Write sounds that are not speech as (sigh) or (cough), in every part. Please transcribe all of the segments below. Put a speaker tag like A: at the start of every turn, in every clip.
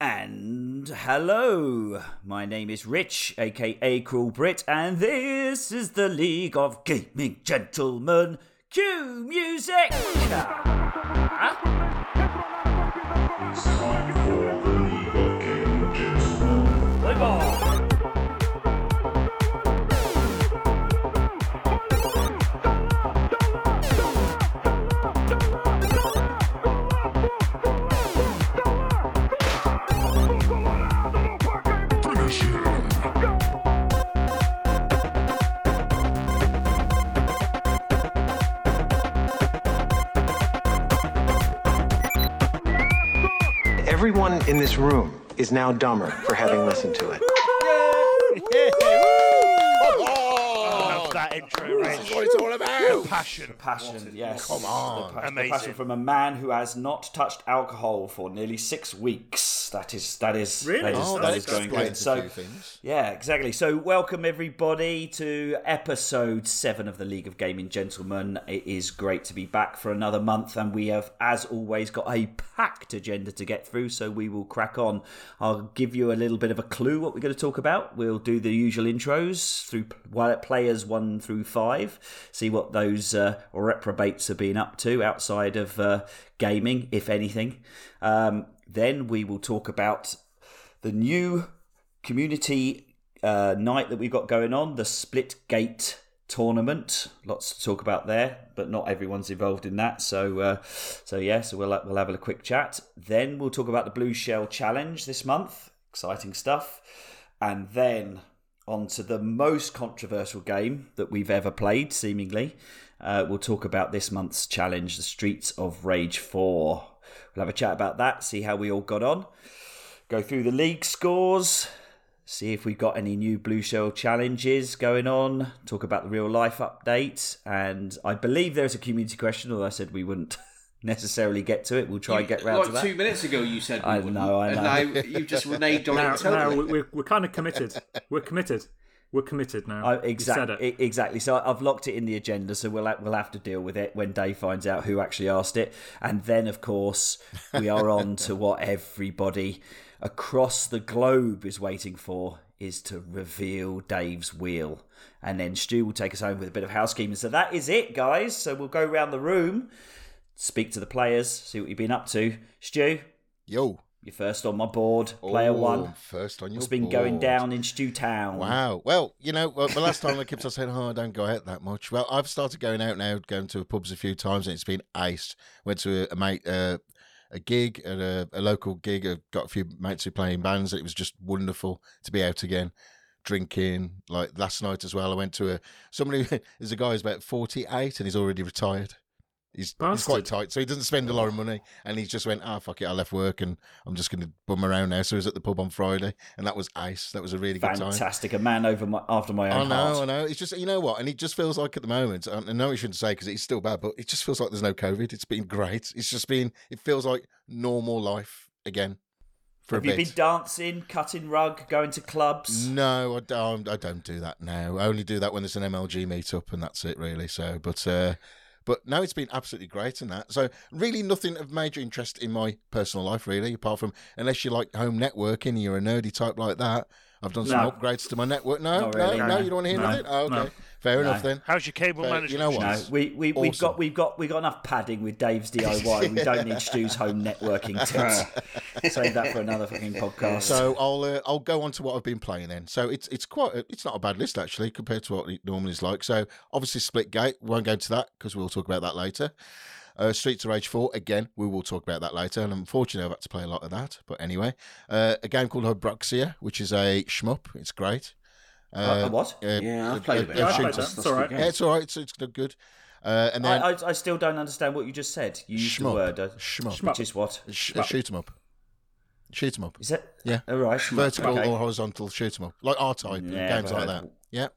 A: And hello, my name is Rich, aka Cruel Brit, and this is the League of Gaming Gentlemen. Cue music!
B: Everyone in this room is now dumber for having listened to it.
C: Oh,
D: Love that intro, Rich.
C: what it's all about.
D: Passion.
A: Passion, yes.
C: Come on.
A: The pas- the
D: Amazing.
A: passion from a man who has not touched alcohol for nearly six weeks. That is, that is, that is,
C: Oh,
A: that
C: that
A: is going good.
C: explains a
A: So,
C: few things.
A: yeah, exactly. So, welcome everybody to episode seven of the League of Gaming Gentlemen. It is great to be back for another month, and we have, as always, got a packed agenda to get through. So, we will crack on. I'll give you a little bit of a clue what we're going to talk about. We'll do the usual intros through while players one through five, see what those uh, reprobates have been up to outside of uh, gaming, if anything. Um, then we will talk about the new community uh, night that we've got going on, the Split Gate tournament. Lots to talk about there, but not everyone's involved in that. So, uh, so yeah, so we'll we'll have a quick chat. Then we'll talk about the Blue Shell Challenge this month. Exciting stuff, and then on to the most controversial game that we've ever played, seemingly. Uh, we'll talk about this month's challenge, the Streets of Rage 4. We'll have a chat about that, see how we all got on go through the league scores, see if we've got any new Blue Shell challenges going on, talk about the real life update, and I believe there's a community question, although I said we wouldn't (laughs) necessarily get to it. We'll try and get round
E: like
A: to that.
E: two minutes ago you said we
A: I
E: wouldn't,
A: know, I
E: and
A: know.
E: now you've just reneged on
F: now,
E: it totally.
F: now we're, we're kind of committed. We're committed. We're committed now.
A: I,
F: You said it.
A: exactly, exactly. So I- I've locked it in the agenda, so we'll ha- we'll have to deal with it when Dave finds out who actually asked it, and then of course we
C: (laughs)
A: are on to what everybody across the globe is waiting for is to reveal Dave's wheel, and then Stu will take us home with a bit of housekeeping. So that is it, guys. So we'll go round the room, speak to the players, see what you've been up to. Stu,
C: Yo.
A: you're first on my board, player
C: Oh,
A: one.
C: First on your
A: What's been
C: board.
A: going down in Stew Town?
C: Wow. Well, you know, well, the last time I kept on saying, oh, I don't go out that much. Well, I've started going out now, going to pubs a few times, and it's been ace. Went to a, a mate, uh, a gig at a, a local gig. I've got a few mates who play in bands. It was just wonderful to be out again, drinking. Like last night as well, I went to a somebody. (laughs) There's a guy who's about forty-eight, and he's already retired. He's, he's quite
F: Bastard.
C: tight, so he doesn't spend a lot of money. And he's just went, ah, fuck it, I left work and I'm just going to bum around now. So he was at the pub on Friday, and that was ace. That was a really good time.
A: Fantastic, a man over my after my
C: I
A: own heart.
C: know, I know. Oh, It's just you know what, and it just feels like at the moment. and I know it shouldn't say because it's still bad, but it just feels like there's no COVID. It's been great. It's just been. It feels like normal life again. For
A: Have
C: a
A: you
C: bit.
A: been dancing, cutting rug, going to clubs?
C: No, I don't. I don't do that now. I only do that when there's an MLG meetup, and that's it, really. So, but uh, but no, it's been absolutely great in that. So, really, nothing of major interest in my personal life, really, apart from unless you like home networking, and you're a nerdy type like that. I've done some
A: No.
C: upgrades to my network. No,
A: Not
C: no,
A: really.
C: no,
A: No.
C: you don't want to hear
F: No.
C: nothing. Oh, okay,
F: No.
C: fair enough then.
D: How's your cable
C: But you
D: management?
C: know what?
A: No, we, we, we've
C: Awesome.
A: got we've got we have got enough padding with Dave's
C: (laughs)
A: DIY. We don't need Stu's home networking tips. Save that for another
C: (laughs)
A: fucking podcast.
C: So I'll uh, I'll go on to what I've been playing then. So it's it's quite it's not a bad list actually compared to what it normally is like. So obviously Split Gate won't go into that because we'll talk about that later. Uh, Streets of Rage 4 again we will talk about that later. And unfortunately I've had to play a lot of that. But anyway, uh, a game called Hybroxia, which is a shmup. It's great.
A: Uh, what?
C: Uh,
E: yeah, I've played a bit.
C: Yeah,
F: I
C: I've
F: played
C: shooters.
F: that. It's all right.
C: yeah, it's all right. It's, it's good. Uh, and
A: I,
C: then
A: I, I still don't understand what you just said. You used the
C: Shmup.
A: word uh,
C: Shmup.
A: which is what?
C: sh- uh, shoot 'em up. Shoot 'em up.
A: Is it?
C: Yeah.
A: All Oh, right.
C: vertical
A: Okay.
C: or horizontal shoot 'em up, like R type
A: Never
C: games like
A: heard
C: that.
A: of-
C: Yeah.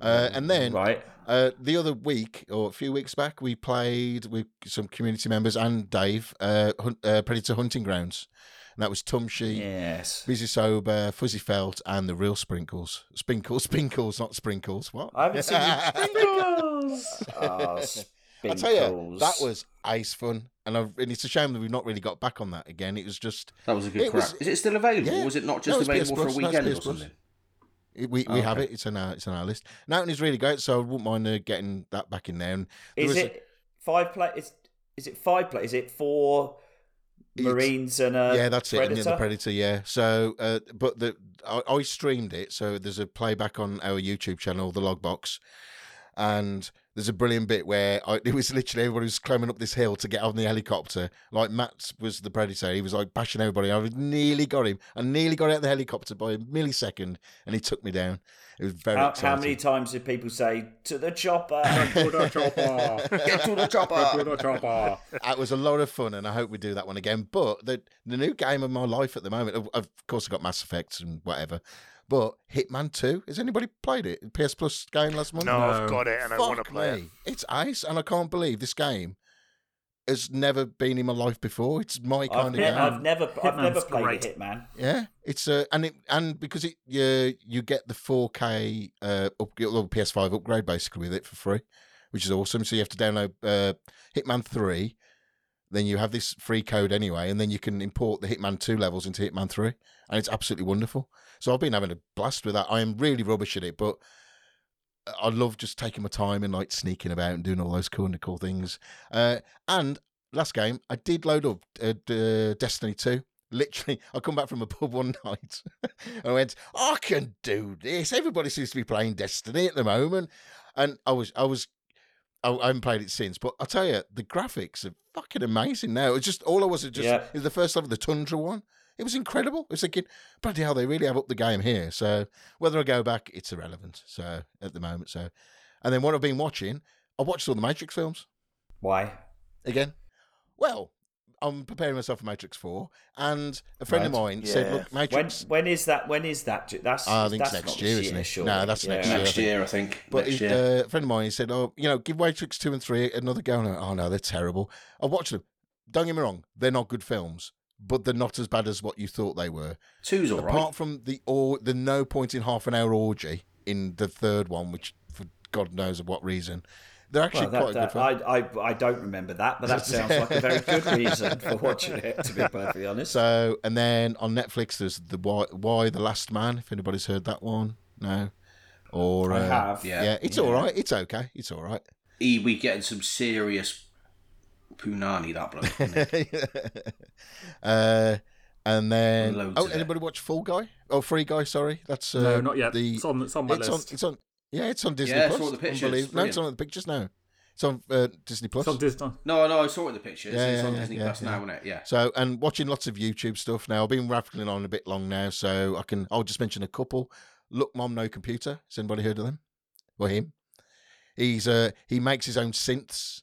C: Uh, and then
A: Right.
C: uh, the other week or a few weeks back, we played with some community members and Dave uh, hun- uh, Predator Hunting Grounds, and that was Tumshi,
A: Yes.
C: (laughs) Busy Sober, Fuzzy Felt, and the real Sprinkles. Sprinkles, (laughs) Sprinkles, not Sprinkles. What?
A: I haven't
C: (laughs)
A: seen you. Sprinkles. Oh,
C: I tell you, that was ice fun. and, I've, and it's a shame that we've not really got back on that again. It was just
E: That was a good
C: It
E: crack.
C: was-
E: Is it still available?
C: yeah.
E: Or was it not
C: No,
E: just
C: it's
E: available for
C: PS
E: a
C: Plus, no, it's
E: weekend or
C: PS Plus.
E: something?
C: it- we, we have it. It's on our it's on our list. And that one is really great, so I wouldn't mind uh, getting that back in there. And there
A: Is
C: was a-
A: it five play? Is is it five play? Is it four
C: It's-
A: Marines and a
C: yeah, that's
A: predator?
C: it. And the Predator, yeah. So, uh, but the I, I streamed it, so there's a playback on our YouTube channel, The Logbox, and there's a brilliant bit where I, (laughs) it was literally everybody was climbing up this hill to get on the helicopter. Like Matt was the Predator, he was like bashing everybody. I nearly got him. I nearly got out of the helicopter by a millisecond, and he took me down. It was very
A: How, how
C: exciting.
A: many times did people say to the
C: (laughs)
A: chopper?
F: Go to the chopper.
E: Get to the
F: Go to
E: chopper!
F: the chopper.
C: (laughs) That was a lot of fun, and I hope we do that one again. But the the new game of my life at the moment, of, of course, I got Mass Effect and whatever. But Hitman Two, has anybody played it? PS Plus game last month.
D: No,
F: No.
D: I've got it and I want to
C: Fuck
D: play it.
C: me. It's ice, and I can't believe this game has never been in my life before. It's my
A: I've,
C: kind
A: ne-
C: of game.
A: I've never, I've never
F: Hitman's
A: played
F: great.
A: a Hitman.
C: Yeah, it's uh, and it and because it you you get the 4K uh up, well, PS5 upgrade basically with it for free, which is awesome. So you have to download uh, Hitman Three, then you have this free code anyway, and then you can import the Hitman Two levels into Hitman Three, and it's absolutely wonderful. So I've been having a blast with that. I am really rubbish at it, but uh, I love just taking my time and like sneaking about and doing all those cool and cool things. Uh, and last game, I did load up uh, D- Destiny Two. Literally, (laughs) I come back from a pub one (laughs) night and I went, I can do this. Everybody seems to be playing Destiny at the moment, and I was, I was. I I haven't played it since, but I'll tell you, the graphics are fucking amazing now. It's just all I was just
A: Yeah.
C: it was the first level, the Tundra one. It was incredible. It was thinking, bloody hell, they really have up the game here. So whether I go back, it's irrelevant. So at the moment, so and then what I've been watching, I watched all the Matrix films
A: Why?
C: again. Well, I'm preparing myself for Matrix Four, and a friend of mine said,
D: Yeah.
C: "Look,
A: When
C: Matrix."
A: when is that? When is that? That's
C: Ah, I think it's
A: that's
C: next
A: not
C: year,
A: this
C: isn't it?
A: surely.
C: No, that's next
A: Yeah.
C: year.
E: Next year, I think.
C: but
E: Next
C: he-
E: year.
C: uh, a friend of mine he said, "Oh, you know, give Matrix two and three another go." And I went, oh no, they're terrible. I watched them. Don't get me wrong; they're not good films, but they're not as bad as what you thought they were.
E: Two's all right.
C: Apart from the or the no point in half an hour orgy in the third one, which for God knows of what reason, they're actually
A: Well, that-
C: quite a good
A: that-
C: film.
A: I, I I don't remember that, but that sounds like a
C: (laughs)
A: very good reason for watching it. To be perfectly honest,
C: So, and then on Netflix, there's the why, why the Last Man. If anybody's heard that one, no, or
A: I
C: uh,
A: have.
E: yeah.
C: Yeah, it's all right. It's okay. It's all right.
E: E, we getting some serious punani, that bloke.
C: (laughs)
E: isn't it?
C: uh, and then
E: Loads
C: oh,
E: of it.
C: anybody watch Full Guy? Oh, Free Guy. Sorry, that's uh,
F: No, not yet.
C: The,
F: It's on- it's on my
C: it's
F: list.
C: On, it's on. Yeah, it's on Disney
E: Yeah, I
C: Plus.
E: saw the pictures.
C: Unbelievable. No, it's
E: Brilliant.
C: on the pictures now. It's on uh, Disney Plus.
F: It's on Disney.
E: no, no, I saw it in the pictures.
C: Yeah,
E: it's
C: yeah,
E: on
C: yeah,
E: Disney
C: yeah,
E: Plus
C: yeah.
E: now, isn't it? Yeah.
C: So and watching lots of YouTube stuff now. I've been rattling on a bit long now, so I can. I'll just mention a couple. Look, mom, no computer. Has anybody heard of them? Well, him. He's uh he makes his own synths,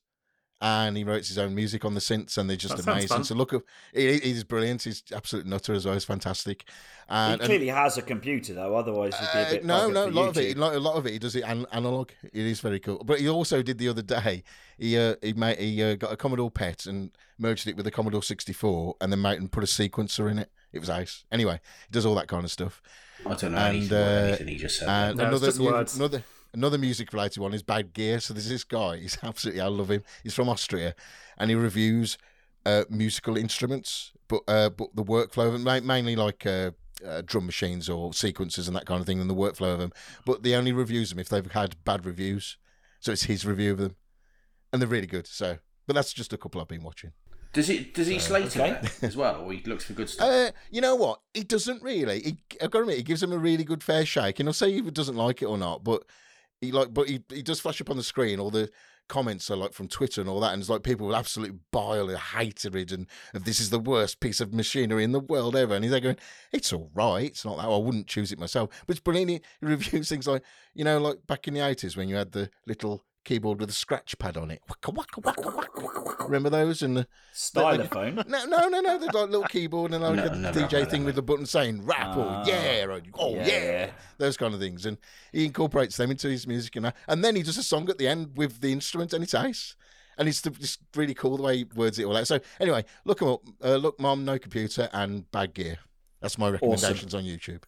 C: and he writes his own music on the synths, and they're just
F: That sounds
C: amazing.
F: fun.
C: So look, up- he, he's brilliant. He's absolute nutter as well. He's fantastic. And,
A: he
C: and-
A: clearly has a computer though, otherwise he'd be a
C: uh,
A: bit.
C: no,
A: buggered
C: no, a
A: for
C: lot of it,
A: YouTube.
C: lot- a lot of it. He does it an- analog. It is very cool. But he also did the other day. He uh, he made he uh, got a Commodore PET and merged it with a Commodore 64, and then made and put a sequencer in it. It was ace. Anyway, he does all that kind of stuff.
E: I don't know
C: And,
E: anything about
C: uh,
E: anything he just said.
C: Uh,
F: No, it's just words.
C: another another music related one is Bad Gear. So there's this guy. (laughs) He's absolutely. I love him. He's from Austria, and he reviews uh, musical instruments, but uh, but the workflow of them, ma- mainly like. Uh, uh, drum machines or sequences and that kind of thing, and the workflow of them. But they only reviews them if they've had bad reviews, so it's his review of them, and they're really good. So, but that's just a couple I've been watching.
E: does he does he slate
A: okay.
E: him as well, or he looks for good stuff?
C: Uh, you know what? He doesn't really. He, I've got to admit, he gives him a really good fair shake, and I'll say he doesn't like it or not, but he like, but he, he does flash up on the screen. All the comments are like from Twitter and all that, and it's like people with absolute bile and hatred and of this is the worst piece of machinery in the world ever. And he's there going, "It's all right. It's not that. I wouldn't choose it myself." But it's brilliant. He he reviews things like you know, like back in the eighties when you had the little keyboard with a scratch pad on it. Waka, waka, waka, waka, waka. Remember those? And the
A: Stylophone.
C: no, no, no, no. There's like little keyboard and like
E: No,
C: a
E: never
C: DJ
E: heard of
C: thing
E: that.
C: with the button saying rap
A: Ah.
C: or yeah, or, oh
A: Yeah,
C: yeah,
A: yeah.
C: those kind of things. And he incorporates them into his music and that. And then he does a song at the end with the instrument and it's ace. And it's the, just really cool the way he words it all out. So anyway, look him up. Uh, look, mom, no computer and bad gear. That's my recommendations on YouTube.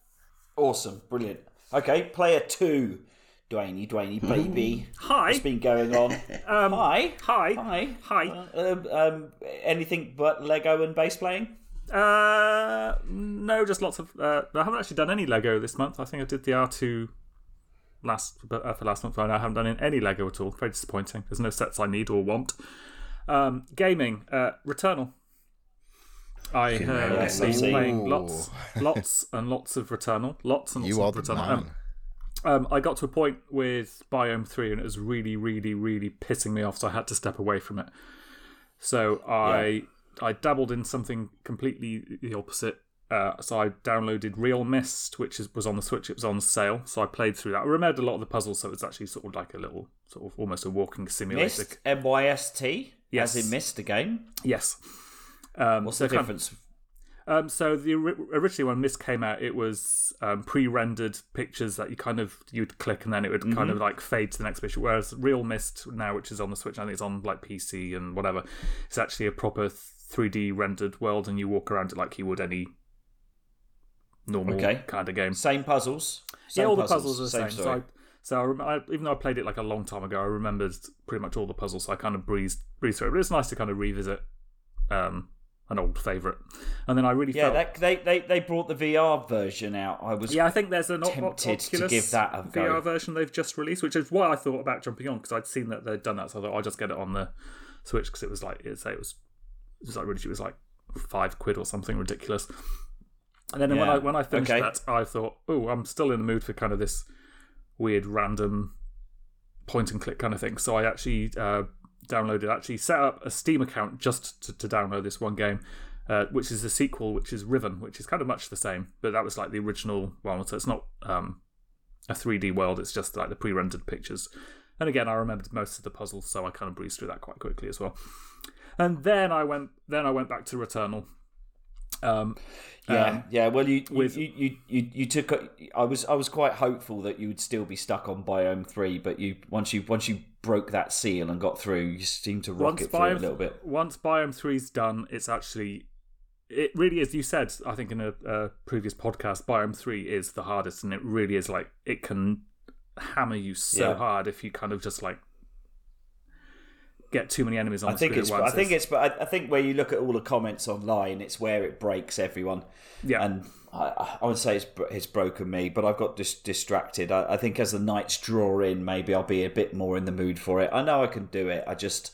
A: Awesome, brilliant. Okay, player two. Dwayne, Dwayne, baby.
F: Hi.
A: It's been going on.
F: (laughs) Um,
A: hi.
F: hi.
A: Hi.
C: Uh,
F: Hi.
A: Um, um, anything but Lego and bass playing?
F: Uh, no, just lots of. Uh, I haven't actually done any Lego this month. I think I did the R two last uh, for last month, but I haven't done any Lego at all. Very disappointing. There's no sets I need or want. Um, gaming, uh, Returnal. I heard
A: yes, I've seen.
F: playing lots, lots and lots of Returnal, lots and lots
C: You are
F: of
C: the
F: Returnal. Um,
C: man.
F: um, I got to a point with Biome 3 and it was really, really, really pissing me off, so I had to step away from it. So I I dabbled in something completely the opposite. Uh, so I downloaded Real Mist, which is, was on the Switch. It was on sale, so I played through that. I remembered a lot of the puzzles, so it's actually sort of like a little, sort of almost a walking simulator.
A: Mist, M Y S T,
F: Yes.
A: as in missed a game.
F: Yes. Um,
A: What's
F: so
A: the
F: kind of-
A: difference?
F: Um, so the ori- originally when Mist came out, it was um, pre-rendered pictures that you kind of you'd click and then it would
A: Mm-hmm.
F: kind of like fade to the next picture. Whereas Real Mist now, which is on the Switch, I think it's on like PC and whatever, it's actually a proper 3D rendered world, and you walk around it like you would any normal
A: Okay.
F: kind of game.
A: Same puzzles. Same
F: yeah, all the puzzles are the same. So, I,
A: story.
F: so I, rem- I, even though I played it like a long time ago, I remembered pretty much all the puzzles. So I kind of breezed breezed through it, but it's nice to kind of revisit um, an old favorite. And then I really
A: yeah,
F: felt
A: that, they, they they brought the VR version out. I was
F: yeah, I think there's an Oc- Oc-
A: tempted to
F: Oculus
A: give that a
F: VR
A: go.
F: version they've just released, which is why I thought about jumping on because I'd seen that they'd done that, so I thought I'll just get it on the Switch because it was like it say it was it was like really cheap, it was like five quid or something ridiculous. And then when
A: Yeah.
F: I when I finished
A: Okay.
F: that, I thought, oh, I'm still in the mood for kind of this weird random point and click kind of thing. So I actually uh, downloaded, actually set up a Steam account just to, to download this one game, uh, which is the sequel, which is Riven, which is kind of much the same, but that was like the original one. So it's not um, a 3D world, it's just like the pre rendered pictures. And again, I remembered most of the puzzles, so I kind of breezed through that quite quickly as well. And then I went, then I went back to Returnal. Um,
A: Yeah,
F: um,
A: yeah. Well, you you,
F: with-
A: you, you you you took. a- I was I was quite hopeful that you would still be stuck on Biome Three, but you once you once you broke that seal and got through, you seemed to rock it through a little bit.
F: Once Biome Three's done, it's actually it really is. You said I think in a, a previous podcast, Biome Three is the hardest, and it really is like it can hammer you so
A: Yeah.
F: hard if you kind of just like get too many enemies on.
A: I think
F: screen
A: it's.
F: At once.
A: I think it's. But I, I think where you look at all the comments online, it's where it breaks everyone.
F: yeah.
A: And I, I would say it's, bro- it's broken me, but I've got dis- distracted. I, I think as the nights draw in, maybe I'll be a bit more in the mood for it. I know I can do it. I just,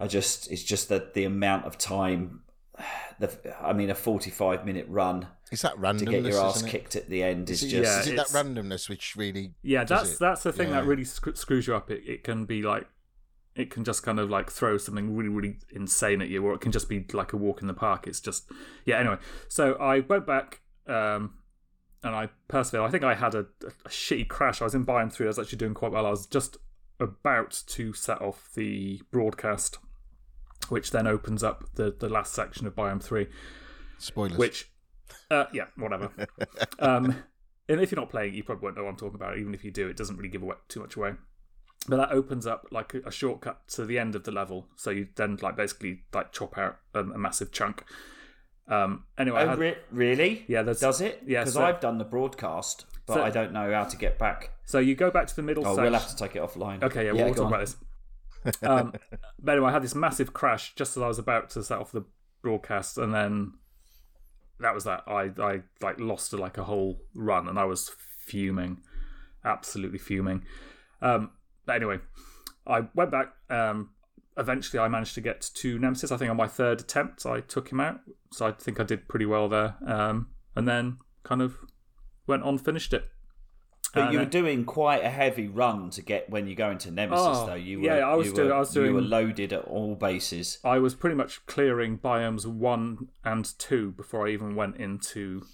A: I just, it's just that the amount of time. (sighs) The, I mean, a forty-five minute run
C: Is that
A: to
C: randomness?
A: get your ass
C: isn't it?
A: kicked at the end is
C: Is it,
A: just.
F: Yeah,
C: is it that
F: it's-
C: randomness which really?
F: Yeah,
C: does
F: that's
C: it?
F: that's the thing that
C: Yeah.
F: really sc- screws you up. It it can be like it can just kind of like throw something really really insane at you, or it can just be like a walk in the park. It's just yeah. Anyway, so I went back um, and I persevered. I think I had a, a shitty crash. I was in Bayern three. I was actually doing quite well. I was just about to set off the broadcast. Which then opens up the, the last section of Biome 3,
C: Spoilers.
F: which, uh, yeah,
A: (laughs)
F: whatever. um, and if you're not playing, it, you probably won't know what I'm talking about. Even if you do, it doesn't really give away too much away. But that opens up like a, a shortcut to the end of the level, so you then like basically like chop out um, a massive chunk. Um, anyway, I
A: Oh,
F: had-
A: re- really?
F: Yeah, that's-
A: does it?
F: yeah,
A: because
F: so-
A: I've done the broadcast, but
F: So-
A: I don't know how to get back.
F: so you go back to the middle.
A: Oh,
F: section.
A: we'll have to take it offline.
F: Okay, yeah, we'll
A: go
F: talk
A: on.
F: about this.
A: (laughs)
F: Um, but anyway, I had this massive crash just as I was about to set off the broadcast, and then that was that. I I like lost like a whole run, and I was fuming, absolutely fuming. Um, but anyway, I went back. Um, eventually, I managed to get to Nemesis. I think on my third attempt, I took him out, so I think I did pretty well there. Um, and then kind of went on, finished it.
A: But
F: And
A: you were
F: then-
A: doing quite a heavy run to get when you go into Nemesis,
F: Oh,
A: though. You
F: yeah,
A: were,
F: I was
A: you
F: doing-
A: were,
F: I was
A: You were
F: doing-
A: loaded at all bases.
F: I was pretty much clearing biomes one and two before I even went into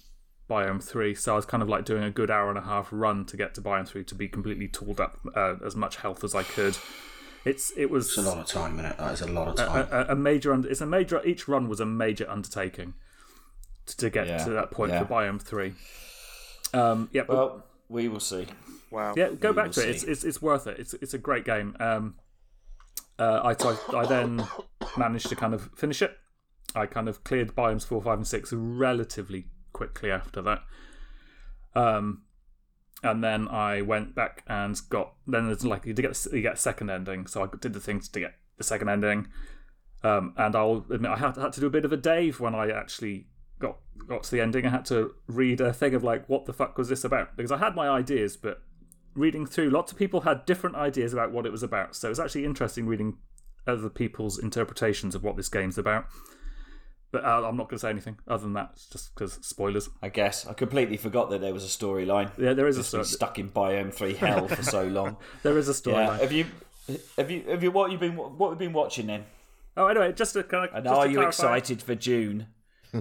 F: biome three. So I was kind of like doing a good hour and a half run to get to biome three to be completely tooled up uh, as much health as I could. It's it was
E: It's a lot of time, innit? That is a lot of
C: uh,
F: a,
E: time.
F: a, a major. und- It's a major. Each run was a major undertaking to, to get
A: Yeah,
F: to that point
A: yeah.
F: for biome three. Um, yeah, but-
A: Well, we will see.
D: Wow.
F: yeah, go back
A: will
F: to it.
A: see.
F: It's, it's it's worth it. It's it's a great game. Um, uh, I so I- I then managed to kind of finish it. I kind of cleared biomes four, five, and six relatively quickly after that. Um, and then I went back and got then there's like you get you get a second ending. So I did the things to get the second ending. Um, and I'll admit I had, had to do a bit of a Dave when I actually got got to the ending. I had to read a thing of like what the fuck was this about because I had my ideas, but reading through, lots of people had different ideas about what it was about. So it's actually interesting reading other people's interpretations of what this game's about. But uh, I'm not going to say anything other than that, it's just because spoilers.
A: I guess I completely forgot that there was a storyline.
F: Yeah, there is a
A: Just been
F: story.
A: stuck in biome three hell for so
F: (laughs)
A: long.
F: There is a
A: Yeah.
F: storyline.
A: Have you? Have you? Have you? What you been? What have you been watching then?
F: Oh, anyway, just to kind of.
A: And
F: just
A: are
F: to
A: you
F: clarify,
A: excited for June?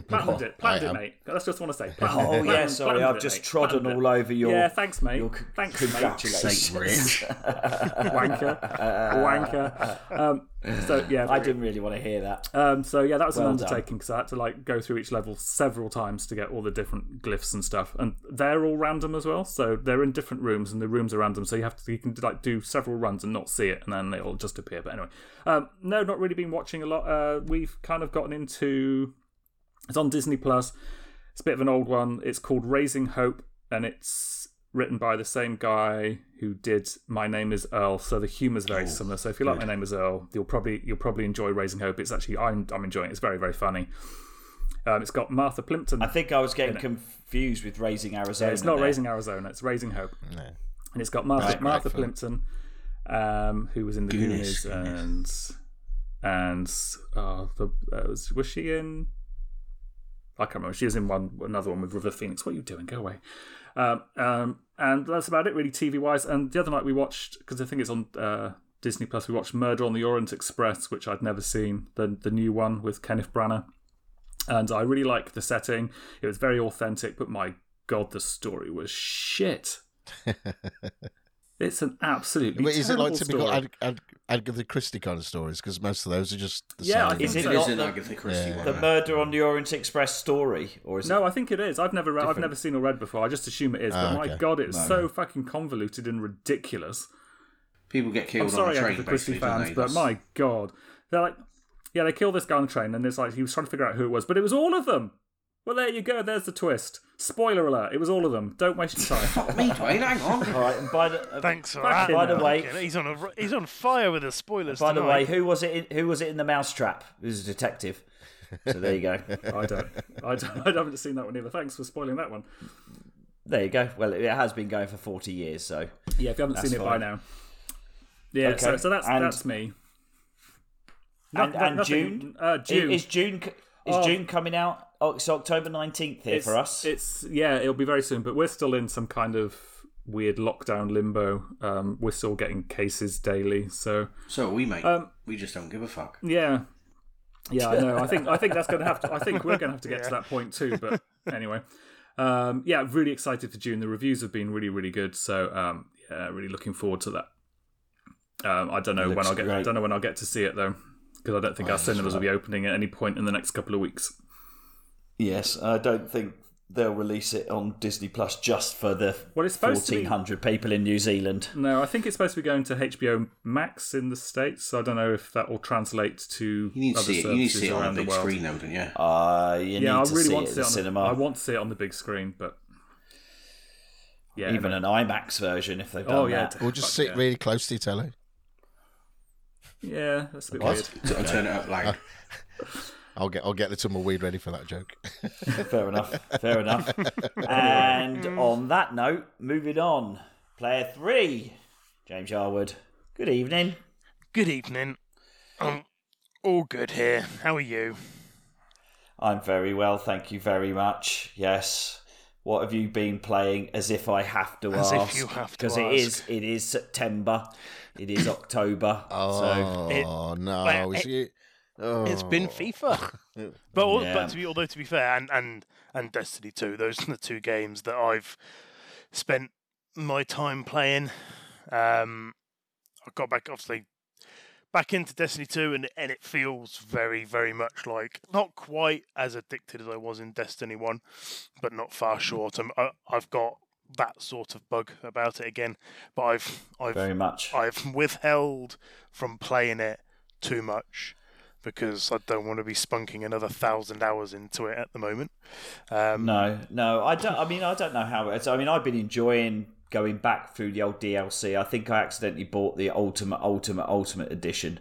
F: Planned it, planned
C: I
F: it,
C: am.
F: mate. That's just want to
A: (laughs)
F: say. Planned,
A: Oh
F: planned,
A: yeah, sorry,
F: planned
A: I've
F: it,
A: just
F: mate.
A: trodden
F: Planned
A: all
F: it.
A: over your.
F: Yeah, thanks, mate.
A: your c-
F: thanks, mate.
C: uh,
A: congratulations.
E: Sake,
C: (laughs)
E: Rich.
A: (laughs)
F: Wanker, wanker. Um, so yeah,
A: I didn't really want to hear that.
F: Um, so yeah, that was an
A: Well done.
F: undertaking because I had to like go through each level several times to get all the different glyphs and stuff, and they're all random as well. So they're in different rooms, and the rooms are random. So you have to you can like do several runs and not see it, and then they all just appear. But anyway, um, no, not really been watching a lot. Uh, we've kind of gotten into it's on Disney Plus. It's a bit of an old one. It's called Raising Hope, and it's written by the same guy who did My Name Is Earl. So the humour's very similar. So if you like My Name Is Earl, you'll probably you'll probably enjoy Raising Hope. It's actually I'm I'm enjoying it. It's very very funny. Um, it's got Martha Plimpton.
A: I think I was getting confused with raising Arizona.
F: it's not
A: there.
F: Raising Arizona. It's Raising Hope. And it's got Martha,
C: Right, right,
F: Martha
C: fair.
F: Plimpton, um, who was in the Goonies,
E: Goonies,
F: and and uh, the, uh, was, was she in? I can't remember. She was in one another one with River Phoenix. What are you doing? Go away. Um, um, and that's about it, really, TV wise. And the other night we watched because I think it's on uh, Disney Plus. We watched Murder on the Orient Express, which I'd never seen. The the new one with Kenneth Branagh, and I really liked the setting. It was very authentic, but my god, the story was shit. it's an absolutely
C: But is it like
F: terrible
C: typical
F: story.
C: Ag- Ag- Agatha Christie kind of stories? Because most of those are just the
F: Yeah, I
C: same.
F: think
A: Is
E: It
A: it
E: is
A: not
E: an
A: the-
E: Agatha Christie one.
A: the murder on the Orient Express story, or is
F: Uh, No,
A: it?
F: I think it is. I've never read, I've never seen or read before. I just assume it is. But
C: Ah,
F: my
C: okay.
F: god, it's so fucking convoluted and ridiculous.
E: People get killed
F: I'm sorry,
E: on a train,
F: Agatha Christie
E: basically, don't
F: fans,
E: they?
F: but
E: That's- (laughs)
F: my god, they're like, yeah, they killed this guy on the train, and it's like he was trying to figure out who it was, but it was all of them. Well, there you go. There's the twist. Spoiler alert: it was all of them. Don't waste your time.
E: Fuck me, Dwayne,
A: (laughs)
E: hang on.
A: All right, and
F: (laughs)
A: by the uh,
D: Thanks for that.
F: Fucking
A: by the way-
D: Fucking- he's on a r- he's on fire with the spoilers.
A: by the
D: tonight.
A: way, who was it? In, who was it in the mousetrap? It was a detective. So there you
F: (laughs)
A: go.
F: I don't. I don't. I haven't seen that one either. Thanks for spoiling that one.
A: There you go. Well, it has been going for forty years, so
F: Yeah, if you haven't
A: That's
F: seen it by
A: fine.
F: now. Yeah, so,
A: Okay,
F: so that's
A: and-
F: that's me. No-
A: and,
F: no-
A: and
F: nothing-
A: June.
F: uh, June.
A: Is, is June c- is
F: Oh.
A: June coming out? Oh, it's October nineteenth here
F: it's,
A: for us.
F: It's yeah, it'll be very soon, but we're still in some kind of weird lockdown limbo. Um, we're still getting cases daily, so
E: So are we, mate.
F: Um,
E: we just don't give a fuck.
F: yeah, yeah, I know. I think I think that's gonna have to. I think we're gonna have to get to that point too. But anyway, um, yeah, really excited for June. The reviews have been really really good, so um, yeah, really looking forward to that. Um, I don't know when
A: looks
F: I'll get. I
A: great. Oh,
F: don't know when I'll get to see it though, because I don't think our cinemas will be opening at any point in the next couple of weeks.
A: yes, I don't think they'll release it on Disney Plus just for the
F: Well, it's supposed to be- Mm.
A: fourteen hundred people in New Zealand.
F: No, I think it's supposed to be going to HBO Max in the states. So I don't know if that will translate to
E: You need to see
F: other
E: it. You
F: services
E: need to see it on
F: around
E: a big
F: the world.
E: screen, though, don't you?
A: Uh, you need
F: Yeah, I
A: to
F: really
A: see
F: want
A: it
F: to
A: in
F: see
A: the
F: it on,
A: cinema.
F: I want to see it on the big screen, but yeah,
A: even
F: no.
A: an IMAX version if they've done
F: oh yeah,
A: that.
C: Or just
F: fuck
C: sit
F: yeah.
C: really close to your telly.
F: yeah, that's a bit weird. (laughs)
E: T- I'll turn it up loud.
C: I'll get I'll get the tumbleweed ready for that
D: (laughs)
C: joke.
A: Fair enough. Fair enough. and on that note, moving on. Player three, James Yarwood. Good evening.
D: Good evening. Um, all good here. How are you?
A: I'm very well, thank you very much. Yes. What have you been playing? As if I have to
D: As if
A: ask.
D: you have to
A: Because it
D: ask.
A: is it is September. It is
D: (laughs)
A: October. so
C: Oh no!
D: well,
C: is
D: it-
C: it- oh.
D: It's been
A: (laughs)
D: FIFA, but all,
A: Yeah.
D: but to be although to be fair, and and and Destiny Two. Those are the two games that I've spent my time playing. Um, I got back obviously back into Destiny Two, and and it feels very very much like not quite as addicted as I was in Destiny One, but not far short. I'm, I, I've got that sort of bug about it again, but I've I've
A: very much.
D: I've withheld from playing it too much because I don't want to be spunking another thousand hours into it at the moment. Um,
A: No, no, I don't. I mean, I don't know how it's. I mean, I've been enjoying going back through the old DLC. I think I accidentally bought the Ultimate, Ultimate, Ultimate Edition,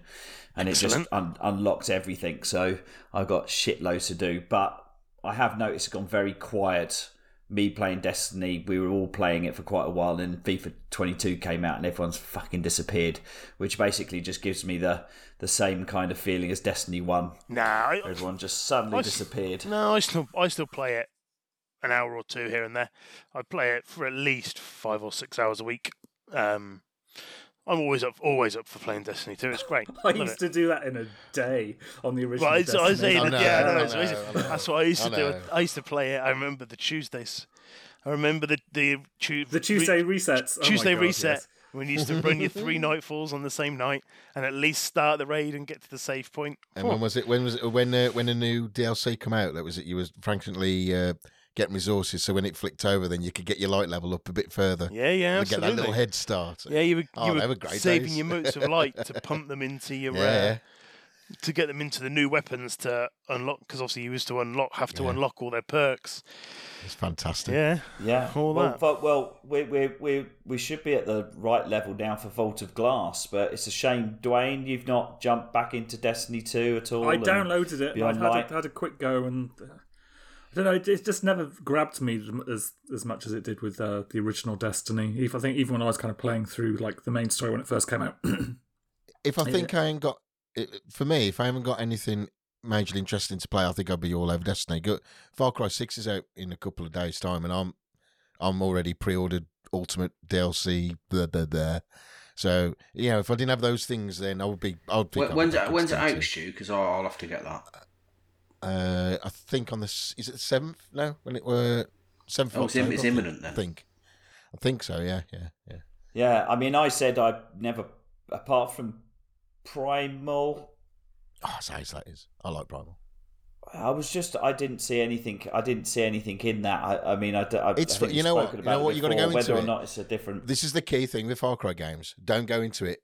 A: and it
D: Excellent.
A: just un- unlocked everything. So I got shitloads to do. But I have noticed it's gone very quiet. Me playing Destiny, we were all playing it for quite a while, and FIFA 22 came out, and everyone's fucking disappeared, which basically just gives me the the same kind of feeling as Destiny 1.
D: Nah, I,
A: Everyone just suddenly
D: Nice.
A: disappeared.
D: no, I still I still play it an hour or two here and there. I play it for at least five or six hours a week. Um, I'm always up, always up for playing Destiny 2. It's great.
F: I
D: Love it.
F: used to do that in a day on the original.
D: Well, it's, I was
F: Destiny.
D: saying,
C: I know,
D: yeah,
C: I
D: no,
C: know,
D: it's-
C: I
D: it's-
C: know.
D: that's what I used
C: I
D: to do.
C: know.
D: I used to play it. I remember the Tuesdays. I remember the the, tu-
F: the
D: re-
F: Tuesday resets. Oh my
D: Tuesday
F: God,
D: reset.
F: yes.
D: When you used to run your three nightfalls on the same night and at least start the raid and get to the safe point.
C: And when was it? When was it? When uh, when a new DLC come out? That was it. You was frankly uh, getting resources, so when it flicked over, then you could get your light level up a bit further.
D: Yeah, yeah,
C: and get that little
D: absolutely.
C: head start.
D: Yeah, you were, you
C: Oh,
D: were,
C: they were great
D: saving
C: days.
D: your
C: (laughs)
D: motes of light to pump them into your
C: Yeah.
D: uh, to get them into the new weapons to unlock because obviously you used to unlock have to unlock all their perks.
C: it's fantastic.
D: Yeah,
A: Yeah,
D: All
A: well,
D: that.
A: But, well, we we we we should be at the right level now for Vault of Glass, but it's a shame, Dwayne, you've not jumped back into Destiny Two at all.
F: I
A: and
F: downloaded it. And
A: Beyond
F: I've had
A: Light.
F: a, had a quick go, and uh, I don't know. It, it just never grabbed me as as much as it did with uh, the original Destiny. If I think even when I was kind of playing through like the main story when it first came out, (coughs)
C: If I think I ain't got, it, for me, if I haven't got anything majorly interesting to play, I think I'll be all over Destiny. Good. Far Cry Six is out in a couple of days' time, and I'm I'm already pre-ordered Ultimate DLC. Blah, blah, blah. So you know, if I didn't have those things, then I would be. I would
E: When,
C: pick up
E: when's
C: Destiny
E: it, when's it
C: too.
E: out, Stu? Because I'll, I'll have to get that.
C: uh, I think on the s- is it the seventh? No, when it were seventh.
E: Oh, it's, im- it's imminent
C: I
E: then.
C: think, I think so. Yeah, yeah, yeah.
A: Yeah, I mean, I said I never, apart from Primal,
C: Oh, that's how that is. I like Primal.
A: I was just I didn't see anything. I didn't see anything in that. I, I mean, I, d- I- I
C: It's-
A: think
C: you
A: we've
C: know what?
A: spoken
C: You know
A: about it
C: what? You gotta
A: before,
C: go into
A: whether
C: it.
A: or not it's a different.
C: This is the key thing with Far Cry games. Don't go into it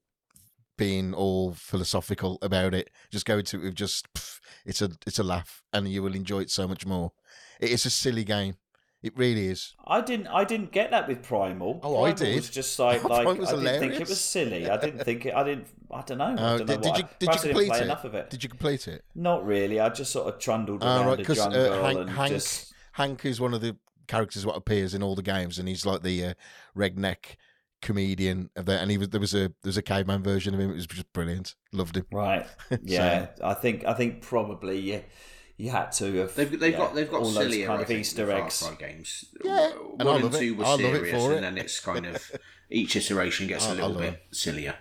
C: being all philosophical about it. Just go into it with just pff, it's a it's a laugh, and you will enjoy it so much more. It is a silly game. It really is.
A: I didn't. I didn't get that with Primal.
C: Oh, I
A: Primal
C: did.
A: Was just like,
C: (laughs) Primal
A: like I
C: was
A: didn't think it
C: hilarious.
A: was silly. I didn't think it. I didn't. I don't know. I don't
C: Uh, did,
A: know
C: did
A: why.
C: you did you
A: Perhaps I didn't
C: complete
A: play
C: it?
A: enough of it.
C: Did you complete it?
A: Not really. I just sort of trundled
C: Ah,
A: around
C: right,
A: the
C: because
A: jungle
C: uh, Hank,
A: and
C: Hank,
A: just.
C: Hank is one of the characters what appears in all the games, and he's like the uh, redneck comedian of that. And he was there was a there was a caveman version of him. It was just brilliant. Loved him.
A: Right.
C: (laughs)
A: Yeah. I think. I think probably you, you had to have.
E: They've, they've
A: yeah,
E: got they've got
A: all those
E: sillier
A: kind of
E: I think,
A: Easter
E: the Far
A: eggs.
E: Cry games.
C: Yeah,
E: one
C: and I
E: and
C: love it.
E: two were
C: I love it
E: serious,
C: for
E: and
C: it.
E: then it's kind of each iteration gets
C: I- I
E: a little
C: love
E: bit
C: it.
E: sillier.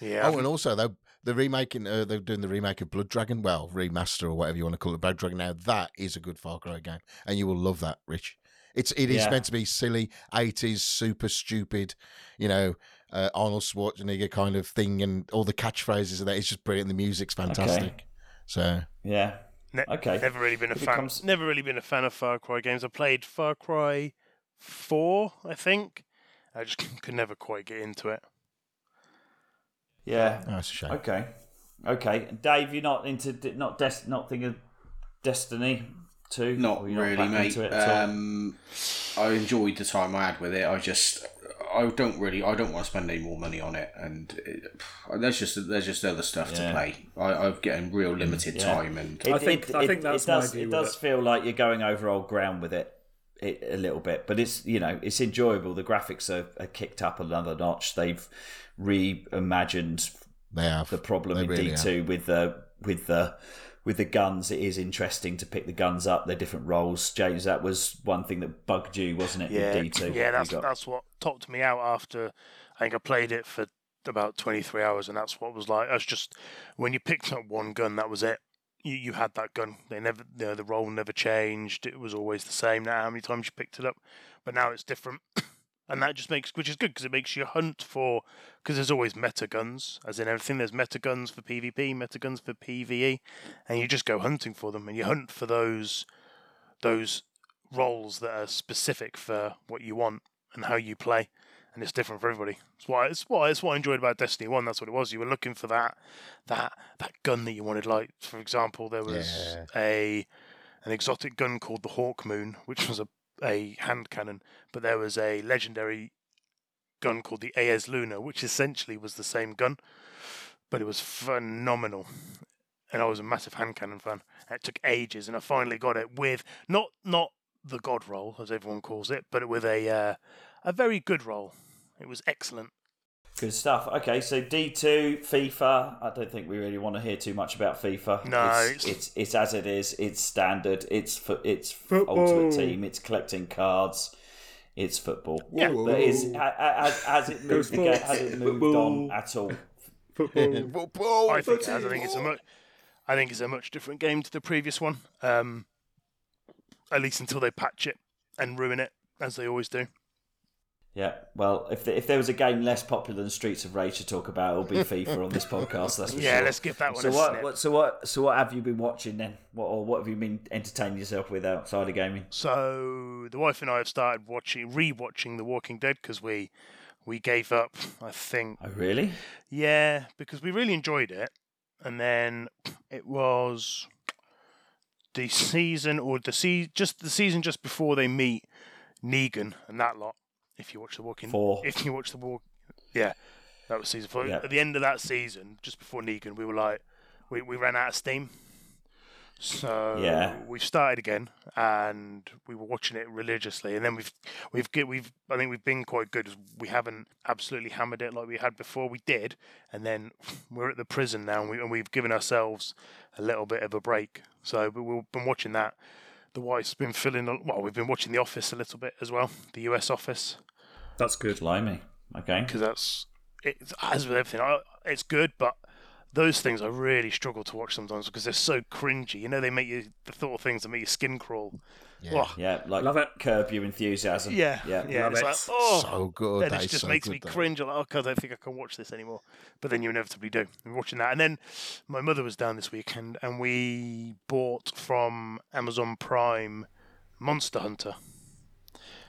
D: yeah.
C: Oh, and also though the remaking uh, they're doing the remake of Blood Dragon, well remaster or whatever you want to call it, Blood Dragon. Now that is a good Far Cry game, and you will love that, Rich. It's it is
A: Yeah.
C: meant to be silly eighties, super stupid, you know, uh, Arnold Schwarzenegger kind of thing, and all the catchphrases of that. It's just brilliant. The music's fantastic. So
A: Yeah.
D: Ne-
A: Okay.
D: Never really been a
A: If it
D: fan.
A: comes-
D: Never really been a fan of Far Cry games. I played Far Cry Four, I think. I just (laughs) could never quite get into it.
A: Yeah.
C: oh, that's a shame.
A: Okay, okay. And Dave, you're not into not des- not thinking of Destiny two.
E: Not
A: Or you're
E: really,
A: back
E: mate.
A: into it at all?
E: Um, I enjoyed the time I had with it. I just I don't really I don't want to spend any more money on it, and it, there's just there's just other stuff
A: Yeah.
E: to play. I, I'm getting real limited
A: Yeah.
E: time, and
A: It-
F: I think-
A: it,
F: I
A: it-
F: think that's
A: it does.
F: my view
A: it
F: with
A: does
F: it.
A: feel like you're going over old ground with it, it a little bit, but it's you know it's enjoyable. The graphics are, are kicked up another notch. They've reimagined
C: They have
A: the problem
C: They
A: in
C: really
A: D
C: have.
A: two with the with the with the guns. It is interesting to pick the guns up. They're different roles. James, that was one thing that bugged you, wasn't it?
D: Yeah,
A: with D two.
D: yeah. That's that's what topped me out after. I think I played it for about 23 hours, and that's what it was like. I was just when you picked up one gun, that was it. You you had that gun. They never, you know, the role never changed. It was always the same. No matter how many times you picked it up, but now it's different. (coughs) And that just makes, which is good because it makes you hunt for, because there's always meta guns, as in everything. There's meta guns for PvP, meta guns for PvE, and you just go hunting for them, and you hunt for those, those roles that are specific for what you want and how you play, and it's different for everybody. It's why it's why it's what I enjoyed about Destiny One. That's what it was. You were looking for that that that gun that you wanted. Like for example, there was
C: Yeah.
D: a an exotic gun called the Hawk Moon, which was a a hand cannon, but there was a legendary gun called the AS Luna, which essentially was the same gun, but it was phenomenal. And I was a massive hand cannon fan. And It took ages, and I finally got it with not not the god roll as everyone calls it, but with a uh, a very good roll. It was excellent.
A: Good stuff. Okay, so D two FIFA. I don't think we really want to hear too much about FIFA.
D: No,
A: it's
D: it's-
A: it's, it's as it is. It's standard. It's for it's
D: Football.
A: ultimate team. It's collecting cards. It's football.
D: Yeah.
A: but it's a- a- as, as it moved
F: sports.
A: has it moved on
E: Football.
A: at all?
C: (laughs)
F: Football.
C: Football,
D: I think it has. I think it's a
C: football.
D: much, I think it's a much different game to the previous one. Um, at least until they patch it and ruin it, as they always do.
A: Yeah. Well, if the, if there was a game less popular than Streets of Rage to talk about, it'll be FIFA on this podcast. That's for
D: (laughs) Yeah,
A: sure.
D: let's give that one
A: So
D: a
A: what,
D: snip.
A: what? So what? So what have you been watching then? What or what have you been entertaining yourself with outside of gaming?
D: So the wife and I have started watching, rewatching The Walking Dead because we we gave up. I think
A: Oh, really?
D: Yeah, because we really enjoyed it. And then it was the season or the sea just the season just before they meet Negan and that lot. If you watch the Walking
A: Four.
D: if you watch the Walk Yeah. That was season four.
A: Yeah.
D: At the end of that season, just before Negan, we were like we, we ran out of steam. So
A: Yeah.
D: we've started again and we were watching it religiously and then we've we've get, we've I think we've been quite good. We haven't absolutely hammered it like we had before. We did, and then (laughs) we're at the prison now, and, we, and we've given ourselves a little bit of a break. So we- we've been watching that. The wife's been filling. a- Well, we've been watching The Office a little bit as well, the US Office,
F: That's good.
A: Blimey. Okay.
D: because that's it's as with everything. I, it's good, but those things I really struggle to watch sometimes because they're so cringy. You know, they make you the thought of things that make your skin crawl.
C: Yeah.
D: Oh,
A: Yeah, like
F: Love it.
A: curb your enthusiasm.
D: yeah,
A: yeah.
F: Love
D: it's
F: it.
D: like, oh,
C: so good.
D: and
C: that
D: it
C: is
D: just
C: so
D: makes
C: good,
D: me
C: though.
D: cringe. I'm like, oh, God, I don't think I can watch this anymore. But then you inevitably do. We're watching that. And then my mother was down this weekend and we bought from Amazon Prime Monster Hunter,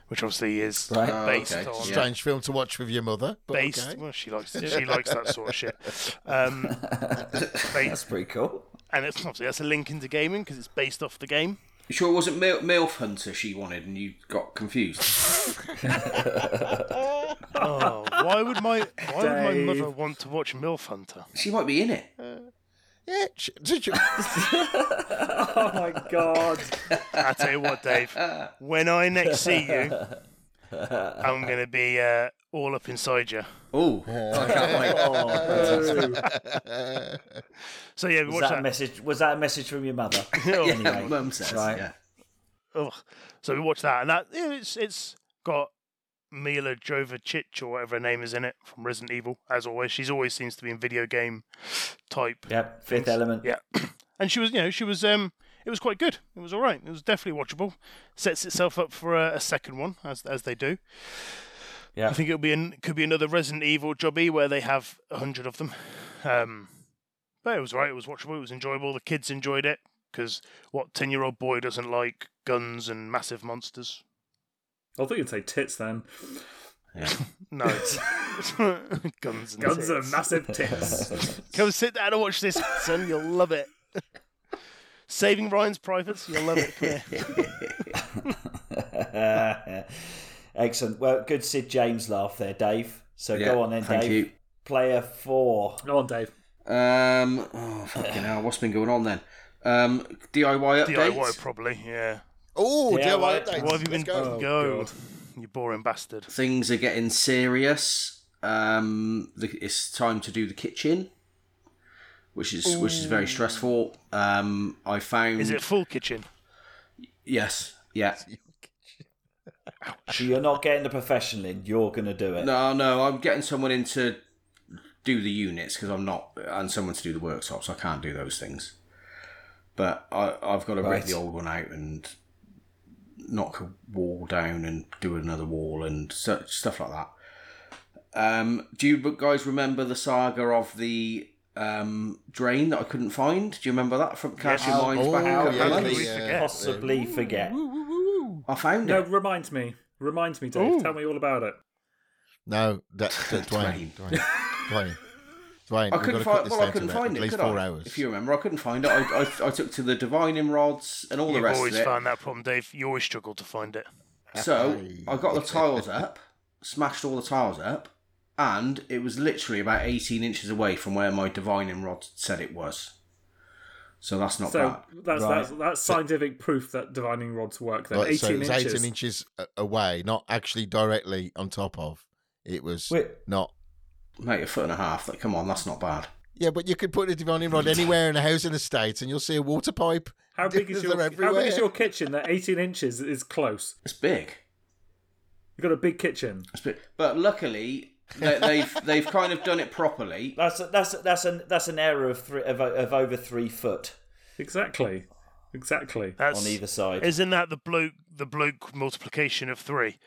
D: which obviously is
A: Right.
E: Oh,
D: based
E: okay.
D: on.
E: Yeah.
C: Strange film to watch with your mother. But
D: Based,
C: okay.
D: well, she likes she likes that sort of shit, um, ba-
A: That's pretty
D: (laughs)
A: cool.
D: and it's obviously that's a link into gaming because it's based off the game.
E: You sure it wasn't Mil- MILF Hunter she wanted and you got confused?
D: Oh, (laughs) why would my why would my
F: Dave.
D: mother want to watch Milf Hunter?
E: she might be in it.
C: Yeah, sh- did you-
F: Oh my god.
D: I tell you what, Dave. When I next see you, I'm gonna be uh, all up inside you.
E: Oh, (laughs) I can't wait.
D: So yeah, we
A: Was
D: watch
A: that,
D: that. Oh,
A: a message? Was that a message from your
D: (laughs)
A: mother?
E: Yeah,
A: anyway,
E: Mum says.
A: right.
E: Yeah.
D: ugh. So we watch that, and that yeah, it's it's got Mila Jovovich or whatever her name is in it from Resident Evil. As always, she's always seems to be in video game type.
A: Yep. Fifth Element.
D: Yeah, (clears throat) and she was you know she was um it was quite good. It was all right. It was definitely watchable. Sets itself up for a, a second one as as they do.
A: Yeah.
D: I think it'll be an, could be another Resident Evil jobby where they have a hundred of them. Um, but it was right. It was watchable. It was enjoyable. The kids enjoyed it because what ten-year-old boy doesn't like guns and massive monsters?
F: I thought you'd say tits then.
D: (laughs) No, guns and
F: Guns are
D: tits.
F: massive tits.
D: Come sit down and watch this, son. You'll love (laughs) it. Saving Ryan's Privates. You'll love (laughs) it. Come here.
A: (laughs) Excellent. Well, good Sid James laugh there, Dave. So
E: Yeah,
A: go on then,
E: thank
A: Dave.
E: you.
A: Player four.
F: Go on, Dave.
E: Um, oh, fucking hell. What's been going on then? Um, DIY update?
D: DIY probably. Yeah.
C: oh,
A: Yeah,
C: DIY
A: right.
C: updates.
D: What have you been?
C: Let's go.
D: Go. go.
F: God.
D: You boring bastard.
E: Things are getting serious. Um, the, it's time to do the kitchen, which is which is very stressful. Um, I found
D: Is it full kitchen?
E: yes, yeah.
A: So you're not getting the professional in. You're gonna do it.
E: No, no, I'm getting someone in to do the units because I'm not, and someone to do the workshops. I can't do those things. But I, I've got to
A: Right.
E: rip the old one out and knock a wall down and do another wall and so, stuff like that. Um, do you guys remember the saga of the um, drain that I couldn't find? Do you remember that from Cast Your Minds
C: Oh,
E: back a couple of
C: yeah,
D: How
E: months?
D: could
C: the,
D: we
C: uh,
D: forget?
A: Possibly forget.
E: I found
F: No,
E: it.
F: remind me. Remind me, Dave. Tell me all about it.
C: No, that,
A: (laughs)
C: that Dwayne. Dwayne. Dwayne. Dwayne.
E: I
C: we've
E: couldn't
C: got to cut
E: find.
C: this
E: Well, I
C: down to
E: couldn't
C: about
E: find
C: At
E: it.
C: least
E: Could
C: four
E: I?
C: hours.
E: If you remember, I couldn't find it. I, I, I took to the divining rods and all the
D: You've
E: rest of
D: always
E: it.
D: found that problem, Dave. You always struggle to find it.
E: So I got the tiles up, smashed all the tiles up, and it was literally about 18 inches away from where my divining rod said it was. So that's not
F: so
E: bad.
F: that's,
A: Right.
F: that's that's scientific proof that divining rods work. Then
C: Right,
F: eighteen
C: so it was
F: inches.
C: 18 inches a- away, not actually directly on top of. It was
A: Wait.
C: not.
E: Mate, a foot and a half. Like, come on, that's not bad.
C: Yeah, but you could put a divining rod anywhere in a house in the States and you'll see a water pipe. (laughs)
F: How big is
C: They're
F: your how
C: everywhere.
F: big is your kitchen? That eighteen inches is close.
E: It's big.
F: You've got a big kitchen.
E: It's big. But luckily, they, they've they've kind of done it properly.
A: That's that's that's an that's an error of three, of, o- of over three foot
F: Exactly. Exactly.
D: That's
A: on either side.
D: Isn't that the bloke the bloke multiplication of three?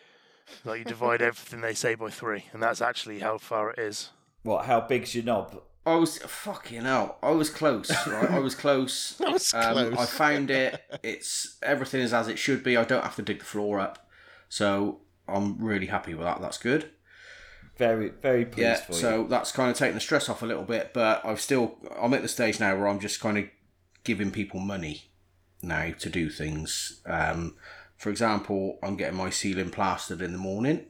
D: Like you divide everything they say by three, and that's actually how far it is.
A: What? How big's your knob?
E: I was fucking hell. I was close, right? I was close. Um,
C: I was close.
E: I found it. It's everything is as it should be. I don't have to dig the floor up, so I'm really happy with that. That's good.
A: Very very pleased
E: yeah.
A: for
E: So
A: you.
E: that's kind of taken the stress off a little bit, but I've still. I'm at the stage now where I'm just kind of giving people money now to do things. Um, for example, I'm getting my ceiling plastered in the morning.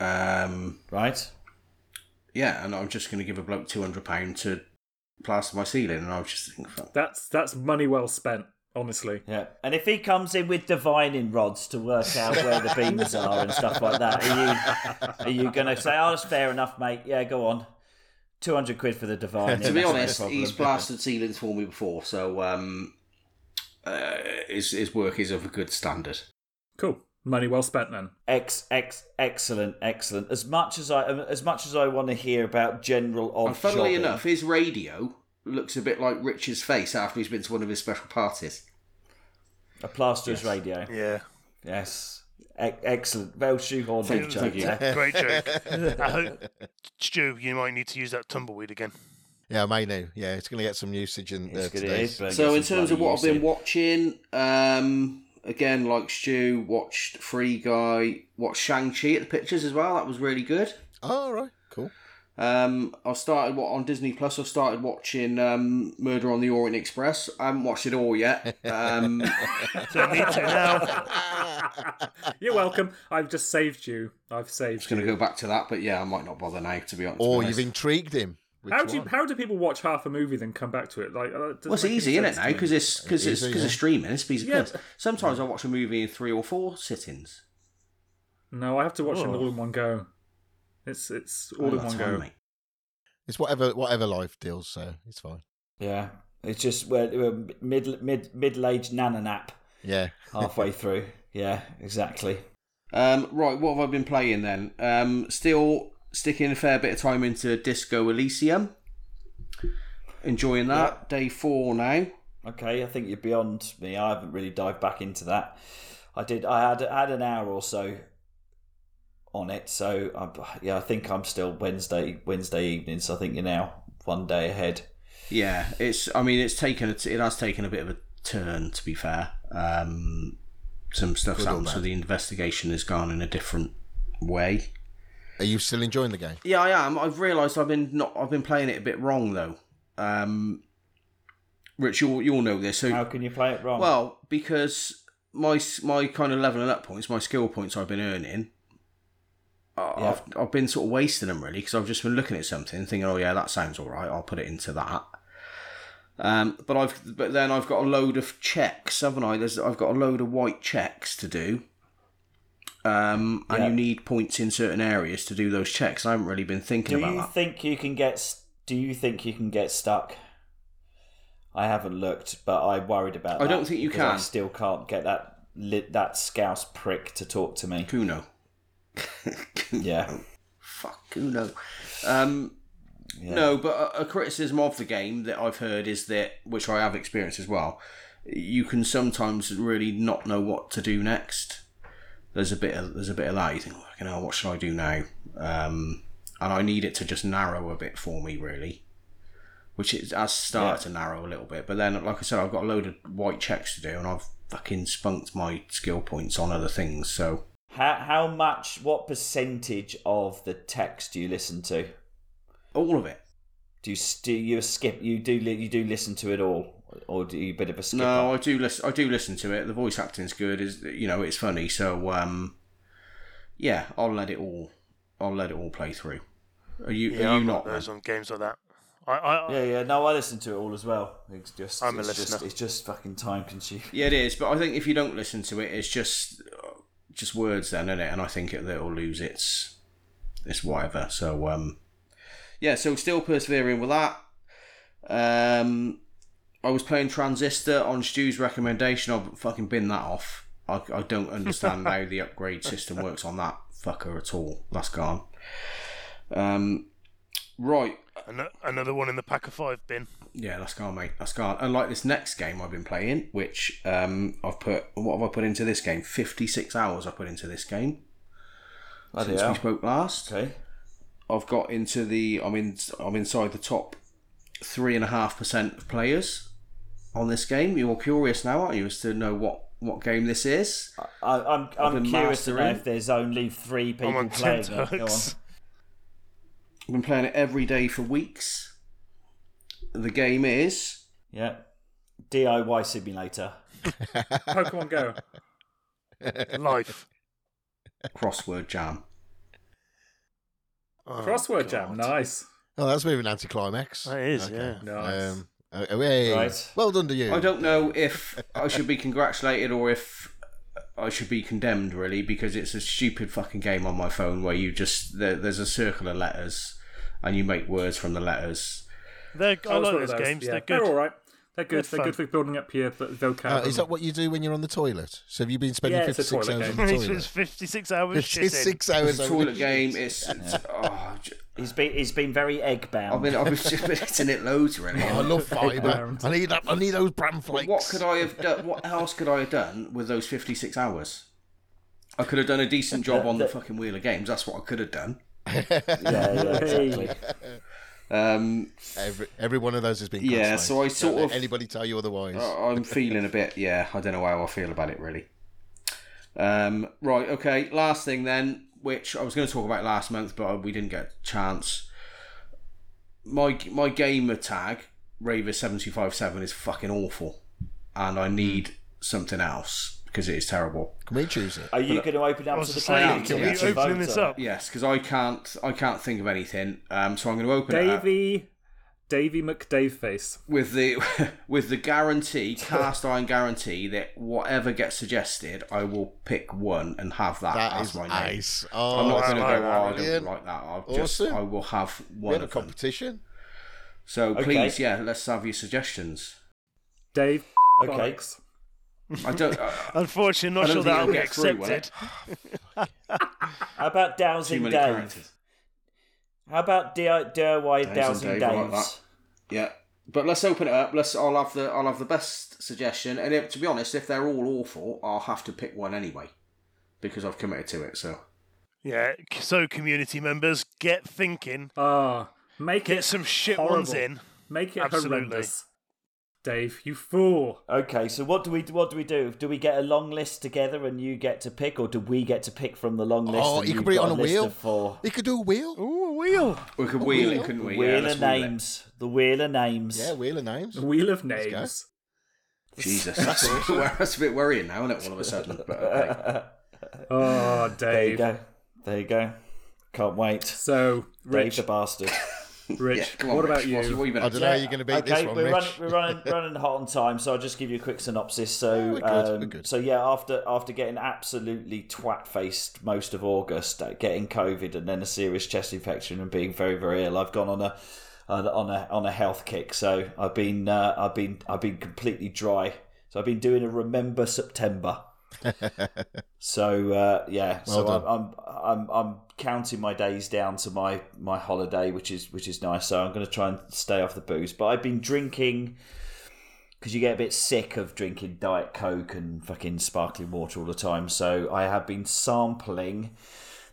E: Um,
A: Right.
E: yeah, and I'm just going to give a bloke two hundred pound to plaster my ceiling, and I was just thinking, fuck.
F: That's that's money well spent, honestly.
A: Yeah. And if he comes in with divining rods to work out where the beams are and stuff like that, are you are you going to say, "Oh, that's fair enough, mate. Yeah, go on." Two hundred quid for the divining.
E: (laughs) To be
A: that's no
E: honest,
A: problem.
E: he's plastered ceilings for me before, so um, uh, his his work is of a good standard.
F: Cool. Money well spent then.
A: Ex, ex, excellent, excellent. As much as I, um, as much as I want to hear about general odd
E: and funnily
A: jobbing-
E: enough, his radio looks a bit like Richard's face after he's been to one of his special parties.
A: a plaster's radio.
D: Yeah.
A: Yes, e- excellent. Well shoehorned
E: Thank
A: in
E: you,
A: joke
E: thank you.
A: there.
D: (laughs) Great joke. I hope, Stu, you might need to use that tumbleweed again.
C: Yeah, I may know. Yeah, it's going to get some usage in uh,
A: It's good it
C: today.
A: is, but I
E: so in
A: guess
E: terms
A: it's
E: of what I've
A: bloody
E: been watching, um, again, like Stu, watched Free Guy, watched Shang Chi at the pictures as well. That was really good.
C: Oh, all right, cool.
E: Um, I started what on Disney Plus. I started watching um, Murder on the Orient Express. I haven't watched it all yet.
F: (laughs)
E: Um,
D: Don't need to now.
F: (laughs) You're welcome. I've just saved you. I've saved
E: just going
F: you.
E: to go back to that, but yeah, I might not bother now. To be honest,
F: Oh,
C: Or
E: with
C: you've
E: you.
C: intrigued him. Which
F: How do you,
C: one?
F: how do people watch half a movie then come back to it? Like, uh,
E: Well, it's easy, isn't it? Now because it's because it's
C: Easy,
E: because
C: yeah.
E: it's streaming. It's a piece of
F: Yeah.
E: goods. Sometimes I watch a movie in three or four sittings.
F: no, I have to watch them
D: Oh.
F: all in one go. It's it's all
E: I
F: in
E: don't
F: one
E: have time,
F: go. (laughs)
E: mate.
C: It's whatever whatever life deals, so it's fine.
A: Yeah, it's just we're, we're mid mid middle aged nana nap
C: Yeah.
A: halfway through. Yeah, exactly.
E: Um, right, what have I been playing then? Um, still sticking a fair bit of time into Disco Elysium. Enjoying that. Day four now.
A: Okay, I think you're beyond me. I haven't really dived back into that. I did. I had had an hour or so on it. So I, yeah, I think I'm still Wednesday Wednesday evening. So I think you're now one day ahead.
E: Yeah, it's. I mean, it's taken. a t- It has taken a bit of a turn, to be fair. Um, some stuff's
C: Good or
E: happened, so
C: bad?
E: the investigation has gone in a different way.
C: Are you still enjoying the game?
E: Yeah, I am. I've realised I've been not. I've been playing it a bit wrong though. Um, Rich, you'll you'll know this. So
A: How can you play it wrong?
E: Well, because my s- my kind of leveling up points, my skill points I've been earning, I-
A: Yeah.
E: I've I've been sort of wasting them really because I've just been looking at something, and thinking, oh yeah, that sounds all right. I'll put it into that. Um, but I've but then I've got a load of checks, haven't I? There's I've got a load of white checks to do. Um, and
A: Yeah.
E: you need points in certain areas to do those checks. I haven't really been thinking
A: do
E: about
A: you
E: that.
A: think you can get? s- Do you think you can get stuck? I haven't looked, but I worried about.
E: I
A: that
E: don't think you
A: because I
E: can.
A: still can't get that lit, that scouse prick to talk to me.
E: Kuno, (laughs)
A: Yeah.
E: fuck Kuno. Um,
A: yeah.
E: No, but a, a criticism of the game that I've heard is that, which I have experienced as well, you can sometimes really not know what to do next. There's a bit of there's a bit of that. You think, you know, what should I do now? Um, and I need it to just narrow a bit for me, really. Which it has started to narrow a little bit, but then, like I said, I've got a load of white checks to do, and I've fucking spunked my skill points on other things. So
A: How how much? What percentage of the text do you listen to?
E: all of it.
A: Do you s- do you skip? You do li- you do listen to it all, or do you a bit of a skip?
E: No, I do listen. I do listen to it. The voice acting's good. Is you know it's funny. So um, yeah, I'll let it all. I'll let it all play through. Are you?
D: Yeah,
E: are you
D: I'm
E: not?
D: not
E: then?
D: those on games like that. I, I,
A: Yeah, yeah. No, I listen to it all as well. It's just,
D: I'm a
A: it's just,
D: listener.
A: it's just fucking time consuming.
E: Yeah, it is. But I think if you don't listen to it, it's just just words then, isn't it? And I think it, it'll lose its its whatever. So um, yeah. So still persevering with that. Um, I was playing Transistor on Stu's recommendation. I've fucking bin that off. I, I don't understand how the upgrade system works on that fucker at all. That's gone. Um, right.
D: an- another one in the pack of five bin.
E: Yeah, that's gone, mate. That's gone. And like this next game I've been playing, which um, I've put, what have I put into this game? 56 hours I put into this game
A: Bloody
E: since
A: hell.
E: we spoke last.
A: Okay.
E: I've got into the, I'm, in, I'm inside the top 3.5% of players on this game. You're curious now, aren't you, as to know what, what game this is?
A: I, I'm, I'm
E: been
A: curious to know
E: mastering.
A: if there's only three people
D: I'm on (laughs)
A: playing it. Go on.
D: tenterhooks.
E: I've been playing it every day for weeks. The game is.
A: Yeah. DIY simulator.
F: Pokemon Go. (laughs)
D: Life.
E: Crossword Jam.
D: Oh,
F: Crossword
D: God.
F: jam. Nice.
C: Oh, that's moving anticlimax.
A: Oh,
D: That is, yeah.
F: Nice.
C: Um, uh, hey,
A: Right.
C: Well done to you.
E: I don't know if I should be congratulated or if I should be condemned, really, because it's a stupid fucking game on my phone where you just there, there's a circle of letters and you make words from the letters.
D: They're, I
F: was
D: like
F: one of
D: those games.
F: yeah.
D: They're good. (laughs)
F: all right. They're good.
D: They're
F: They're, good for building up your v- vocab.
C: Uh, is that what you do when you're on the toilet? So have you been spending
F: Yeah, it's a
C: 56 hours
F: toilet
C: on
F: game.
C: the
E: (laughs)
D: It's it's
C: toilet?
D: 56
C: (laughs)
D: hours
C: It's
D: shitting.
C: six hours.
E: It's a
C: over the
E: toilet game. It's, it's oh, j-
A: He's been, he's been very egg bound.
E: I've been I've been (laughs) just been hitting it loads really.
C: I love
E: (laughs)
C: fibre.
F: Pounds.
C: I need that. I need those bran flakes.
E: What could I have done? What else could I have done with those 56 hours? I could have done a decent job on the fucking wheel of games. That's what I could have done.
A: Yeah, yeah,
E: (laughs)
A: exactly.
E: Um,
C: Every, every one of those has been.
E: Yeah,
C: classmates.
E: so I
C: Don't
E: sort
C: let
E: of- Oh.
C: anybody tell you otherwise.
E: I- I'm feeling a bit, yeah, I don't know how I feel about it really. Um, right, okay, last thing then, which I was going to talk about last month, but we didn't get a chance. My my gamer tag, Raver757, is fucking awful, and I need something else because it is terrible.
C: Can we choose
E: Ah,
C: it?
A: Are you going to open up
D: I was
A: to the
D: just saying,
A: players?
E: can
D: are
E: we
D: you
E: actually
D: opening this up?
E: Yes, because I can't I can't think of anything, um, so I'm going to open it up
F: Davy, Davy McDaveface.
E: with the (laughs) with the guarantee, cast iron guarantee that whatever gets suggested, I will pick one and have that.
C: That
E: as
C: is
E: my name.
C: nice. Oh,
E: I'm not
C: that's
E: going to go.
D: wow, wow,
E: Oh, I don't
C: brilliant.
E: like that. I'll just.
C: Awesome.
E: I will have
C: We
E: one
C: had a
E: of them.
C: competition.
E: So
A: Okay.
E: please, yeah, let's have your suggestions.
F: Dave.
A: (laughs) Okay.
F: Bollocks.
E: I
A: (laughs)
E: don't. uh, I,
D: Unfortunately,
E: I don't
D: not sure
E: think
D: that'll
E: it'll
D: get
E: get through, will
D: accepted.
E: it?
A: How about
E: Too
A: Dowsing
E: many
A: Dave?
E: characters.
A: How about DIY
E: and
A: Dowsing
E: Dave, I like
A: Dave's?
E: Yeah, but let's open it up. Let's. I'll have the. I'll have the best suggestion. And if, to be honest, if they're all awful, I'll have to pick one anyway, because I've committed to it. So.
D: Yeah, so community members, get thinking.
F: Ah, make
D: Get
F: it
D: some shit
F: horrible.
D: ones in.
F: Make it
D: Absolutely.
F: horrendous. Dave, you fool.
A: Okay, so what do we what do we do? Do we get a long list together and you get to pick, or do we get to pick from the long list?
C: Oh,
A: and
C: you
A: you've
C: could put it
A: got
C: on a
A: list
C: wheel.
A: of four?
C: You could do a wheel.
D: Ooh, a wheel.
E: We could wheel it,
C: wheel?
E: couldn't we? Yeah,
A: Wheel
E: let's
A: of
E: wheel it.
A: names. The wheel of names. (laughs)
C: Yeah, wheel of names.
F: The Wheel of
C: Let's go.
F: Names.
E: Jesus, that's, that's a bit worrying now, isn't it? All of a sudden, but uh,
A: (laughs)
E: okay.
F: Oh,
A: There you
F: Dave.
A: go. There you go. Can't wait.
F: So,
A: Dave
F: Rich,
A: the bastard.
E: Yeah,
F: Rich,
E: come on,
F: what about
E: Rich.
F: you?
E: What, what you been
C: I
E: up
C: don't
E: to?
C: know (laughs) how you're going to beat
A: okay,
C: this one,
A: we're
C: Rich.
A: running we're
C: (laughs)
A: running running hot on time, so I'll just give you a quick synopsis. So
C: Yeah, we're good,
A: um,
C: we're good.
A: so yeah, after after getting absolutely twat faced most of August, uh, getting COVID and then a serious chest infection and being very very ill, I've gone on a on a- uh, on a on a health kick. So I've been uh, I've been I've been completely dry. So I've been doing a remember
C: (laughs)
A: September. So uh, yeah, so
C: Well done.
A: I'm, I'm I'm I'm counting my days down to my my holiday, which is which is nice. So I'm going to try and stay off the booze, but I've been drinking because you get a bit sick of drinking diet coke and fucking sparkling water all the time. So I have been sampling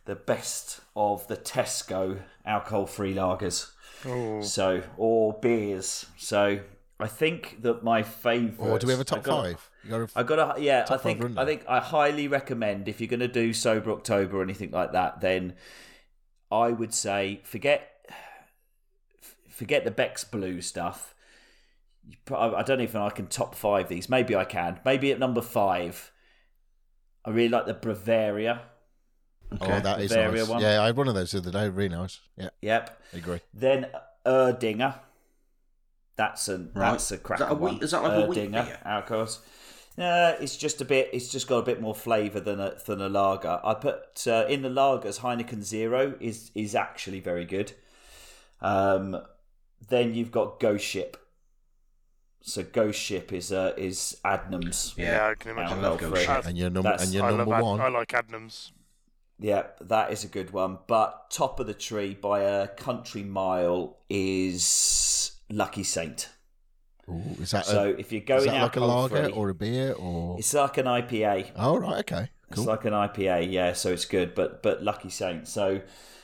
A: the best of the Tesco alcohol-free lagers.
C: Oh.
A: So or beers. So I think that my favourite.
C: Or do we have a top five? You got
A: I
C: a,
A: got to yeah. I
C: Top five
A: think
C: rundown.
A: I think I highly recommend if you're going to do sober October or anything like that, then I would say forget forget the Beck's Blue stuff. You pro- I I don't even know if I can top five these. Maybe I can. Maybe at number five, I really like the Bavaria.
C: Oh, that is
A: Bavaria
C: nice.
A: one.
C: Yeah, I had one of those the other day. Really nice. Yeah,
A: Yep.
C: I agree.
A: Then Erdinger. That's a that's a
E: Is that
A: cracker
E: a wheat-
A: one.
E: is that like a wheat
A: Erdinger,
E: beer?
A: Of course. No, it's just a bit. It's just got a bit more flavour than a than a lager. I put uh, in the lagers. Heineken Zero is is actually very good. Um, then you've got Ghost Ship. So Ghost Ship is uh, is Adnams.
D: Yeah, I can imagine.
A: I
E: love
A: that
E: Ghost
A: fruit.
E: Ship.
C: And your number
A: That's-
C: and your
D: I
C: number
D: love. Ad-
C: one.
D: I like Adnams.
A: Yeah, that is a good one. But top of the tree by a country mile is Lucky Saint.
C: Ooh, is that
A: So
C: a,
A: if you're
C: Uh, is
A: going
C: that
A: out
C: like a
A: cold
C: lager
A: free,
C: or a beer or?
A: it's like an IPA.
C: Oh right, okay,
A: It's
C: cool.
A: like an IPA, yeah. So it's good, but but Lucky Saint. So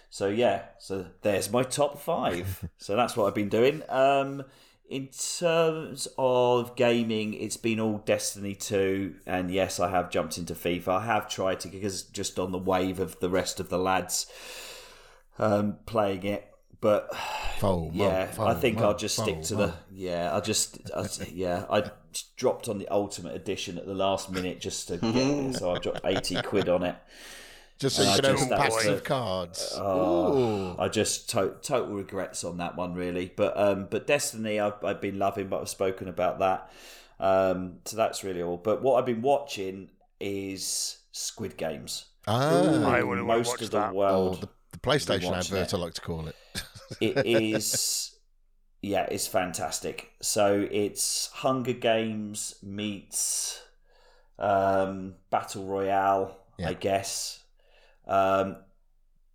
A: so yeah. So there's my top
C: (laughs)
A: five. so that's what I've been doing. Um, in terms of gaming, it's been all Destiny two, and yes, I have jumped into FIFA. I have tried to because just on the wave of the rest of the lads um, playing it, but
C: Fold,
A: yeah,
C: mold, fold,
A: I think I'll
C: mold,
A: just stick
C: fold,
A: to
C: mold.
A: the yeah. I'll just I, yeah. I just dropped on the ultimate edition at the last minute just to get it, so I dropped eighty quid on it.
C: Just so
A: Uh,
C: you can
A: just
C: open
A: that
C: packs
A: boy.
C: of cards.
A: Oh,
C: Ooh.
A: I just to- total regrets on that one really. But um, but Destiny, I've, I've been loving, but I've spoken about that. Um, so that's really all. But what I've been watching is Squid Games.
C: Ah,
D: I wouldn't want to
A: Most
D: watch
A: of the
D: that.
C: or
A: world
C: the, the PlayStation
A: watching it.
C: advert, I like to call it.
A: it is yeah it's fantastic so it's hunger games meets um battle royale
C: Yeah.
A: i guess um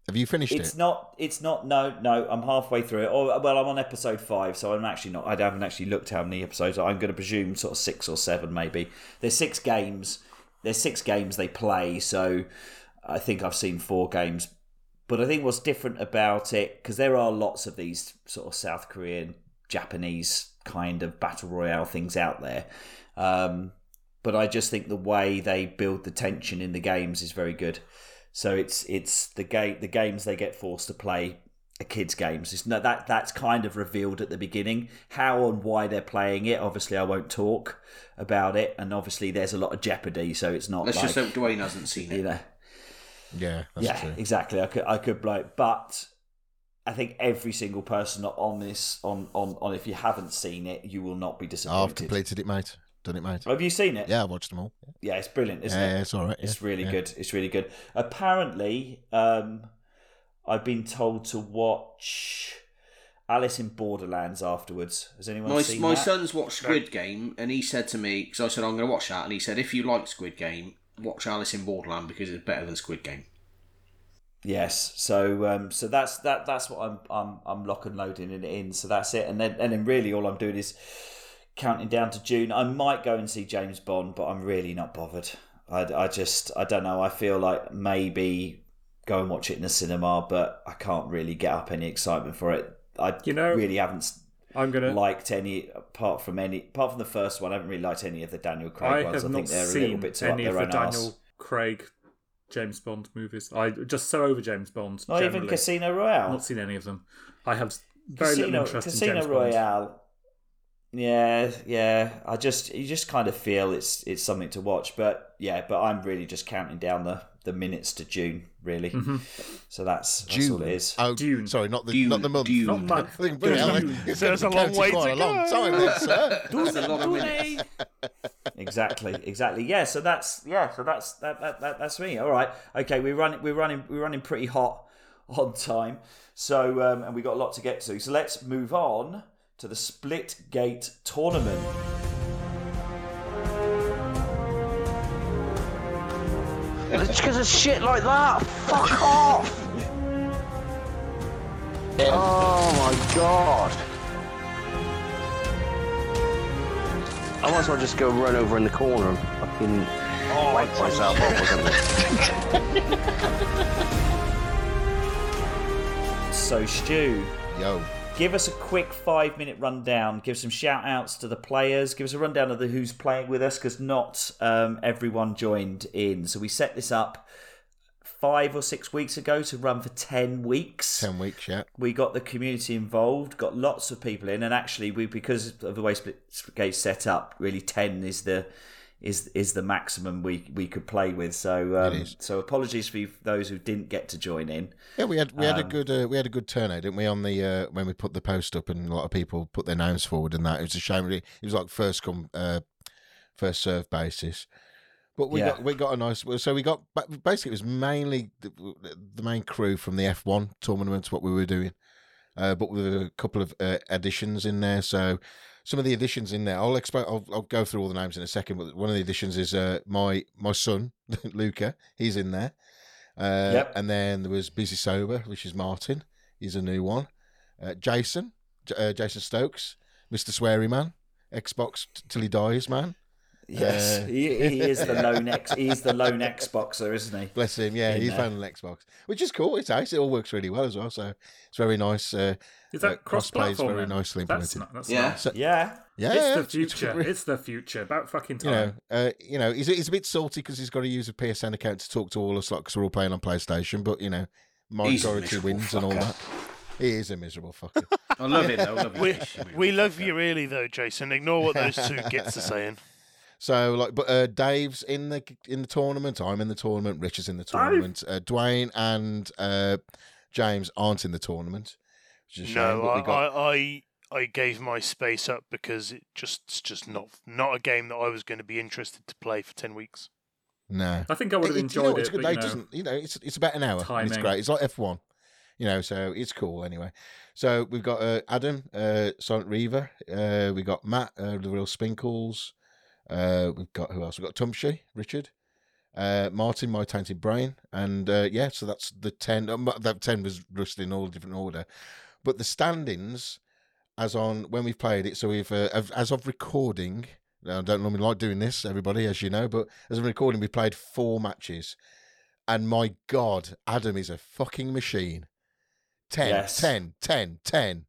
C: Have you finished
A: it's
C: it?
A: not it's not no no i'm halfway through it or well i'm on episode five so i'm actually not i haven't actually looked how many episodes i'm going to presume sort of six or seven maybe there's six games there's six games they play so i think i've seen four games but i think what's different about it because there are lots of these sort of south korean japanese kind of battle royale things out there um, but i just think the way they build the tension in the games is very good so it's it's the game the games they get forced to play are kids games. It's no that that's kind of revealed at the beginning how and why they're playing it. Obviously, I won't talk about it, and obviously there's a lot of jeopardy. So it's not
E: Let's
A: like,
E: just hope Dwayne hasn't seen it.
A: you know
C: Yeah, that's
A: yeah,
C: true.
A: exactly. I could I could blow it, but I think every single person on this on on on if you haven't seen it, you will not be
C: I've
A: disappointed.
C: completed it, mate. Done it, mate.
A: Have you seen it?
C: Yeah, I watched them all.
A: yeah, it's brilliant, Oh, isn't
C: yeah,
A: it?
C: yeah, it's all right.
A: It's
C: yeah,
A: really
C: yeah.
A: good. It's really good. Apparently, um, I've been told to watch Alice in Borderlands afterwards. Has anyone
E: My,
A: seen
E: my
A: that?
E: son's watched Squid Game and he said to me, because I said, I'm going to watch that. And he said, if you like Squid Game, watch Alice in Borderland because it's better than Squid Game.
A: Yes. So um, so that's that that's what I'm I'm I'm lock and loading it in. So that's it. And then and then really all I'm doing is counting down to June. I might go and see James Bond, but I'm really not bothered. I, I just I don't know. I feel like maybe go and watch it in the cinema, but I can't really get up any excitement for it. I
F: You know-
A: really haven't s-
F: I'm gonna.
A: liked any apart from any apart from the first one. I haven't really liked any of the Daniel
F: I
A: Craig ones.
F: have
A: I think
F: not
A: they're a little
F: seen
A: bit too up
F: any of
A: their
F: the
A: own
F: Daniel
A: arse.
F: Craig, James Bond movies. I just so over James Bond.
A: Not
F: generally.
A: even Casino Royale.
F: Not seen any of them. I have very
A: Casino,
F: little interest
A: Casino
F: in James Bond.
A: Royale. Yeah, yeah. I just you just kind of feel it's it's something to watch, but yeah, but I'm really just counting down the the minutes to June, really.
F: Mm-hmm.
A: So that's, that's all it
C: June.
A: is.
C: Oh,
F: Dune.
C: Sorry, not the
E: Dune,
C: not the month.
E: Dune.
F: Not
C: I
F: much.
C: think bloody hell,
F: Dune.
C: (laughs) it's
D: There's
C: gonna
D: a long
C: be counted
D: way
C: quite a
D: to
C: long
D: go.
C: time, then, sir.
E: That's a lot of minutes.
A: exactly, exactly. Yeah, so that's yeah, so that's that, that, that that's me. All right, okay, we're running we're running we're running pretty hot (laughs) on time. So um, and we got a lot to get to. So let's move on to the Split Gate tournament.
G: It's because of shit like that. Fuck off. Oh my god. I might as well just go run over in the corner and fucking wake myself up or something.
A: So Stu,
C: (laughs) Yo,
A: give us a quick five minute rundown. Give some shout outs to the players. Give us a rundown of the who's playing with us because not um, everyone joined in. So we set this up five or six weeks ago to run for ten weeks
C: ten weeks, yeah.
A: we got the community involved, got lots of people in, and actually we because of the way Split Splitgate set up, really ten is the is is the maximum we we could play with. So um,
C: is.
A: so apologies for you- those who didn't get to join in.
C: Yeah, we had we had a good uh, we had a good turnout, didn't we? On the uh, when we put the post up, and a lot of people put their names forward, and that it was a shame. really. It was like first come, uh, first serve basis. But we
A: Yeah.
C: got we got a nice. So we got ba- basically it was mainly the, the main crew from the F one tournament what we were doing, uh, but with a couple of uh, additions in there. So some of the additions in there, I'll explain. I'll, I'll go through all the names in a second. But one of the additions is uh, my my son (laughs) Luca. He's in there. Uh,
A: Yep.
C: And then there was Busy Sober, which is Martin. He's a new one. Uh, Jason, J- uh, Jason Stokes, Mr. Sweary Man, Xbox t- till he dies man.
A: Yes,
C: Uh,
A: he, he is the lone ex. He's the lone Xboxer, isn't he?
C: Bless him. Yeah,
A: In
C: he's
A: there.
C: found an Xbox, which is cool. It's nice. It all works really well as well. So it's very nice. Uh,
F: Is
C: uh,
F: that cross
C: plays
F: platform?
C: very nicely
F: That's
C: implemented.
F: not, that's
E: Yeah.
F: nice.
C: So-
A: Yeah,
C: yeah,
F: It's
C: yeah,
F: the future.
C: re-
F: It's the future. About fucking
C: you
F: time.
C: know, uh, you know, he's, he's a bit salty because he's got to use a PSN account to talk to all us, like because we're all playing on PlayStation. But you know,
E: He's a
C: majority
E: miserable
C: wins and all
E: fucker.
C: that. He is a miserable fucker. (laughs)
E: I love him. though, I love him.
D: We,
E: He's a really
D: we
E: good
D: love
E: fucker.
D: you really though, Jason. Ignore what those two gits are saying.
C: So like, but uh, Dave's in the in the tournament. I'm in the tournament. Rich is in the tournament. Uh, Dwayne and uh, James aren't in the tournament. Which is a shame,
D: No,
C: but
D: I,
C: we got
D: I I I gave my space up because it just it's just not not a game that I was going to be interested to play for ten weeks.
C: no.
F: I think I would have
C: It- it- you know,
F: enjoyed
C: it's
F: it.
C: good.
F: But,
C: They
F: you know,
C: doesn't- you know, it's it's about an hour. And it's
F: timing.
C: great. It's like F one, you know. So it's cool anyway. So we've got uh, Adam, uh, Silent Reaver. Uh, we got Matt, uh, the Real Spinkles. Uh, we've got who else? We've got Tumshi, Richard, uh, Martin, My Tainted Brain, and uh, yeah. So that's the ten. Um, that ten was listed in all different order, but the standings as on when we've played it. So we've uh, of- as of recording. Now, I don't normally like doing this, everybody, as you know, but as of recording, we played four matches, and my God, Adam is a fucking machine. 10,
A: Yes.
C: 10, 10, 10.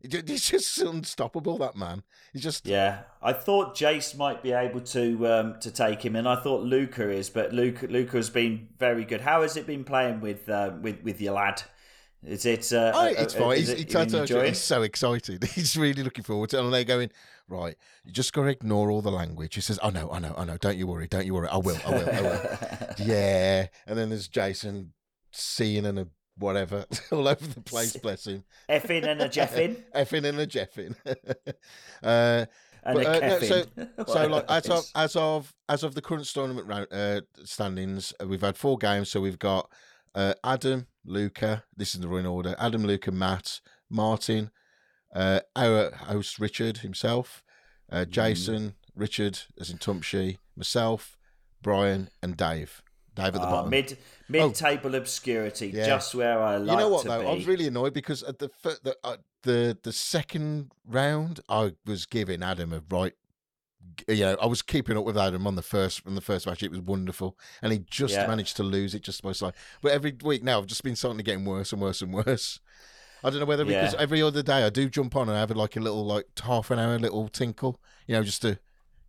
C: It ju- He's just unstoppable, that man. He's just
A: yeah. I thought Jace might be able to um, to take him, and I thought Luca is, but Luca Luca has been very good. How has it been playing with uh, with with your lad? Is it? Uh,
C: Oh,
A: uh,
C: it's
A: uh,
C: fine.
A: is
C: He's,
A: it-
C: he's,
A: you
C: I told you,
A: enjoying?
C: he's so excited. (laughs) He's really looking forward to it. And they're going, right, you just got to ignore all the language. He says, I know, I know, I know. Don't you worry. Don't you worry. I will. I will.
A: (laughs)
C: I will. yeah. And then there's Jason seeing and a whatever (laughs) all over the place. Bless him.
A: Effing and a Jeffin
C: Effing and a Jeffin. (laughs) uh,
A: and
C: But,
A: a
C: uh, no,
A: Keffin. (laughs)
C: so like as of as of as of the current tournament round, uh, standings, uh, we've had four games. So we've got uh, Adam, Luca. This is the running order: Adam, Luca, Matt, Martin, uh, our host Richard himself, uh, Jason, Richard, as in Tumpshe, myself, Brian, and Dave. Dave at the
A: Ah,
C: bottom. Oh.
A: mid mid table obscurity,
C: Yeah.
A: just where I like
C: you know what
A: to
C: though?
A: be.
C: I was really annoyed because at the fir- the, uh, the the second round, I was giving Adam a right. You know, I was keeping up with Adam on the first on the first match. It was wonderful, and he just
A: Yeah.
C: managed to lose it just by slight. But every week now, I've just been suddenly getting worse and worse and worse. I don't know whether because
A: Yeah.
C: every other day I do jump on and have like a little like half an hour little tinkle, you know, just to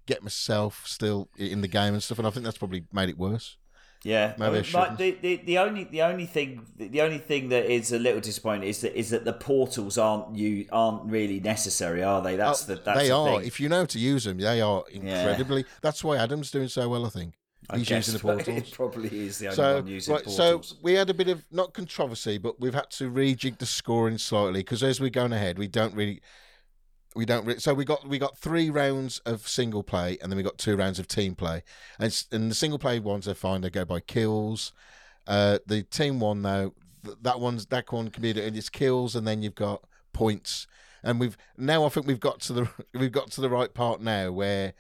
C: get myself still in the game and stuff. And I think that's probably made it worse.
A: Yeah,
C: Maybe I
A: my- the, the the only the only thing the only thing that is a little disappointing is that is that the portals aren't you aren't really necessary, are they? That's
C: Oh,
A: the that's
C: they
A: the
C: are.
A: thing.
C: If you know how to use them, they are incredibly. That's why Adam's doing so well. I think
A: I
C: he's
A: guess,
C: using
A: (laughs)
C: the
A: but
C: portals.
A: It probably is the only
C: So,
A: one using
C: right, so
A: portals.
C: we had a bit of not controversy, but we've had to rejig the scoring slightly because as we're going ahead, we don't really, we don't. Re- so we got we got three rounds of single play, and then we got two rounds of team play. And s- and the single play ones are fine; they go by kills. Uh, the team one though, th- that one's that one can be and it's kills, and then you've got points. And we've now I think we've got to the (laughs) we've got to the right part now where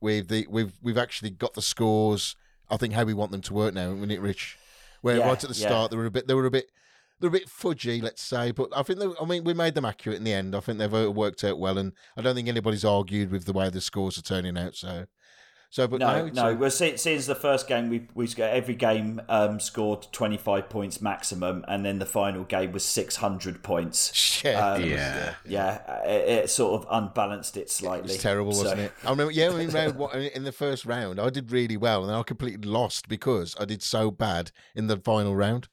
C: we've the we've we've actually got the scores. I think how we want them to work now, isn't it, Rich? Where
A: Yeah,
C: right at the
A: yeah.
C: start they were a bit they were a bit they were a bit fudgy, let's say. But I think they, I mean we made them accurate in the end. I think they've uh, worked out well, and I don't think anybody's argued with the way the scores are turning out. So, so but now
A: no,
C: it's
A: no.
C: (laughs) all-
A: Well, since, since the first game, we we got every game um, scored twenty five points maximum, and then the final game was six hundred points.
C: yeah.
A: Um,
E: Yeah.
A: yeah, it, it sort of unbalanced it slightly.
C: It was terrible,
A: So-
C: wasn't it? I remember, yeah, I mean, round one, in the first round, I did really well, and then I completely lost because I did so bad in the final round.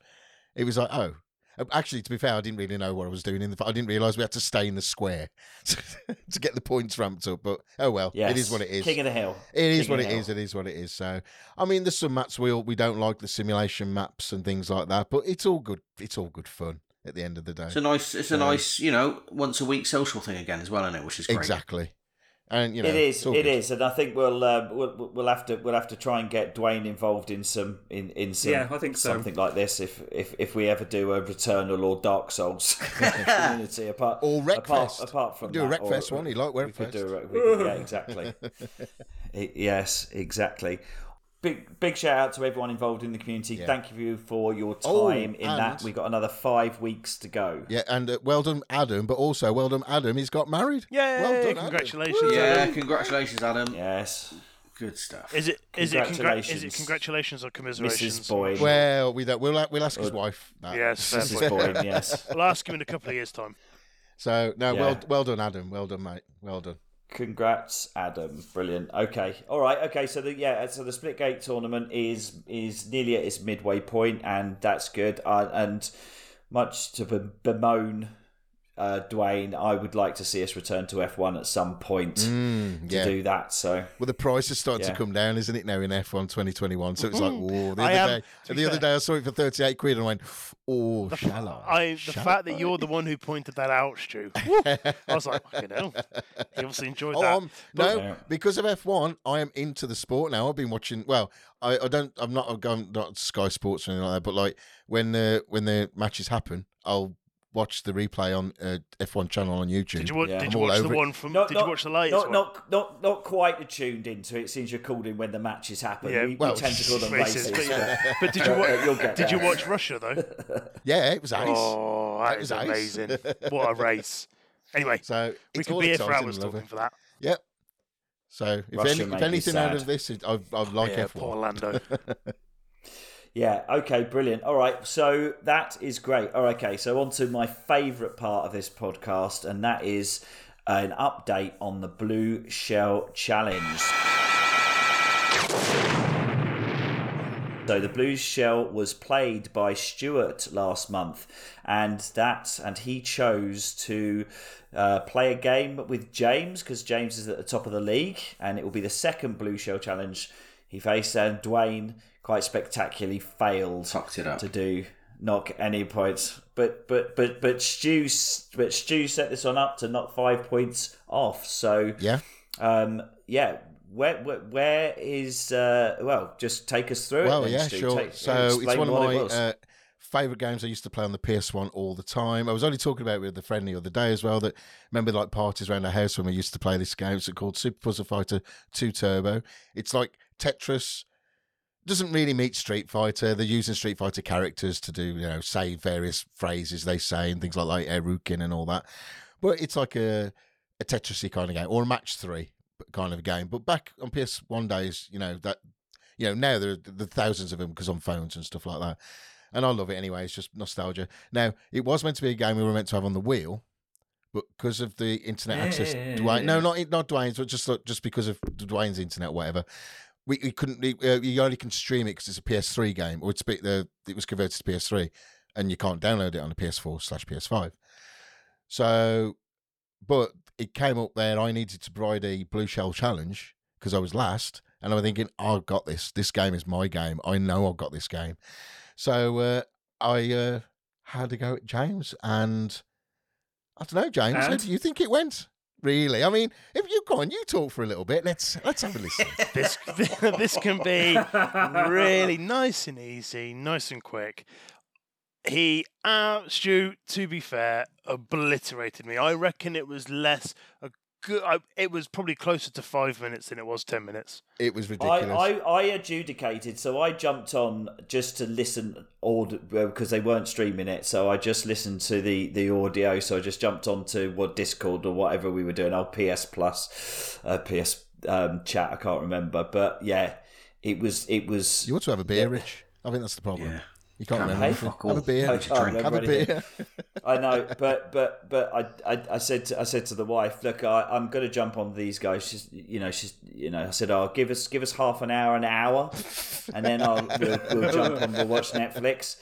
C: It was like, oh, Uh, Actually, to be fair, I didn't really know what I was doing in the. fi- I didn't realise we had to stay in the square (laughs) to get the points ramped up. But oh well,
A: Yes.
C: it is what it is.
A: King of the Hill.
C: It is
A: King
C: what
A: of
C: it
A: the
C: is.
A: Hill.
C: It is what it is. So, I mean, there's some maps we all, we don't like the simulation maps and things like that, but it's all good. It's all good fun at the end of the day.
E: It's a nice, it's a nice, you know, once a week social thing again as well, isn't it? Which is great.
C: exactly, and you know,
A: It is.
C: it's all
A: It
C: good.
A: is, and I think we'll, uh, we'll we'll have to we'll have to try and get Dwayne involved in some in in some
F: Yeah, I think so.
A: something like this if if if we ever do a Returnal or Dark Souls (laughs) community apart
C: Or
A: apart,
C: Wreckfest.
A: apart from
C: do a
A: that, or-
C: Wreckfest one. You like
A: We could
C: Wreckfest?
A: do a Wreck- we could- yeah exactly.
C: (laughs)
A: I- yes, exactly. Big big shout out to everyone involved in the community. Thank you for your time
C: Oh,
A: in that.
C: and-
A: We got another five weeks to go.
C: yeah, and uh, well done, Adam. But also, well done, Adam. He's got married.
D: Yeah,
C: well done, Adam.
D: congratulations.
E: Yeah,
D: Adam.
E: congratulations, Adam.
A: Yes,
E: Good stuff.
D: Is it is it congra- is it
A: Congratulations.
D: congratulations or commiserations?
A: Mrs. Boyd.
C: Well, we don't. We'll, we'll ask his wife. That. (laughs)
D: Yes, fair
A: Mrs.
D: point.
A: Boyd. Yes.
D: I'll ask him in a couple of years' time.
C: So no,
A: Yeah.
C: well, well done, Adam. Well done, mate. Well done.
A: Congrats, Adam. Brilliant. Okay. All right. Okay. So the yeah. So the split gate tournament is is nearly at its midway point, and that's good. Uh, and much to be- bemoan, uh, Dwayne, I would like to see us return to F one at some point
C: Mm,
A: to
C: yeah.
A: do that. So
C: Well, the price is starting
A: Yeah.
C: to come down, isn't it now in F1 2021? So it's like, whoa. The
D: Mm-hmm. I
C: other
D: am-
C: day,
D: to be
C: the other
D: fair-
C: day, I saw it for 38 quid and I went, oh, shall I?
D: I the
C: Shall
D: fact
C: I?"
D: that you're the one who pointed that
C: (laughs)
D: out, Stu. woo, I was like, you know, he obviously enjoyed
C: Oh,
D: that.
C: I'm, no,
A: Yeah.
C: because of F1, I am into the sport now. I've been watching. Well, I, I don't. I'm not. I'm not Sky Sports or anything like that. But like when the when the matches happen, I'll watch the replay on uh, F1 channel on YouTube.
D: Did you watch?
A: Yeah.
D: Did
C: I'm
D: you
C: all
D: watch the
C: over it.
D: one from?
A: not
D: did
A: not,
D: you watch the latest
A: not,
D: one?
A: not not not quite tuned into it. Since you're called in when the matches happen,
D: Yeah.
A: yeah, you,
C: Well,
A: you tend to call them
D: (laughs) Races,
A: races.
D: but,
A: but-
D: yeah. but did you
A: but, uh, (laughs) you'll
D: watch?
A: get
D: Did you
A: there.
D: watch
A: (laughs)
D: Russia though?
C: yeah, it was ice.
D: Oh,
C: That
D: that is
C: was ice.
D: amazing! what a race! Anyway,
C: so
D: we
C: it's
D: could
C: all
D: be here for
C: exciting,
D: hours
C: love it.
D: talking for that.
C: Yep. So if,
A: Russia
C: any,
A: made
C: if
A: me
C: anything out
A: sad.
C: of this, it, I, I like
D: yeah,
C: F1.
D: poor Lando.
A: Yeah, okay, brilliant. All right, so that is great. All right, okay, so on to my favourite part of this podcast, and that is an update on the Blue Shell Challenge. So the Blue Shell was played by Stuart last month, and that and he chose to uh, play a game with James because James is at the top of the league, and it will be the second Blue Shell challenge he faced. And Dwayne quite spectacularly failed
E: Fucked it up.
A: to do knock any points, but but but but Stu but Stu set this one up to knock five points off. So
C: Yeah.
A: um, yeah. Where, where where is uh, well? Just take us through it.
C: Well,
A: then,
C: yeah,
A: Stu.
C: sure.
A: Take-
C: so it's
A: explain
C: one of
A: what it
C: my
A: was.
C: uh, favorite games. I used to play on the PS1 all the time. I was only talking about it with the friend the other day as well. That remember like parties around the house when we used to play this game. It's called Super Puzzle Fighter Two Turbo. It's like Tetris. Doesn't really meet Street Fighter. They're using Street Fighter characters to do, you know, say various phrases they say and things like like Erukin and all that. But it's like a a Tetrisy kind of game or a match three kind of game. But back on PS1 days, you know that you know now there are the thousands of them because on phones and stuff like that and i love it anyway it's just nostalgia now it was meant to be a game we were meant to have on the wheel but because of the internet access Dwayne, no not not Dwayne's but just just because of Dwayne's internet or whatever we, we couldn't we, uh, you only can stream it because it's a PS3 game or it's bit the it was converted to PS3 and you can't download it on a PS4 slash PS5 so but it came up there I needed to provide a blue shell challenge because I was last, and I'm thinking, I've got this. This game is my game. I know I've got this game. So uh, I uh, had a go at James, and I don't know, James, how
F: And?
C: do you think it went? Really? I mean, if you go on, you talk for a little bit. Let's let's have a listen.
D: this (laughs) this can be really nice and easy, nice and quick. He, uh, Stu, to be fair, obliterated me. I reckon it was less a good. I, it was probably closer to five minutes than it was ten minutes.
C: it was
A: I,
C: ridiculous.
A: I, I adjudicated, so I jumped on just to listen audio because they weren't streaming it. So I just listened to the, the audio. So I just jumped onto what Discord or whatever we were doing. Oh, PS Plus, uh, PS um, chat. I can't remember, but yeah, it was it was.
C: you ought to have a beer, Rich. I think that's the problem.
E: Yeah.
C: You can't,
E: Can't
C: remember.
E: remember fuck all.
C: anything. Have a beer.
A: I can't
C: Have
A: remember
C: a
A: anything.
C: beer.
A: (laughs) I know, but but but I I, I said to, I said to the wife, look, I, I'm going to jump on these guys. She's you know she's you know I said, oh, give us
C: (laughs)
A: give us half an hour, an hour, and then I'll we'll, we'll jump on. We'll watch Netflix.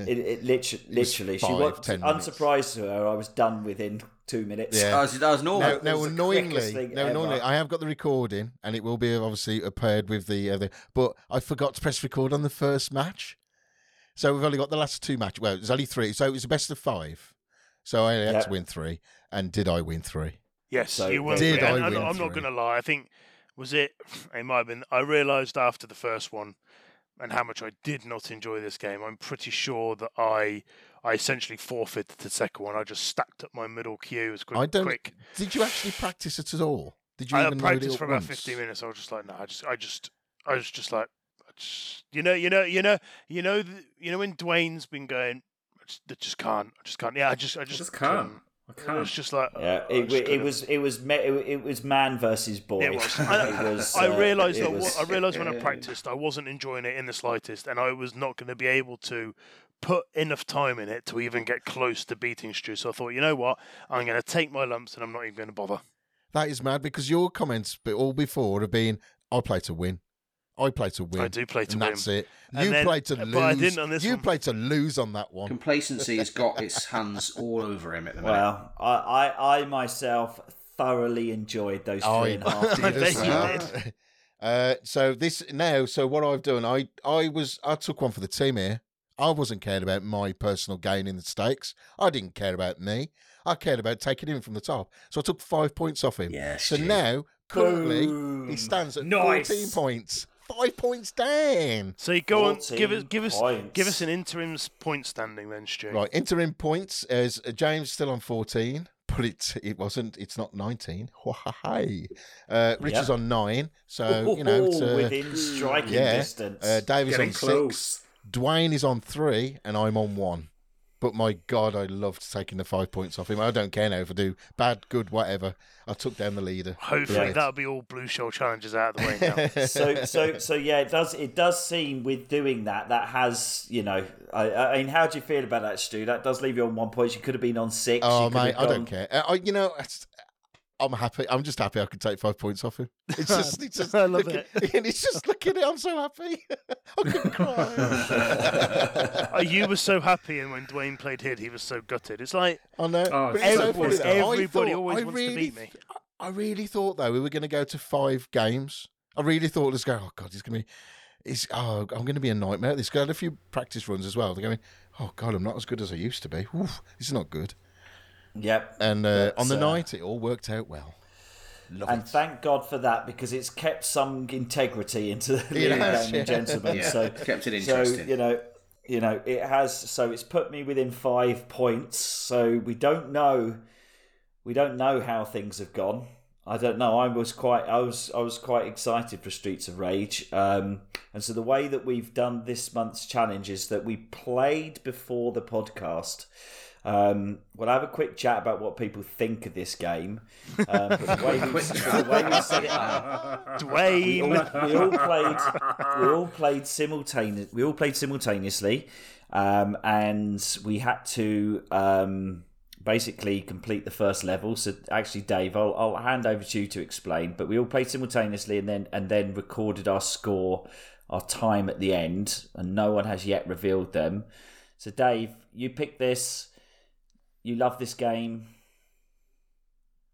A: It, it literally, literally she
C: five,
A: was
C: 10 minutes.
A: unsurprised to her. I was done within two minutes.
C: Yeah.
E: That was, that was normal.
C: Now, now
A: was the quickest
C: annoyingly,
A: thing
C: now, annoyingly,
A: ever.
C: I have got the recording, and it will be obviously paired with the, uh, the. But I forgot to press record on the first match, so we've only got the last two matches. Well, there's only three, so it was a best of five. So I only had
A: Yeah.
C: to win three, and did I win three?
D: Yes,
A: So
D: you will.
A: Did
D: be.
A: I
D: And- and
C: win
D: I'm not
C: three?
D: going to lie. I think was it. (sighs) It might have been. I realised after the first one, and how much I did not enjoy this game. I'm pretty sure that I, I essentially forfeited the second one. I just stacked up my middle queue as quick.
C: I don't.
D: Quick.
C: Did you actually practice it at all? Did you
D: I
C: even load it
D: practiced
C: up
D: for about
C: once?
D: 15 minutes. I was just like, no, I just, I just, I was just like, I just, you know, you know, you know, you know, th- you know when Dwayne's been going. I just, I just can't. I just can't. Yeah, I just, I
F: I
D: just,
F: just can't.
D: couldn't.
F: I
D: It was
F: can't.
D: just like "Oh,
A: Yeah,
D: I
A: it,
D: just
A: it
D: couldn't.
A: was it was me- it, it was man versus boy.
D: It was. I,
A: (laughs) It was, uh,
D: I realised
A: it
D: that
A: was-
D: wa- I realised when I practiced, I wasn't enjoying it in the slightest, and I was not going to be able to put enough time in it to even get close to beating Stu. So I thought, you know what, I'm going to take my lumps, and I'm not even going to bother.
C: That is mad because your comments be- all before have been, "I play to win." I play to win.
D: I do play to
C: and
D: win.
C: That's it.
D: And
C: you
D: then-
C: play to lose.
D: but I didn't on this
C: you
D: one.
C: play to lose on that one.
E: Complacency has got its hands all over him at the minute.
A: Well, I, I I myself thoroughly enjoyed those
C: Oh,
A: three and a (laughs) half.
C: I (laughs)
D: minutes.
C: bet
D: I
C: you did. Uh, so this now, so what I've done, I I was I took one for the team here. I wasn't cared about my personal gain in the stakes. I didn't care about me. I cared about taking him from the top. So I took five points off him.
E: Yes,
C: so
E: Stu.
C: now currently he
A: Boom.
C: stands at
F: Nice.
C: fourteen points, five points down.
D: So you go on, give
A: 14
D: us, give us,
A: points.
D: give us an interim s- point standing then, Stu.
C: Right, interim points is uh, James still on 14, but it's it wasn't it's not (laughs) 19. Wahey. Uh Richard's
A: Yep.
C: on 9, so you know it's, uh,
A: within striking
C: yeah.
A: distance.
C: Uh Dave is
F: Getting
C: on
F: close.
C: 6. Dwayne is on 3 and I'm on 1. But my god, I loved taking the 5 points off him. I don't care now if I do bad, good, whatever. I took down the leader.
D: Hopefully
C: Right.
D: that'll be all blue shell challenges out of the way now.
A: so so so yeah it does it does seem with doing that that has you know I, I mean how do you feel about that Stu that does leave you on one point you could have been on six
C: Oh
A: you could have
C: mate, I
A: gone-
C: don't care. Uh, I, you know, it's- I'm happy. I'm just happy I could take five points
A: (laughs)
C: off him. It's just, it's just
D: I love
C: look at- and it's just looking at. it, I'm so happy. (laughs) I
A: (laughs)
C: could cry.
D: Uh, you were so happy, and when Dwayne played hid, he was so gutted. It's like
C: I know.
F: Oh,
C: but
F: it's
C: it's funny
F: so funny.
C: though. I
D: Everybody
C: thought-
D: always
C: I
D: wants to
C: really
D: beat me.
C: th- I really thought though we were going to go to five games. I really thought let's go. Oh god, it's going to be. It's oh, I'm going to be a nightmare. This guy had a few practice runs as well. They're going. Oh god, I'm not as good as I used to be. Oof, this is not good.
A: yep
C: And uh, on the
A: uh,
C: night, it all worked out well.
A: and thank God for that because it's kept some integrity into the
C: It
A: league
C: has,
A: game,
C: yeah.
A: gentlemen.
E: Yeah,
A: so
E: kept it
A: So,
E: interesting.
A: you know, you know, it has. So it's put me within five points. So we don't know, we don't know how things have gone. I don't know. I was quite, I was, I was quite excited for Streets of Rage. Um, and so the way that we've done this month's challenge is that we played before the podcast. Um, we'll have a quick chat about what people think of this game. Um, but the way we, the way we set it up, (laughs) we all,
D: Dwayne,
A: we all played. We all played simultaneously. We all played simultaneously, um, and we had to um, basically complete the first level. So, actually, Dave, I'll, I'll hand over to you to explain. But we all played simultaneously, and then and then recorded our score, our time at the end, and no one has yet revealed them. So, Dave, you picked this. You love this game.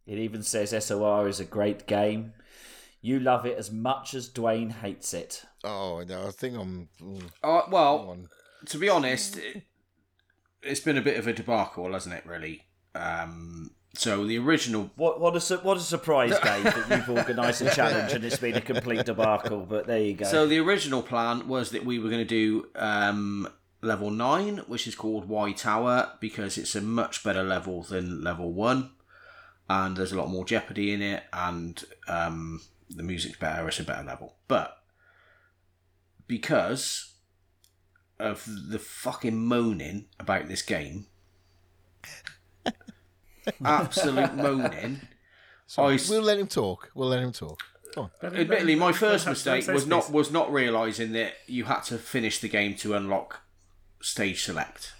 A: It even says SOR is a great game. You love it as much as Dwayne hates it.
C: Oh no, I think I'm. mm,
E: Uh,
C: come
E: well,
C: on.
E: to be honest, it, it's been a bit of a debacle, hasn't it? Really. Um, so the original
A: What what a su- what a (laughs) surprise, Dave, that you've organised a challenge and it's been a complete debacle. But there you go.
E: So the original plan was that we were going to do um, level nine, which is called Y Tower, because it's a much better level than level one, and there's a lot more jeopardy in it, and um, the music's better. It's a better level, but because of the fucking moaning about
A: (laughs)
E: this game, absolute moaning.
C: So
E: I s-
C: we'll let him talk. We'll let him talk.
E: Admittedly, my first
F: Don't
E: mistake
F: say
E: was not
F: this.
E: was not realizing that you had to finish the game to unlock stage select.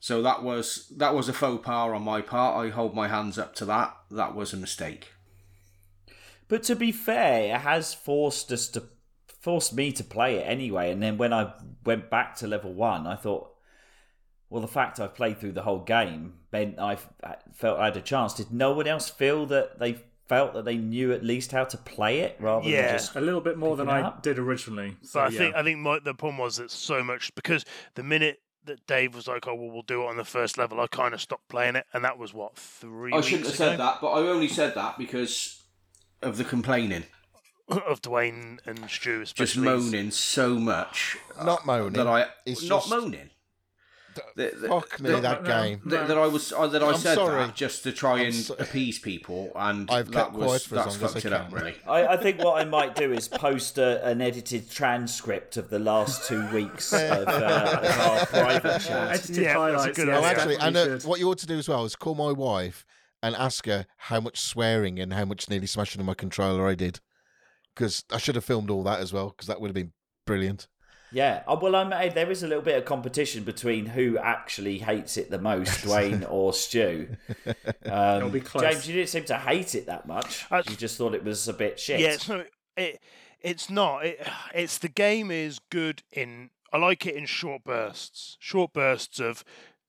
E: So that was that was a faux pas on my part. I hold my hands up to that. That was a mistake.
A: but to be fair, it has forced us to forced me to play it anyway. And then when I went back to level one, I thought, Well, the fact I've played through the whole game meant I've I felt I had a chance. Did no one else feel that they felt that they knew at least how to play it rather
D: Yeah.
A: than just
F: A little bit more than
A: Picking
F: I
A: up.
F: did originally. So,
D: But I
F: yeah.
D: think I think my, the problem was that so much because the minute that Dave was like, "Oh, well, we'll do it on the first level," I kind of stopped playing it, and that was what three.
E: I
D: weeks
E: shouldn't have
D: ago?
E: said that, but I only said that because of the complaining,
D: (laughs) of Dwayne and Stu, especially.
E: just moaning so much
C: Not moaning.
E: that I
C: It's
E: not
C: just-
E: moaning. Th- th-
C: Fuck me,
E: th-
C: that
F: no.
C: game.
E: That, that I was uh, that I
C: I'm
E: said
C: sorry.
E: that just to try
C: I'm
E: and
C: so-
E: appease people, and
C: I've
E: that
C: kept
E: was
C: quiet for as
E: that's
C: long as
E: fucked
C: I
E: it up
C: can.
E: really.
A: I, I think what I might do is post a, an edited transcript of the last two weeks of, uh, of our private chat.
F: Edited
D: Yeah, that's a
F: highlights,
D: good
F: yeah,
C: Oh,
D: idea.
C: actually,
F: definitely
C: and uh,
F: should.
C: what you ought to do as well is call my wife and ask her how much swearing and how much nearly smashing of my controller I did, because I should have filmed all that as well, because that would have been brilliant.
A: Yeah, Oh, well, I'm, eh, there is a little bit of competition between who actually hates it the
C: (laughs)
A: most, Dwayne or Stu.
F: It'll
A: Um,
F: be close. Uh,
A: James, you didn't seem to hate it that much.
D: That's-
A: You just thought it was a bit shit.
D: Yeah, it's not. It, it's not. It, it's the game is good in. I like it in short bursts. Short bursts of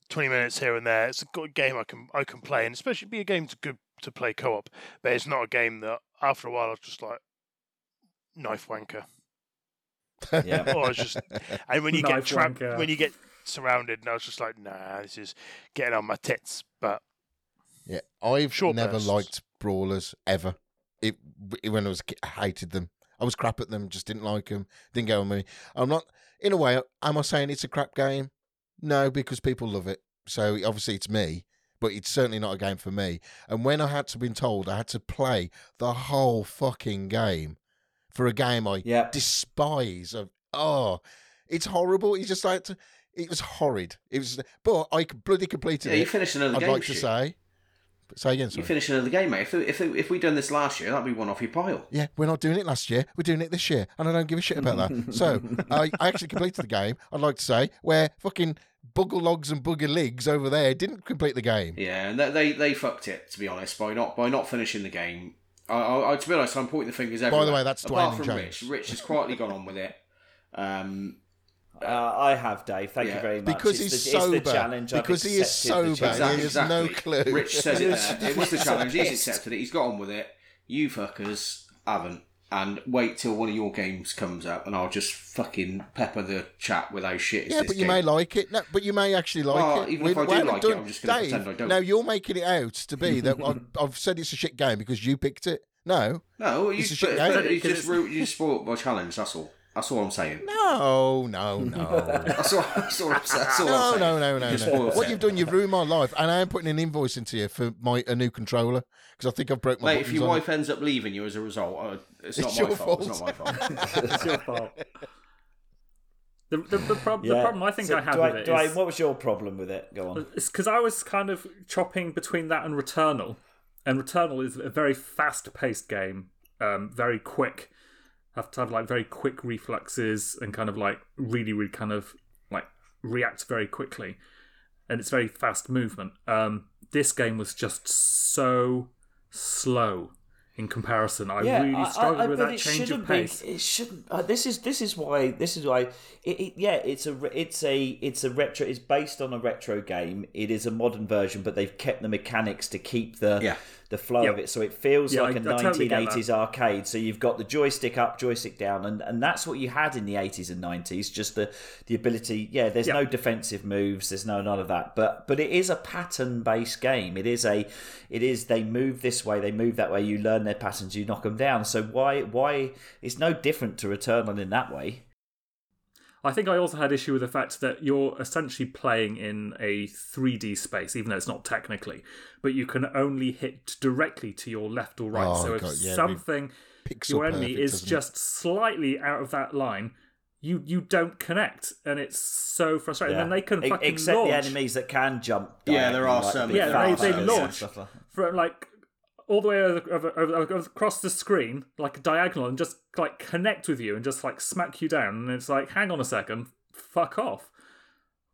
D: twenty minutes here and there. It's a good game I can I can play, and especially be a game to good to play co-op. But it's not a game that after a while I was just like knife wanker.
A: Yeah.
D: Or I
F: (laughs)
D: was just and when you get
F: Knife
D: trapped,
F: wanker.
D: when you get surrounded, and I was just like, nah, this is getting on my tits. But
C: Yeah, I've
D: Short
C: never
D: bursts.
C: liked brawlers ever. It, it- when I was a kid, I hated them. I was crap at them. Just didn't like them. Didn't go on me. I'm not. In a way, am I saying it's a crap game? No, because people love it. So obviously it's me, but it's certainly not a game for me. And when I had to been told I had to play the whole fucking game for a game I
A: Yeah.
C: despise, of oh, it's horrible. It's just like it was horrid. It was, but I bloody completed
E: Yeah, you
C: it.
E: finished another
C: I'd
E: game.
C: like to
E: Stu.
C: say. Say again,
E: you
C: sorry.
E: finished another game, mate. If if if we done this last year, that'd be one off your pile.
C: Yeah, we're not doing it last year. We're doing it this year, and I don't give a shit
E: (laughs)
C: about that. so I, I actually completed the game. I'd like to say where fucking Bugalogs and Booger Leagues over there didn't complete the game.
E: Yeah, and they, they they fucked it to be honest by not by not finishing the game. I, I, I to be honest, I'm pointing the fingers everywhere.
C: the way, that's
E: apart
C: Dwayne
E: from
C: and
E: Rich.
C: James.
E: Rich has quietly gone on with it. Um,
A: Uh, I have, Dave. Thank you
E: Yeah.
A: very much.
C: Because
A: It's
C: he's
A: the,
C: sober.
A: It's the challenge. I've
C: Because he is
A: accepted the
C: sober.
A: challenge.
E: exactly,
C: he has no
E: exactly.
C: clue.
E: Rich says it there. It was the
A: He's so
E: challenge.
C: (laughs)
E: He's
A: pissed.
E: accepted it. He's got on with it. You fuckers haven't. And wait till one of your games comes out, and I'll just fucking pepper the chat with how shit is
C: yeah,
E: this
C: but you
E: game.
C: may like it. No, but you may actually like
E: Well,
C: it.
E: even
C: We-
E: if I do
C: we haven't
E: like it,
C: done-
E: I'm just gonna
C: Dave,
E: pretend I don't.
C: No, you're making it out to be that
E: (laughs)
C: I've, I've said it's a shit game because you picked it. No,
E: No, you,
C: It's a shit
E: but,
C: game.
E: but you just ru- you spoiled my challenge. That's all. That's all I'm saying.
C: no, no,
E: (laughs)
C: no.
E: That's all. That's all I'm, (laughs) that's all
C: No,
E: I'm saying.
C: no, no, no,
E: You just
C: no.
E: spoiled
C: What
E: it.
C: you've done, you've ruined my life, and I am putting an invoice into you for my a new controller because I think I've broke my.
E: Mate, if
C: buttons
E: your
C: on
E: wife ends up leaving you as a result, uh, it's,
C: It's
E: not my
C: your
E: fault. It's
C: fault.
E: not my
F: (laughs)
E: fault.
F: (laughs) it's your fault. The, the, the, prob- the
A: Yeah.
F: problem I think
A: So,
F: I had
A: Dwayne,
F: with it is
A: Dwayne, what was your problem with it? Go on.
F: because I was kind of chopping between that and Returnal, and Returnal is a very fast-paced game, um, very quick. Have to have like very quick reflexes and kind of like really, really kind of like react very quickly, and it's very fast movement. Um, this game was just so slow in comparison. I really struggled with
A: but
F: that
A: it
F: change of
A: shouldn't
F: pace.
A: Be, it shouldn't. Uh, this is this is why this is why. It, it, yeah, it's a re- it's a it's a retro. It's based on a retro game. It is a modern version, but they've kept the mechanics to keep the
E: Yeah.
A: the flow of it. So it feels
F: Yeah,
A: like
F: I-
A: a
F: I totally get
A: 1980s arcade. So you've got the joystick up, joystick down, and and that's what you had in the 80s and 90s. Just the the ability. Yeah, there's
F: Yeah.
A: no defensive moves. There's no none of that. But but it is a pattern based game. It is a it is they move this way, they move that way. You learn their patterns, you knock them down. So why why it's no different to Returnal in that way.
F: I think I also had issue with the fact that you're essentially playing in a 3D space, even though it's not technically, but you can only hit directly to your left or right.
C: Oh,
F: so if
C: God, yeah,
F: something
C: Pixel
F: your enemy
C: perfect,
F: is
C: doesn't it?
F: just slightly out of that line, you you don't connect, and it's so frustrating. And then they can
A: E-
F: fucking
A: except
F: launch
A: the enemies that can jump.
E: Yeah, there
A: diagonally,
E: are
A: like
E: some
A: the
E: that
F: yeah,
E: Fast
F: they, they
E: and
F: launch
A: stuff like-
F: from like all the way over, over, over, across the screen, like a diagonal, and just like connect with you and just like smack you down. And it's like, hang on a second, fuck off.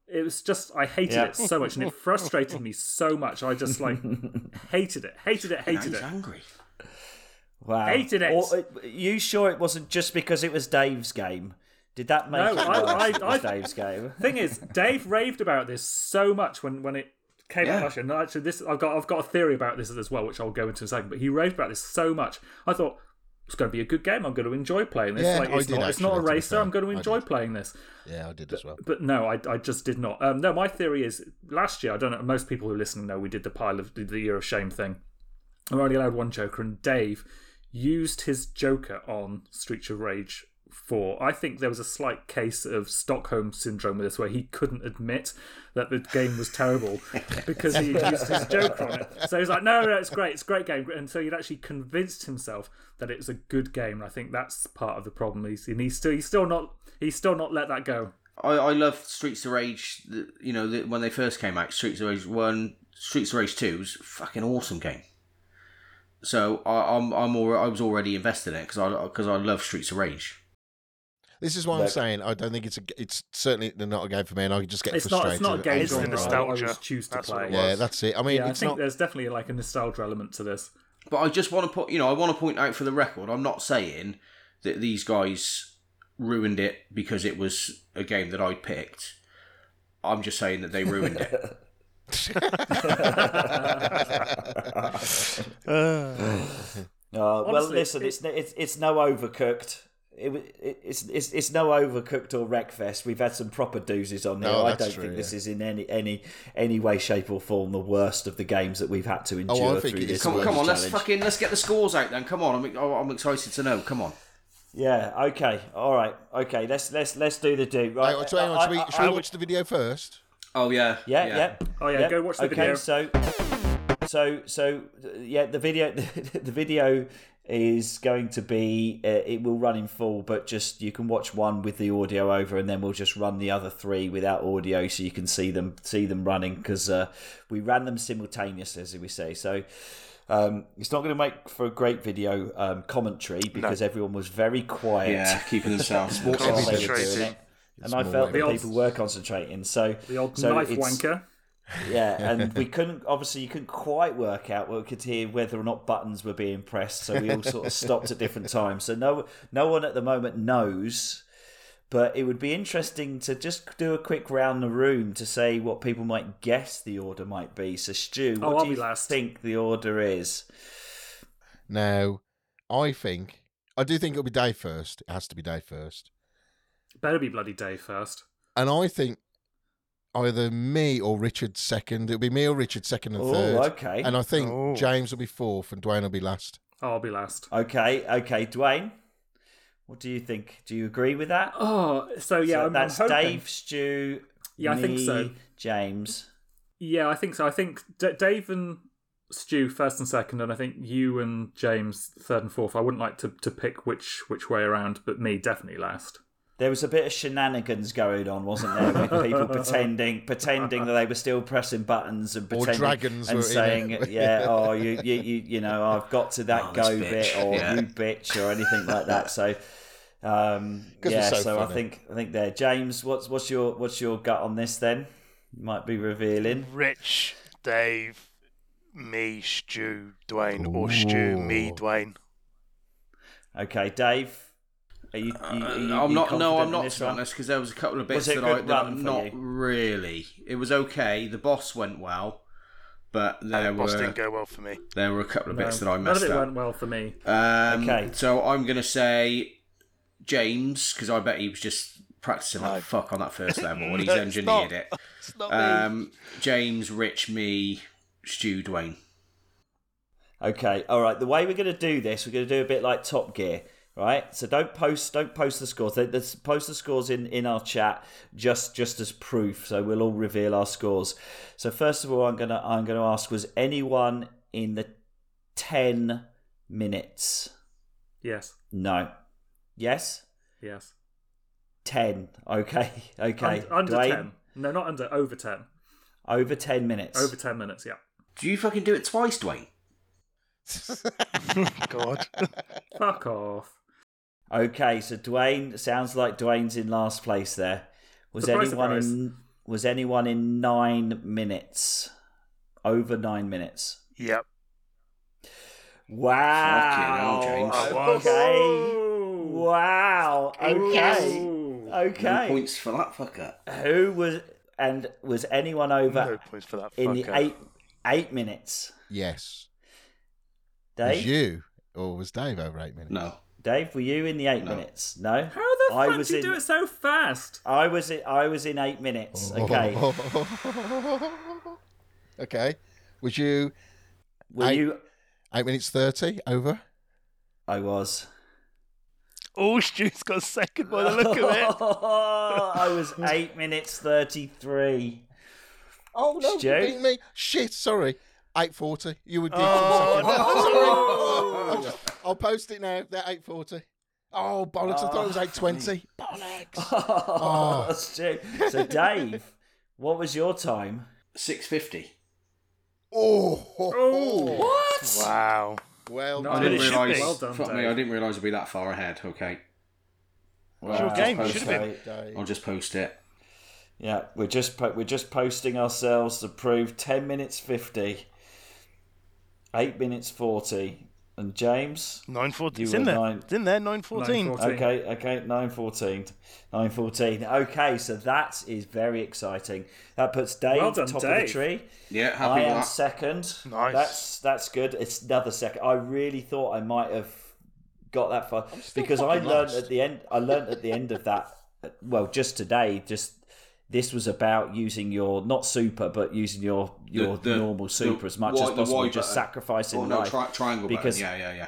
F: It was just I hated
A: Yeah.
F: it so much, and it frustrated me so much. I just like hated it, hated it, hated
E: He's
F: it.
E: angry.
A: Wow.
F: Hated it.
A: uh, Or- you sure it wasn't just because it was Dave's game? Did that make
F: No,
A: it
F: I-
A: worse?
F: I-
A: I,
F: I-
A: Dave's
F: (laughs)
A: game.
F: Thing is, Dave raved about this so much when when it came
E: Yeah.
F: out last year. And actually, this I've got I've got a theory about this as well, which I'll go into in a second. But he raved about this so much, I thought it's going to be a good game. I'm going to enjoy playing this.
C: Yeah,
F: like,
C: I
F: it's
C: did
F: not, it's not a
C: actually, to be
F: racer.
C: fair.
F: I'm going to
C: I
F: enjoy
C: did.
F: playing this.
C: Yeah, I did as well.
F: But no, I, I just did not. Um, no, my theory is last year, I don't know, most people who listen know we did the pile of the Year of Shame thing. I'm only allowed one Joker, and Dave used his Joker on Streets of Rage 4. I think there was a slight case of Stockholm syndrome with this, where he couldn't admit that the game was terrible because he used his Joker on it. So he's like, no, no, it's great, it's a great game. And so he'd actually convinced himself that it was a good game, and I think that's part of the problem. He's, and he's still, he's still not. He's still not let that go.
E: I, I love Streets of Rage. the- You know, the, when they first came out, Streets of Rage One, Streets of Rage Two was a fucking awesome game. So I, I'm I'm alre I was already invested in it because I because I love Streets of Rage.
C: This is what I'm
A: Look.
C: saying. I don't think it's a, it's certainly not a game for me, and I just get
F: It's not.
C: frustrated.
F: It's not a game
D: It's the
F: genre. I
D: nostalgia.
F: always choose to
D: That's
F: play.
D: what it was.
C: Yeah, that's it. I mean,
F: Yeah, I
C: it's
F: think
C: not.
F: there's definitely like a nostalgia element to this.
E: But I just want to put you know I want to point out for the record, I'm not saying that these guys ruined it because it was a game that I picked. I'm just saying that they
A: (laughs)
E: ruined it.
A: Uh, well,
F: Honestly,
A: listen,
F: it-
A: it's, it's it's no overcooked. It, wa- it, it's it's it's no overcooked or wreckfest. We've had some proper doozies on here.
C: Oh,
A: I
C: that's
A: don't
C: true,
A: think
C: yeah.
A: this is in any any any way, shape, or form the worst of the games that we've had to endure
C: Oh, I think
A: through
C: it is
A: this.
E: Come,
A: worst
E: come on, let's
A: challenge.
E: fucking let's get the scores out then. Come on, I'm I'm excited to know. Come on.
A: Yeah. Okay. All right. Okay. Let's let's let's do the do. Right.
C: Hang on, so hang on,
A: I-
C: should we,
A: I-
C: should
A: I
C: we
A: would-
C: watch the video first?
E: Oh yeah,
A: Yeah, yeah.
F: Oh, yeah, go watch the
A: okay,
F: video.
A: So, so, so, uh, yeah, the video, (laughs) the video is going to be. Uh, it will run in full, but just you can watch one with the audio over, and then we'll just run the other three without audio, so you can see them see them running because uh, we ran them simultaneously, as we say. So. Um, it's not going to make for a great video um, commentary because everyone was very quiet
E: Yeah,
A: (laughs)
E: keeping (laughs) themselves more
A: while they were doing
D: Concentrated.
A: it. and I felt
F: The
A: that
F: odd-
A: people were concentrating. So
F: The old
A: so
F: knife
A: it's-
F: wanker.
A: yeah, and we couldn't obviously you couldn't quite work out what we could hear whether or not buttons were being pressed, so we all sort of stopped at different times. So no no one at the moment knows. But it would be interesting to just do a quick round the room to say what people might guess the order might be. So Stu,
F: Oh,
A: what
F: I'll
A: do
F: be
A: you
F: last.
A: think the order is?
C: Now, I think I do think it'll be Dave first. It has to be Dave first,
F: Better be bloody Dave first.
C: and I think either me or Richard second. It'll be me or Richard second and
A: Oh,
C: third.
A: okay.
C: And I think
D: Oh.
C: James will be fourth, and Dwayne will be last.
F: Oh, I'll be last.
A: Okay, okay, Dwayne. What do you think? Do you agree with that?
F: Oh, so yeah,
A: So
F: I'm,
A: that's
F: I'm hoping.
A: Dave, Stu,
F: Yeah, I think
A: me,
F: so.
A: James.
F: Yeah, I think so. I think D- Dave and Stu first and second, and I think you and James third and fourth. I wouldn't like to, to pick which which way around, but me definitely last.
A: There was a bit of shenanigans going on, wasn't there, with
C: (laughs)
A: people pretending pretending that they were still pressing buttons and pretending
C: dragons
A: and
C: were in
A: saying,
C: it.
A: "Yeah, oh, you, you, you, you know, I've got to that
E: Oh, this
A: go
E: bitch.
A: bit, or
E: Yeah.
A: you bitch, or anything like that." So, um,
C: 'Cause
A: yeah,
C: it's
A: so,
C: so
A: I
C: funny.
A: think I think there, James. What's what's your what's your gut on this? Then might be revealing.
D: Rich, Dave, me, Stu, Dwayne, or Stu, me,
C: Ooh.
D: Dwayne.
A: Okay, Dave. Are you, you,
E: Uh,
A: are you-
E: I'm
A: you
E: not. No,
A: confident
E: I'm
A: in
E: not
A: this
E: to be
A: one?
E: honest because there was a couple of bits
A: Was it a
E: that I
A: good
E: that
A: run for
E: not
A: you?
E: really. It was okay. The boss went well, but there
D: Boss didn't
E: were
D: go well for me.
E: there were a couple of bits
F: No,
E: that I
F: Um, none of
E: messed
F: it
E: up.
F: went well for me.
E: Um,
A: Okay.
E: So I'm gonna say James because I bet he was just practicing like fuck on that first level and he's engineered it. Um, James, Rich, me, Stu, Dwayne.
A: Okay, all right. The way we're going to do this, we're going to do a bit like Top Gear, right? So don't post, don't post the scores. Let- Let's post the scores in in our chat just just as proof. So we'll all reveal our scores. So first of all, I'm gonna I'm gonna ask: Was anyone in the ten minutes?
F: Yes,
A: No. Yes.
F: yes.
A: Ten. Okay. (laughs) Okay.
F: Un- under
A: Dwayne,
F: ten. No, not under. Over ten.
A: Over ten minutes.
F: Over ten minutes. Yeah.
E: Do you fucking do it twice, Dwayne?
D: God.
F: Fuck off.
A: Okay, so Dwayne sounds like Dwayne's in last place there. Was
F: Surprise,
A: anyone
F: surprise.
A: in was anyone in nine minutes? Over nine minutes.
D: (laughs) yep.
A: Wow.
E: Fucking hell, James.
D: I was.
A: Okay.
F: Ooh.
A: Wow. Okay.
F: Ooh.
E: No
A: Okay.
E: points for that fucker.
A: Who was and was anyone
D: No
A: over
D: points for that.
A: in the
D: fucker.
A: eight eight minutes?
C: Yes. Was
A: Dave,
C: you or was Dave over eight minutes?
E: No.
A: Dave, were you in the eight minutes? No.
F: How the
A: I
F: fuck
A: was
F: did you
A: in-
F: do it so fast?
A: I was in, I was in eight minutes.
E: Oh,
A: Okay.
C: (laughs) okay. Was you
A: Were
C: Eight-
A: you?
C: eight minutes thirty over?
A: I was.
D: Oh, Stu's got second by the look of it.
A: (laughs) I was eight minutes thirty-three. (laughs)
C: Oh no!
A: Stu?
C: You beat me. Shit. Sorry. Eight forty. You were deep. Oh. (laughs) Sorry. I'll, just, I'll post it now. They're eight forty. Oh bollocks! I thought it was eight twenty. Bollocks.
A: Oh, Stu. So, Dave, what was your time?
E: Six fifty.
C: Oh.
A: What?
D: Wow.
C: Well,
F: No,
E: I
F: But
E: didn't
F: it should
E: realise.
F: be. Well done,
E: fuck me,
F: Dave.
E: I didn't realise it'd be that far ahead. Okay,
A: Wow.
D: Your game
E: Just
D: should have
E: post
D: been.
C: Dave.
E: I'll just post it.
A: Yeah, we're just po- we're just posting ourselves to prove ten minutes fifty, eight minutes forty, and James.
D: 914.
A: You
D: It's
A: were
D: in there.
A: nine-
D: It's in there, 914.
F: 9:14.
A: Okay, okay, nine fourteen, nine fourteen. Okay, so that is very exciting. That puts Dave
F: Well done,
A: top of
F: Dave.
A: the tree.
E: Yeah,
A: I
E: happy
A: am
E: with that.
A: second.
D: Nice.
A: That's that's good. It's another second. I really thought I might have got that far because I
C: fucking
A: learned
C: lost.
A: at the end. I learned at the end of that. Well, just today, just this was about using your not super, but using your your
E: The- the-
A: normal super
E: the
A: as much
E: wi-
A: as
E: the
A: possible,
E: wide
A: just
E: button.
A: sacrificing
E: Oh no,
A: life
E: tri- triangle
A: because
E: button. Yeah, yeah, yeah.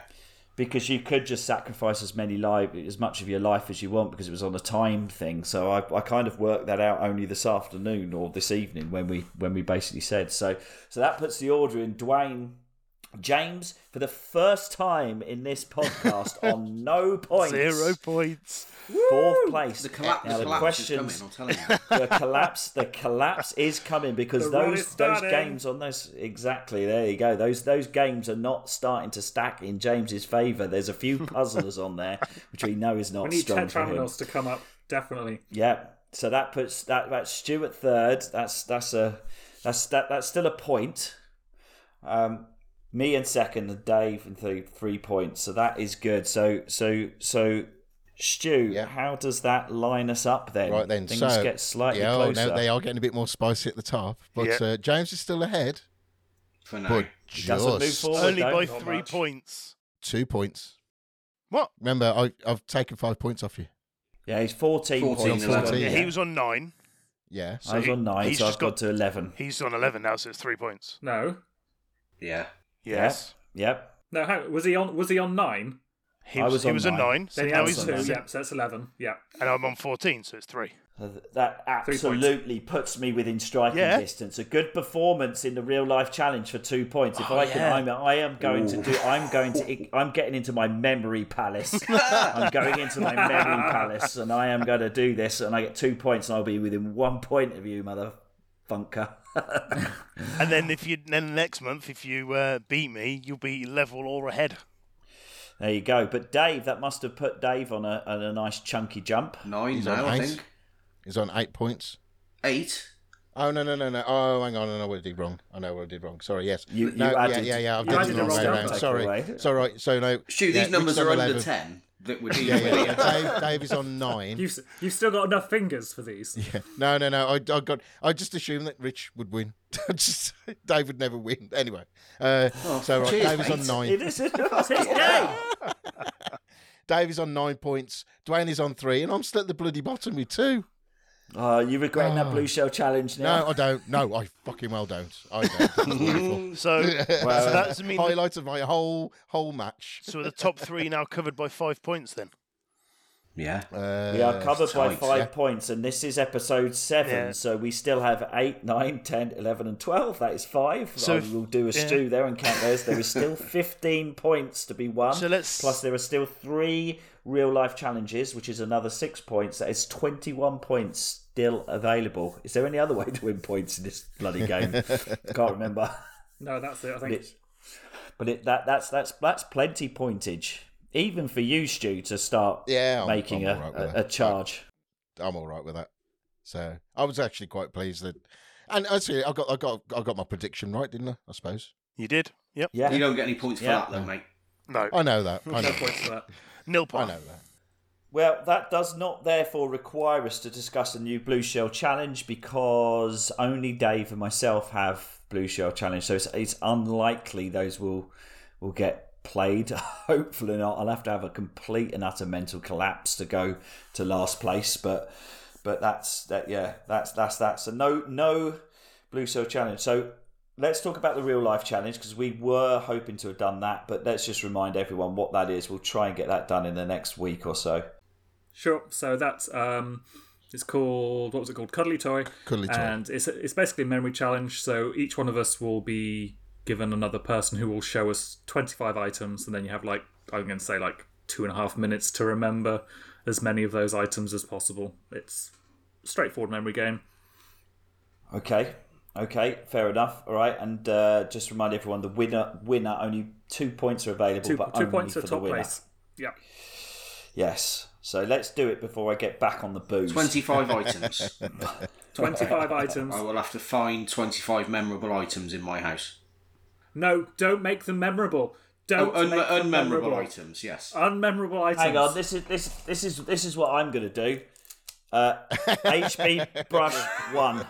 A: because you could just sacrifice as many life as much of your life as you want because it was on a time thing so I, I kind of worked that out only this afternoon or this evening when we when we basically said so so that puts the order in Dwayne James for the first time in this podcast on no points
D: Zero points.
A: fourth place
E: The collapse,
A: now
E: the
A: the
E: collapse
A: questions
E: is coming. I'm telling you.
A: the collapse the collapse is coming because
F: The run
A: those
F: is
A: those
F: starting.
A: games on those exactly there you go those those games are not starting to stack in James's favour there's a
C: (laughs)
A: few puzzlers on there which we know is
F: We
A: not
F: need
A: strong
F: Ted
A: for him
F: Ramos to come up, definitely.
A: yeah so that puts that that's Stuart third that's that's a that's that that's still a point um me in second and Dave and three three points so that is good so so so Stu,
C: Yeah.
A: how does that line us up then?
C: Right then,
A: things
C: so
A: get slightly
C: yeah, oh,
A: closer.
C: no, they are getting a bit more spicy at the top, but
D: Yeah.
C: uh, James is still ahead,
E: (laughs) For now,
C: but
A: He doesn't move
C: just
A: forward.
D: Only
A: though.
D: by
F: Not
D: three
F: much.
D: points.
C: two points.
D: What?
C: Remember, I, I've taken five points off you.
A: Yeah, he's 14,
E: 14,
A: points.
E: 11.
D: Yeah,
C: Yeah.
D: he was on nine.
C: Yeah.
A: I was
D: so
A: on
D: he-
A: 9,
D: he's
A: so I've
D: just
A: got,
D: got-
A: to 11.
D: He's on 11 now, so it's three points.
F: No,
E: yeah.
D: Yes.
A: Yep.
F: no. How, was he on? Was he on nine?
D: He
A: I
D: was,
A: was
D: he
A: on
D: was on
A: nine.
D: nine, so
F: Then he
D: now
F: had
D: he's
F: two.
D: on
F: Yep, so that's eleven. Yeah.
D: And I'm on 14, so it's three.
A: So th- That
F: Three points.
A: absolutely puts me within striking
D: Yeah.
A: distance. A good performance in the real life challenge for two points. If
D: Oh,
A: I can,
D: yeah.
A: I'm, I am going to do. I'm going to. I'm getting into my memory
D: (laughs)
A: palace. I'm going into my memory palace, and I am going to do this. And I get two points, and I'll be within one point of you, mother funker.
D: And then if you then next month, if you uh, beat me, you'll be level or ahead.
A: (laughs) there you go. But Dave, that must have put Dave on a, on a nice chunky jump.
E: Nine
C: He's
E: now,
C: on
E: I
C: eight.
E: think.
C: He's on eight points.
E: Eight.
C: Oh, no, no, no, no. Oh, hang on. I know what I did wrong. I know what I did wrong. Sorry, yes.
A: You-
C: no,
A: you
C: yeah,
A: added-
C: yeah, yeah. I've
F: you
C: done it
F: added
C: the
F: the
C: wrong way
F: wrong
C: around.
A: take
C: Sorry.
A: away.
C: It's all right. So, no.
E: Shoot,
C: yeah,
E: these numbers
C: which
E: are
C: number
E: under
C: eleven?
E: ten that
C: (laughs)
E: we're dealing
C: Yeah, yeah.
E: with. (laughs) here.
C: Dave, Dave is on nine.
F: You've s- you've still got enough fingers
A: (laughs)
F: for these.
C: Yeah. No, no, no. I, I got. I just assumed that Rich would win. (laughs) just, Dave would never win. Anyway, uh, so right,
E: cheers,
C: Dave is on
E: mate.
C: nine.
A: It is
D: (laughs)
A: it's his game.
C: Dave is on nine points. Dwayne is on three, and I'm still at the bloody bottom with two.
A: Oh, you regretting that blue shell challenge now?
C: No, I don't. No, I fucking well don't. I don't.
E: (laughs)
C: That's wonderful.
D: So, so that's mean
C: Highlight of my whole whole match.
D: so the top three now covered by five points. Then
E: Yeah.
C: Uh,
A: we are covered by
E: tight,
A: five
C: yeah.
A: points, and this is episode seven,
D: Yeah.
A: so we still have eight, nine, ten, eleven, and twelve. That is five.
D: So
A: I
D: if-
A: will do a
D: yeah.
A: stew there and count those. There is
D: (laughs)
A: still 15 points to be won.
D: So let's-
A: Plus, there are still three real life challenges, which is another six points. That is 21 points still available. Is there any other way to win points in this bloody
D: (laughs)
A: game? Can't remember.
F: No, that's it. I think.
A: It's- But it, that that's that's that's plenty pointage, even for you, Stu, to start
C: Yeah, I'm-
A: making a,
C: I'm all right with
A: a, a
C: that.
A: charge.
C: I'm all right with that. So I was actually quite pleased that, and actually I got I got I got my prediction right, didn't I? I suppose
D: you did. Yep.
C: Uh,
A: Yeah,
E: You don't get any points for
A: Yeah.
E: that, though, mate.
D: No.
F: (laughs)
C: I know that. I know.
F: No points for that.
D: Nil
C: I
D: point.
C: know that.
A: Well, that does not therefore require us to discuss the new Blue Shell Challenge because only Dave and myself have Blue Shell Challenge, so it's, it's unlikely those will will get played. (laughs) Hopefully not. I'll have to have a complete and utter mental collapse to go to last place, but but that's that. Yeah, that's that's that. So no no Blue Shell Challenge. So let's talk about the real life challenge because we were hoping to have done that, but let's just remind everyone what that is. We'll try and get that done in the next week or so.
F: Sure. So that's um, it's called what was it called? Cuddly toy.
C: Cuddly Toy.
F: And it's it's basically a memory challenge. So each one of us will be given another person who will show us twenty five items, and then you have like I'm going to say like two and a half minutes to remember as many of those items as possible. It's a straightforward memory game.
A: Okay, okay, fair enough. All right, and uh, just remind everyone the winner winner only two points are available,
F: Two,
A: but
F: two
A: only
F: points
A: for
F: at
A: the
F: top
A: winner.
F: place.
A: (laughs)
F: Yeah.
A: Yes. So let's do it before I get back on the booze.
E: 25 items.
F: 25 items.
A: (laughs)
E: I will have to find 25 memorable items in my
F: (laughs)
E: house.
F: No, don't make them memorable.
E: Oh,
F: Don't
E: un-
F: make them
E: unmemorable
F: memorable.
E: items, yes.
F: Unmemorable items.
A: Hang on, this is this this is this is what I'm gonna do. Uh, HB brush one.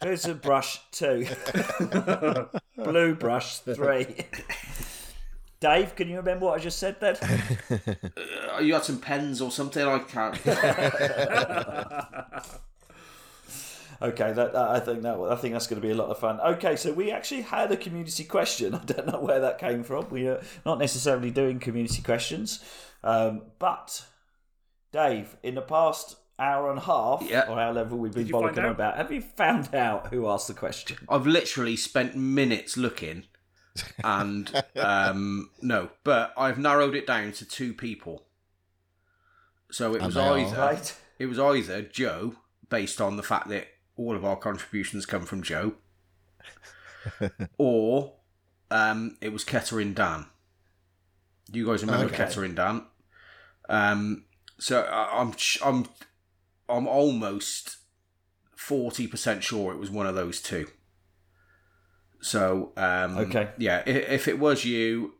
A: Blizzard brush two. Blue brush three. Dave, can you remember what I just said then?
E: Uh, you had some pens or something? I can't.
F: (laughs)
A: Okay, that, that I think that I think that's going to be a lot of fun. Okay, so we actually had a community question. (laughs) I don't know where that came from. We are not necessarily doing community questions, um, but Dave, in the past hour and a half
E: Yeah.
A: or however we've been
F: you find
A: bollocking
F: out?
A: about, have you found out who asked the question?
E: I've literally spent minutes looking, and um, no, but I've narrowed it down to two people. So it
C: And
E: was
C: they are-
E: either
A: Right.
E: it was either Joe, based on the fact that all of our contributions come from Joe, or um, it was Kettering Dan. Do you guys remember
C: Okay.
E: Kettering Dan? Um, so I, I'm ch- I'm I'm almost forty percent sure it was one of those two. So um,
A: Okay.
E: yeah, if, if it was you,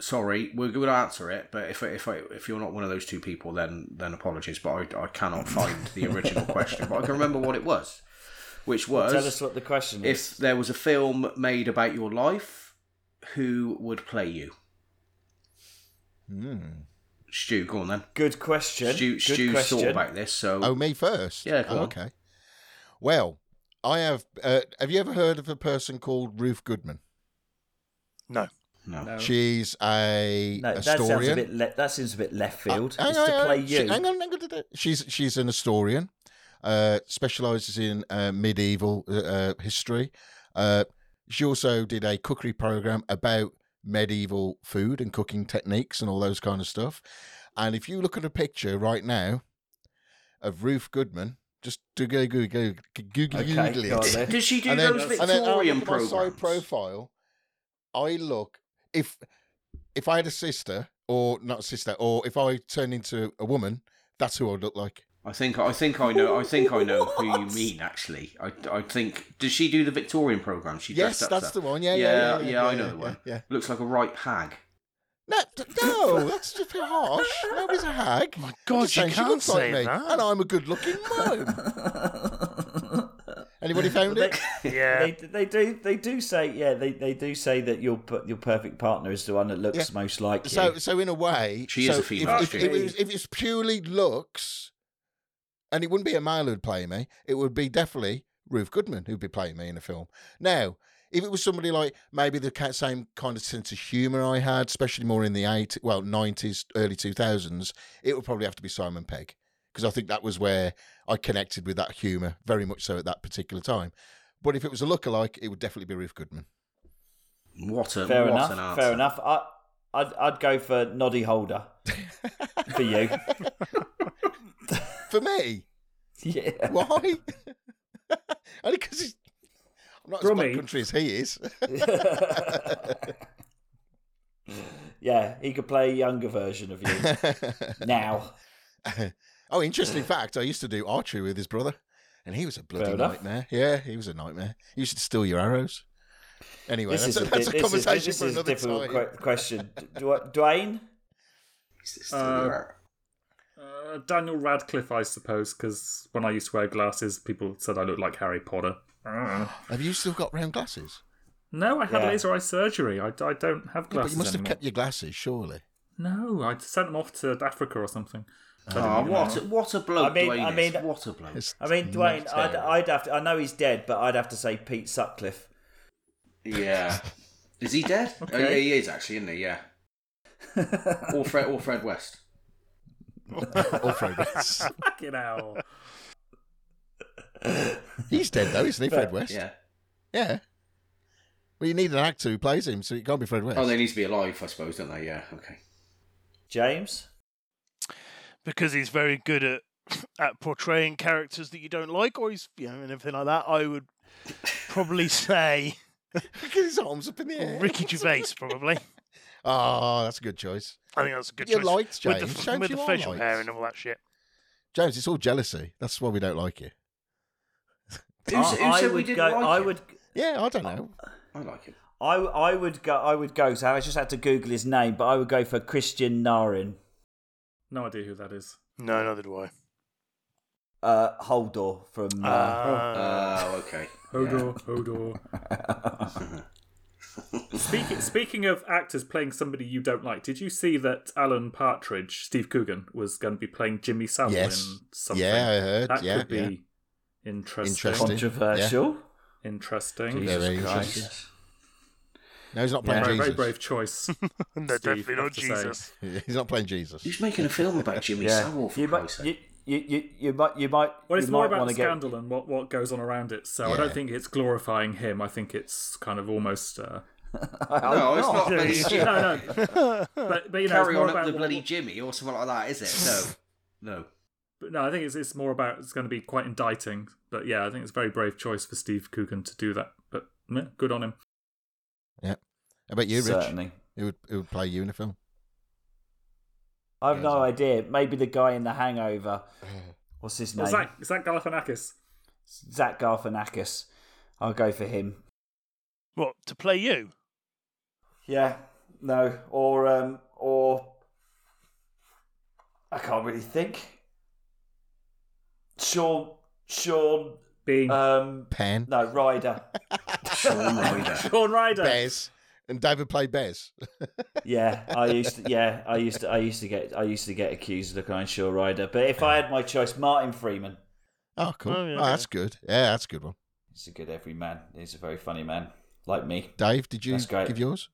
E: sorry, we're going to answer it. But if if I, if you're not one of those two people, then then apologies. But I, I cannot find the original question, but I can remember what it was, which was
A: Tell us what the question is.
E: if there was a film made about your life, who would play you?
C: Hmm.
E: Stu, go on then.
A: Good question.
E: Stu,
A: Good
E: Stu
A: question.
E: thought about this, so
C: Oh, me first.
E: Yeah, go
C: Oh,
E: on.
C: okay. Well, I have. Uh, have you ever heard of a person called Ruth Goodman?
D: No.
E: no.
F: No.
C: She's a
A: No, that sounds
C: historian.
A: a bit. Le- that seems a bit left field.
C: Uh, hang
A: it's
C: on,
A: to
C: hang
A: play
C: on. She-
A: you.
C: hang on, hang on, hang on. She's she's an historian, uh, specializes in uh, medieval uh, uh, history. Uh, she also did a cookery program about medieval food and cooking techniques and all those kind of stuff. And if you look at a picture right now of Ruth Goodman, just do go go go Google
A: Okay,
C: Google
A: go on
C: it
A: then.
E: Did she do
C: then-
E: those
C: and then, oh, look
E: Victorian
C: at my side
E: programs?
C: profile. I look if if I had a sister or not a sister or if I turned into a woman, that's who I'd look like.
E: I think I think I know I think I know
C: (laughs)
E: who you mean actually. I, I think does she do the Victorian program? She
C: yes,
E: dressed up
C: that's
E: stuff.
C: the one. Yeah, yeah,
E: yeah,
C: yeah. yeah,
E: I
C: yeah,
E: know
C: yeah,
E: the one.
C: Yeah.
E: Looks like a right hag.
C: No, (laughs) d- no, that's just harsh. Nobody's a hag. My
D: God, you can't
C: looks
D: say
C: like me,
D: that.
C: and I'm a good-looking
A: (laughs)
C: mum. Anybody found
A: They-
C: it?
A: (laughs)
D: Yeah.
A: they, they do they do say yeah they, they do say that your per- your perfect partner is the one that looks
C: Yeah.
A: most like you.
C: So, so in a way,
E: She
C: so
E: is a female,
C: If, if,
E: she
C: if, it was- if it's purely looks, and it wouldn't be a male who'd play me, it would be definitely Ruth Goodman who'd be playing me in a film. Now, if it was somebody like maybe the ca- same kind of sense of humour I had, especially more in the eight, well, nineties, early two thousands, it would probably have to be Simon Pegg because I think that was where I connected with that humour very much so at that particular time. But if it was a lookalike, it would definitely be Ruth Goodman.
E: What a
A: fair
E: what an
A: enough,
E: answer.
A: fair enough. I I'd, I'd go for Noddy Holder for you.
C: For me,
A: yeah,
C: Why? (laughs) Only because he's. I'm not as
F: Brummy.
C: back country as he is. (laughs)
A: yeah, he could play a younger version of you
C: (laughs)
A: now.
C: oh, interesting fact. I used to do archery with his brother, and he was a bloody
A: Fair enough.
C: nightmare. Yeah, he was a nightmare. You should steal your arrows. Anyway,
A: This
C: that's
A: is a,
C: a, that's
A: bit-
C: a
A: this is,
C: conversation
A: this
C: for
A: is a
C: another
A: difficult
C: time.
A: que- question. D- Dwa- Dwayne,
E: It's still
F: Uh,
E: there.
F: Uh, Daniel Radcliffe, I suppose, because when I used to wear glasses, people said I looked like Harry Potter.
C: Have you still got round glasses?
F: No, I had
A: Yeah.
F: laser eye surgery. I, I don't have glasses
C: Yeah, but you must have
F: anymore.
C: kept your glasses, surely.
F: No, I sent them off to Africa or something.
E: Oh, what, a- what a bloke,
A: I mean-
E: Dwayne
A: I mean- uh,
E: is. What a
A: (laughs)
E: bloke.
C: It's
A: I mean, Dwayne, I'd, I'd have to. I know he's dead, but I'd have to say Pete Sutcliffe.
E: Yeah. Is he dead? Oh,
F: Okay.
E: yeah, he is actually, isn't he? Yeah. or Fred, or Fred West.
A: (laughs)
C: all progress.
F: Fucking hell.
C: He's dead though, isn't he, Fred West?
E: Yeah.
C: Yeah. Well, you need an actor who plays him, so it can't be Fred West.
E: Oh,
C: (laughs)
E: they need to be alive, I suppose, don't they? Yeah. Okay.
A: James,
D: because he's very good at (coughs) at portraying characters that you don't like, or he's you know and everything like that. I would (laughs) probably say
C: Look at his arms up in
A: Oh,
C: the air.
D: Ricky Gervais. Probably,
C: Oh, that's a good choice.
D: (laughs) I think that's a good
C: You
D: choice.
C: liked
D: with the,
C: James.
D: f-
C: Don't
D: with
C: you
D: the
C: all
D: facial
C: liked?
D: hair and all that shit.
C: James, it's all jealousy. That's why we don't like you.
E: Who,
A: I,
E: s- who
A: I
E: said we
A: would
E: didn't
A: go.
E: like
A: I
E: him?
A: would.
C: Yeah, I don't
E: Oh.
C: know.
E: I like him.
A: I, I would go. I would go. So I just had to Google his name, but I would go for Christian Narin,
F: No idea who that is.
D: No, neither do I.
A: uh, Holdor from.
D: Uh,
A: Uh,
C: Ah,
E: Oh,
F: (laughs)
E: okay.
F: Hodor, Hodor.
C: (laughs)
F: speaking, speaking of actors playing somebody you don't like, did you see that Alan Partridge, Steve Coogan, was going to be playing Jimmy Savile
C: Yes.
F: in something?
C: Yeah, I heard.
F: That
C: Yeah,
F: could be interesting.
C: Interesting.
A: controversial.
F: Interesting.
C: Yeah, very
A: Christ.
C: interesting. No, he's not
A: Yeah.
C: playing
F: Very,
C: Jesus.
F: very brave choice.
D: (laughs) (laughs) no,
F: Steve,
D: definitely
F: I
D: not
F: have to say.
D: Jesus.
C: (laughs) He's not playing Jesus.
E: Who's making a film about Jimmy
A: Yeah.
E: Savile, for
A: You might.
E: Christ's
A: You,
E: sake?
A: you, you, you might. You might.
F: Well, it's
A: you
F: more
A: might
F: about
A: wanna
F: the
A: get-
F: scandal and what, what goes on around it. So I
C: Yeah.
F: don't think it's glorifying him. I think it's kind of almost. Uh,
E: No, Oh, it's not.
F: (laughs) no,
E: bloody Jimmy.
F: no.
E: (laughs)
F: But, but
E: Carry
F: you know, it's more
E: on
F: about
E: up the
F: what- (laughs)
E: bloody Jimmy or something like that, is it? No. No.
F: But no, I think it's it's more about it's going to be quite indicting. But yeah, I think it's a very brave choice for Steve Coogan to do that. But meh, good on him.
C: Yeah. How about you, Rich?
A: Certainly.
C: Who would, who would play you in a film?
A: I've
C: Yeah,
A: no
C: so-
A: idea. Maybe the guy in The Hangover. What's his name?
F: Well, Zach, Zach Galifianakis.
A: Zach Galifianakis. I'll go for him.
D: What to play you?
A: Yeah. No. Or um. Or I can't really think. Sean. Sean.
F: Bean.
A: Um.
C: Pan,
A: No. Ryder.
E: Sean Ryder.
F: Sean Ryder.
C: Bez, and David played Bez. (laughs)
A: Yeah. I used. To, yeah. I used to. I used to get. I used to get accused of looking like Sean Ryder. But if I had my choice, Martin Freeman.
C: Oh, cool.
D: Oh, yeah,
C: oh, that's good. Yeah, that's a good one.
A: He's a good everyman. He's a very funny man, like me.
C: Dave, did you
A: That's great.
C: give yours?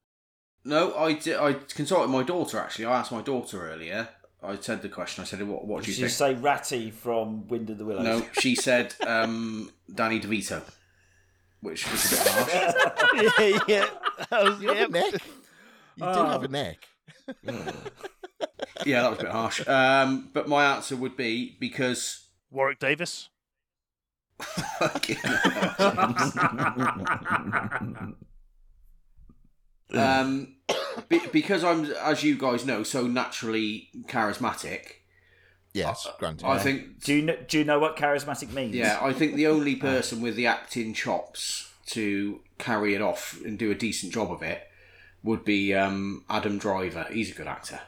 E: No, I, did, I consulted my daughter, actually. I asked my daughter earlier. I said the question. I said, what, what do
A: Did
E: you
A: you
E: think?
A: say Ratty from Wind of the Willows?
E: No, she said um, Danny DeVito, which was a bit harsh.
D: yeah, yeah. That was-
C: You have a
D: yeah.
C: neck. You do have
E: Oh.
C: a neck.
E: Yeah, that was a bit harsh. Um, but my answer would be because.
D: Warwick Davis.
E: Fucking hell. um, be- because I'm, as you guys know, so naturally charismatic.
C: Yes, granted.
E: I think,
A: Do you know, do you know what charismatic means?
E: yeah, I think the only person with the acting chops to carry it off and do a decent job of it would be um, Adam Driver. He's a good actor.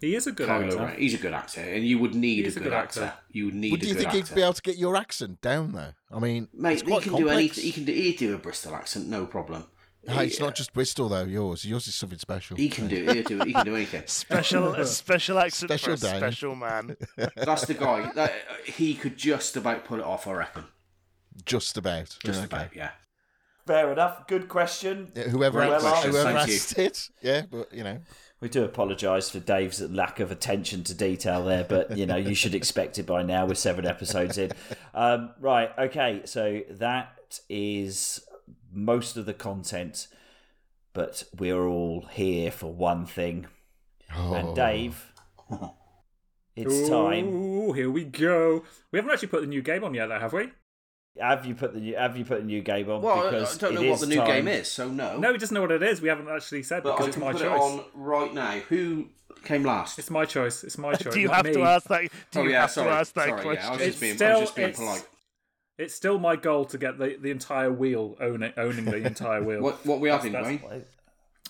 F: He is a good
E: Kylo
F: actor.
E: Ren. He's a good actor, and you would need a
F: He's
E: good, actor. You would need
C: Would
E: a
C: you
E: good
C: think
E: actor.
C: he'd be able to get your accent down though? I mean,
E: Mate,
C: it's
E: he
C: quite
E: can do
C: complex.
E: anything. He can do. He do a Bristol accent, no problem.
C: Hey, it's not just Bristol though. Yours, yours is something special.
E: He can do. He do. He can do anything.
F: (laughs)
D: Special, (laughs) a special accent
C: Special
D: for a
C: Dave.
D: special (laughs) man.
E: That's the guy. That, he could just about pull it off. I reckon.
C: just about.
E: Just
C: Yeah,
E: about.
C: okay.
E: Yeah.
A: Fair enough. Good question.
C: Yeah, whoever
E: Great
C: asked,
A: question,
C: whoever
E: thank you.
C: asked it, yeah, but you know,
A: We do apologise for Dave's lack of attention to detail there, but you know you should expect it by now. We're seven episodes in. Um, right. Okay. So that is most of the content, but we're all here for one thing.
C: Oh.
A: And Dave, it's time.
F: Ooh, here we go. We haven't actually put the new game on yet, though, have we?
A: Have you put the new, have you put a new game on?
E: Well, I- I
A: because
E: don't know
A: it
E: what the new
A: time.
E: game is, so no.
F: No, he doesn't know what it is. We haven't actually said
E: Oh. but
F: because
E: I
F: it's
E: can
F: my
E: put
F: choice.
E: it on right now. Who came last?
F: It's my choice. It's my choice.
D: (laughs) Do you
F: not
D: have
F: me.
D: to ask that? Do
E: oh
D: you
E: yeah,
D: have
E: sorry.
D: to ask that
E: sorry, yeah. I was
D: question?
E: just
F: It's
E: being, I
F: still-
E: was just being
F: it's-
E: polite.
F: It's still
E: (laughs)
F: my goal to get the, the entire wheel, own it, owning the entire wheel.
E: What what we having,
F: that's-
E: Wayne?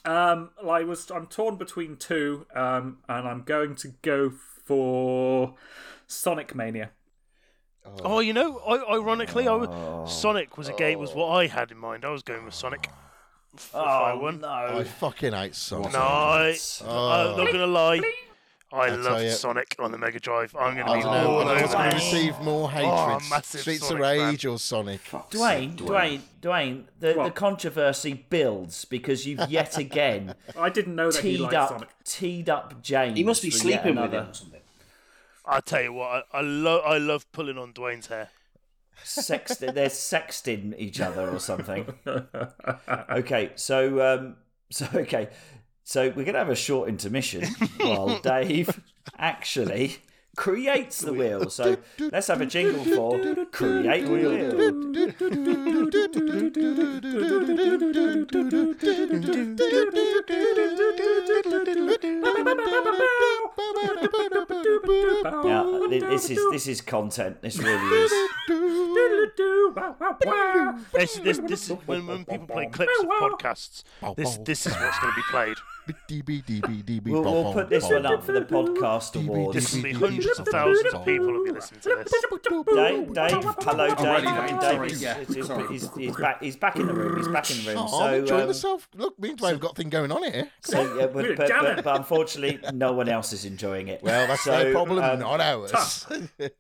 F: Um, I was I'm torn between two, um, and I'm going to go for Sonic Mania.
D: Oh, you know, I, ironically, I
C: Oh.
D: w Sonic was a game was what I had in mind. I was going with Sonic. If I won.
C: I
A: no.
C: fucking hate Sonic.
D: No, I, I'm not gonna lie. I
C: Oh. I'll tell
D: loved
C: you.
D: Sonic on the Mega Drive. I'm gonna
C: I
D: be
C: don't know.
D: all
C: I don't
D: over
C: want to
D: this.
C: receive more
D: Oh,
C: hatred.
D: massive
C: Streets
D: Sonic
C: of
D: fan.
C: Rage or Sonic.
E: Fuck's
A: Dwayne,
E: sake,
A: Dwayne, Dwayne, the, the
F: What?
A: controversy builds because you've yet
E: (laughs)
A: again
F: I didn't know that he
A: teed
F: liked
A: up,
F: Sonic.
A: teed up James.
E: He must be
A: for yet
E: sleeping with
A: another-
E: him or something.
D: I tell you what, I, I love I love pulling on Dwayne's hair.
A: (laughs) Sext, they're sexting each other or something. okay, so um, so okay, so we're gonna have a short intermission
E: (laughs)
A: while Dave actually creates the wheel. So let's have a jingle for create wheel. Now, th- this is this is content. This really is.
D: This, this, this is, when, when people play clips of podcasts, this this is what's going to be played.
A: We'll, we'll put this one up for the podcast
D: This
A: awards.
D: will be hundreds of thousands of people will be listening to this.
A: Dave, Dave, hello, Dave.
E: ready,
A: Dave
E: mate. Sorry,
A: is-
E: yeah.
A: is- is-
E: Sorry.
A: he's- he's back. He's back in the room. He's back in the room.
C: Oh, I'm
A: So,
C: enjoying
A: um,
C: myself. Look, me and Dwayne have got a thing going on here.
A: so yeah, but,
F: We're
A: but,
F: jamming.
A: but, but unfortunately, no one else is enjoying it.
C: Well, that's
A: so,
C: their problem,
A: um,
C: not ours.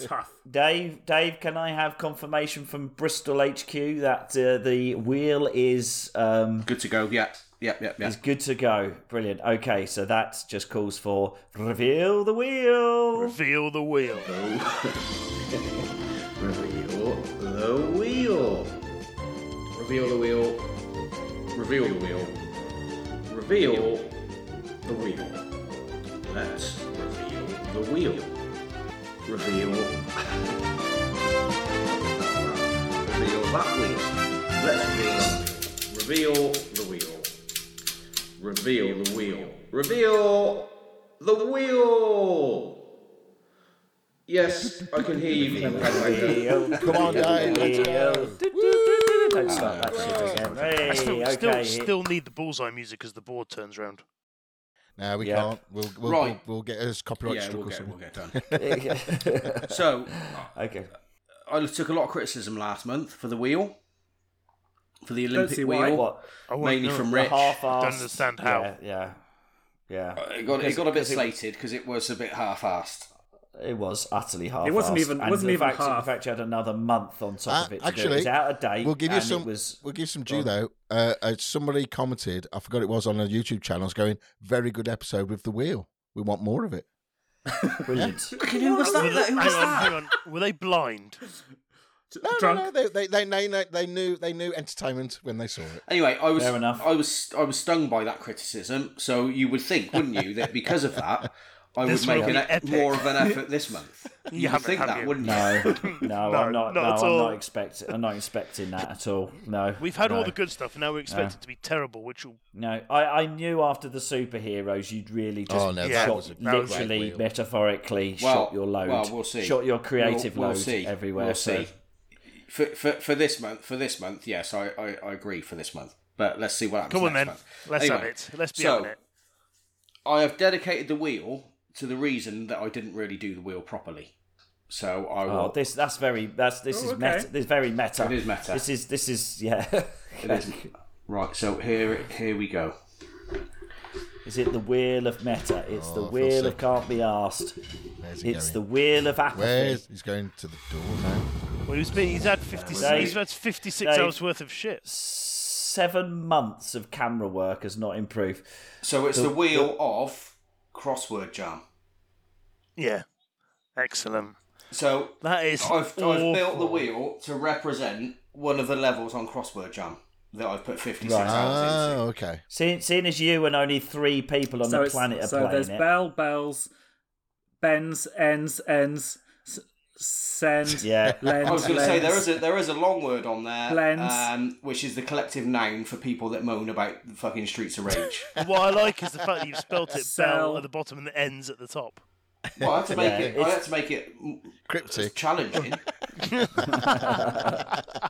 F: Tough.
A: Dave, Dave, can I have confirmation from Bristol HQ that uh, the wheel is um,
E: Good to go. Yeah, yeah, yeah, yeah.
A: is good to go? Brilliant. Okay, so that just calls for reveal the wheel.
D: Reveal the wheel.
E: Reveal the wheel. Reveal the wheel. Reveal the wheel. Reveal the wheel. Let's reveal the wheel. Reveal. reveal that wheel. Let's reveal. Reveal the wheel. Reveal the wheel. Reveal the wheel. Yes, I can hear (laughs) you.
C: Come on, Dave. Let's go.
A: Don't start that shit again. Hey,
D: Still,
A: okay.
D: still, still need the bullseye music as the board turns round.
C: No, we
A: Yeah.
C: can't. We'll, we'll,
E: Right.
C: we'll, we'll get us copyright
E: yeah,
C: struck
E: we'll
C: or
E: get,
C: something.
E: we'll get
A: (laughs)
E: done. so,
A: okay.
E: I took a lot of criticism last month for the wheel, for the
F: see
E: Olympic
F: why.
E: wheel,
A: What?
D: I won't
E: mainly
D: know.
E: from
A: the
E: Rich.
A: half-assed-
D: Don't understand how.
A: Yeah, yeah. Yeah.
E: It got, it got a bit slated because it was a bit half-assed.
A: It was utterly half.
F: wasn't even-
A: And
F: wasn't
A: the
F: even
A: fact, In
F: half.
A: fact, you had another month on top
C: Uh,
A: of it. To do.
C: actually,
A: it was out of date.
C: We'll give you
A: and
C: some.
A: It
C: (laughs)
A: was
C: we'll give some due though. Uh, uh, somebody commented. I forgot it was on a YouTube channel. I was going very good episode with the wheel. We want more of it.
A: brilliant.
C: (laughs)
E: Who was
D: Were they, hang on, hang on. Were they blind?
C: No,
F: Drunk.
C: no, no. They, they, they, they, they, they knew they knew entertainment when they saw it.
E: Anyway, I was
A: Fair enough.
E: I was I was stung by that criticism. So you would think, wouldn't you, that because of that, I
D: (laughs) This
E: would make
D: will
E: an,
D: be
E: e-
D: epic.
E: more of an effort this
D: (laughs)
E: month. You, would
D: haven't,
E: think
D: have
E: that,
D: you?
E: wouldn't you?
A: No, no, I'm not.
D: not
A: no,
D: at
A: I'm
D: all.
A: not expecting. I'm not expecting that at all. No,
D: We've had
A: no,
D: all the good stuff, and now we expect it to be terrible, which will
A: No, I, I knew after the superheroes, you'd really just
C: Oh, no, that
A: shot,
D: was a- that was a-
A: literally, metaphorically,
E: Well,
A: shot your load.
E: Well, we'll see.
A: Shot your creative
E: We'll- we'll
A: load
E: see.
A: everywhere.
E: We'll
A: so-
E: see. For, for, for this month, for this month, yes, I, I, I agree for this month. But let's see what happens.
D: Come on
E: next
D: then,
E: month.
D: let's
E: Anyway,
D: have it. Let's be
E: so,
D: having it.
E: I have dedicated the wheel to the reason that I didn't really do the wheel properly. So I will.
A: Oh, this that's very that's this
F: Oh,
A: is
F: okay.
A: meta. This is very meta.
E: It is meta.
A: This is this is yeah.
E: (laughs) it is- right. So here here we go.
A: Is it the wheel of meta? It's the
C: I feel
A: wheel of
C: sick.
A: can't be asked.
C: There's it
A: It's the
C: going.
A: wheel of apathy.
C: Where's he's going to the door now?
D: Well, he's been, he's had fifty
A: Dave-
D: he's had fifty six
A: Dave-
D: hours worth of shit.
A: Seven months of camera work has not improved.
E: So it's the, wheel of crossword jam.
D: Yeah, excellent.
E: So
D: That is
E: I've,
D: awful.
E: I've built the wheel to represent one of the levels on crossword jam that I've put 56
A: Right.
E: hours into.
C: Oh, okay.
A: Seeing, seeing as you and only three people on
F: so
A: the
F: it's-
A: planet are
F: so
A: playing
F: there's
A: it.
F: bell, bells, bends, ends, ends, s- send,
A: Yeah.
F: lend,
E: I was going to say
F: lends.
E: there is a there is a long word on there,
F: Lens.
E: um, which is the collective noun for people that moan about the fucking streets of rage.
D: What I like is the fact that you've spelt it
F: Sell.
D: bell at the bottom and the ends at the top.
E: Well, I had
A: (laughs)
E: to make it. I
A: it's-
E: had to make it mm,
A: (laughs)
C: Cryptic.
E: challenging.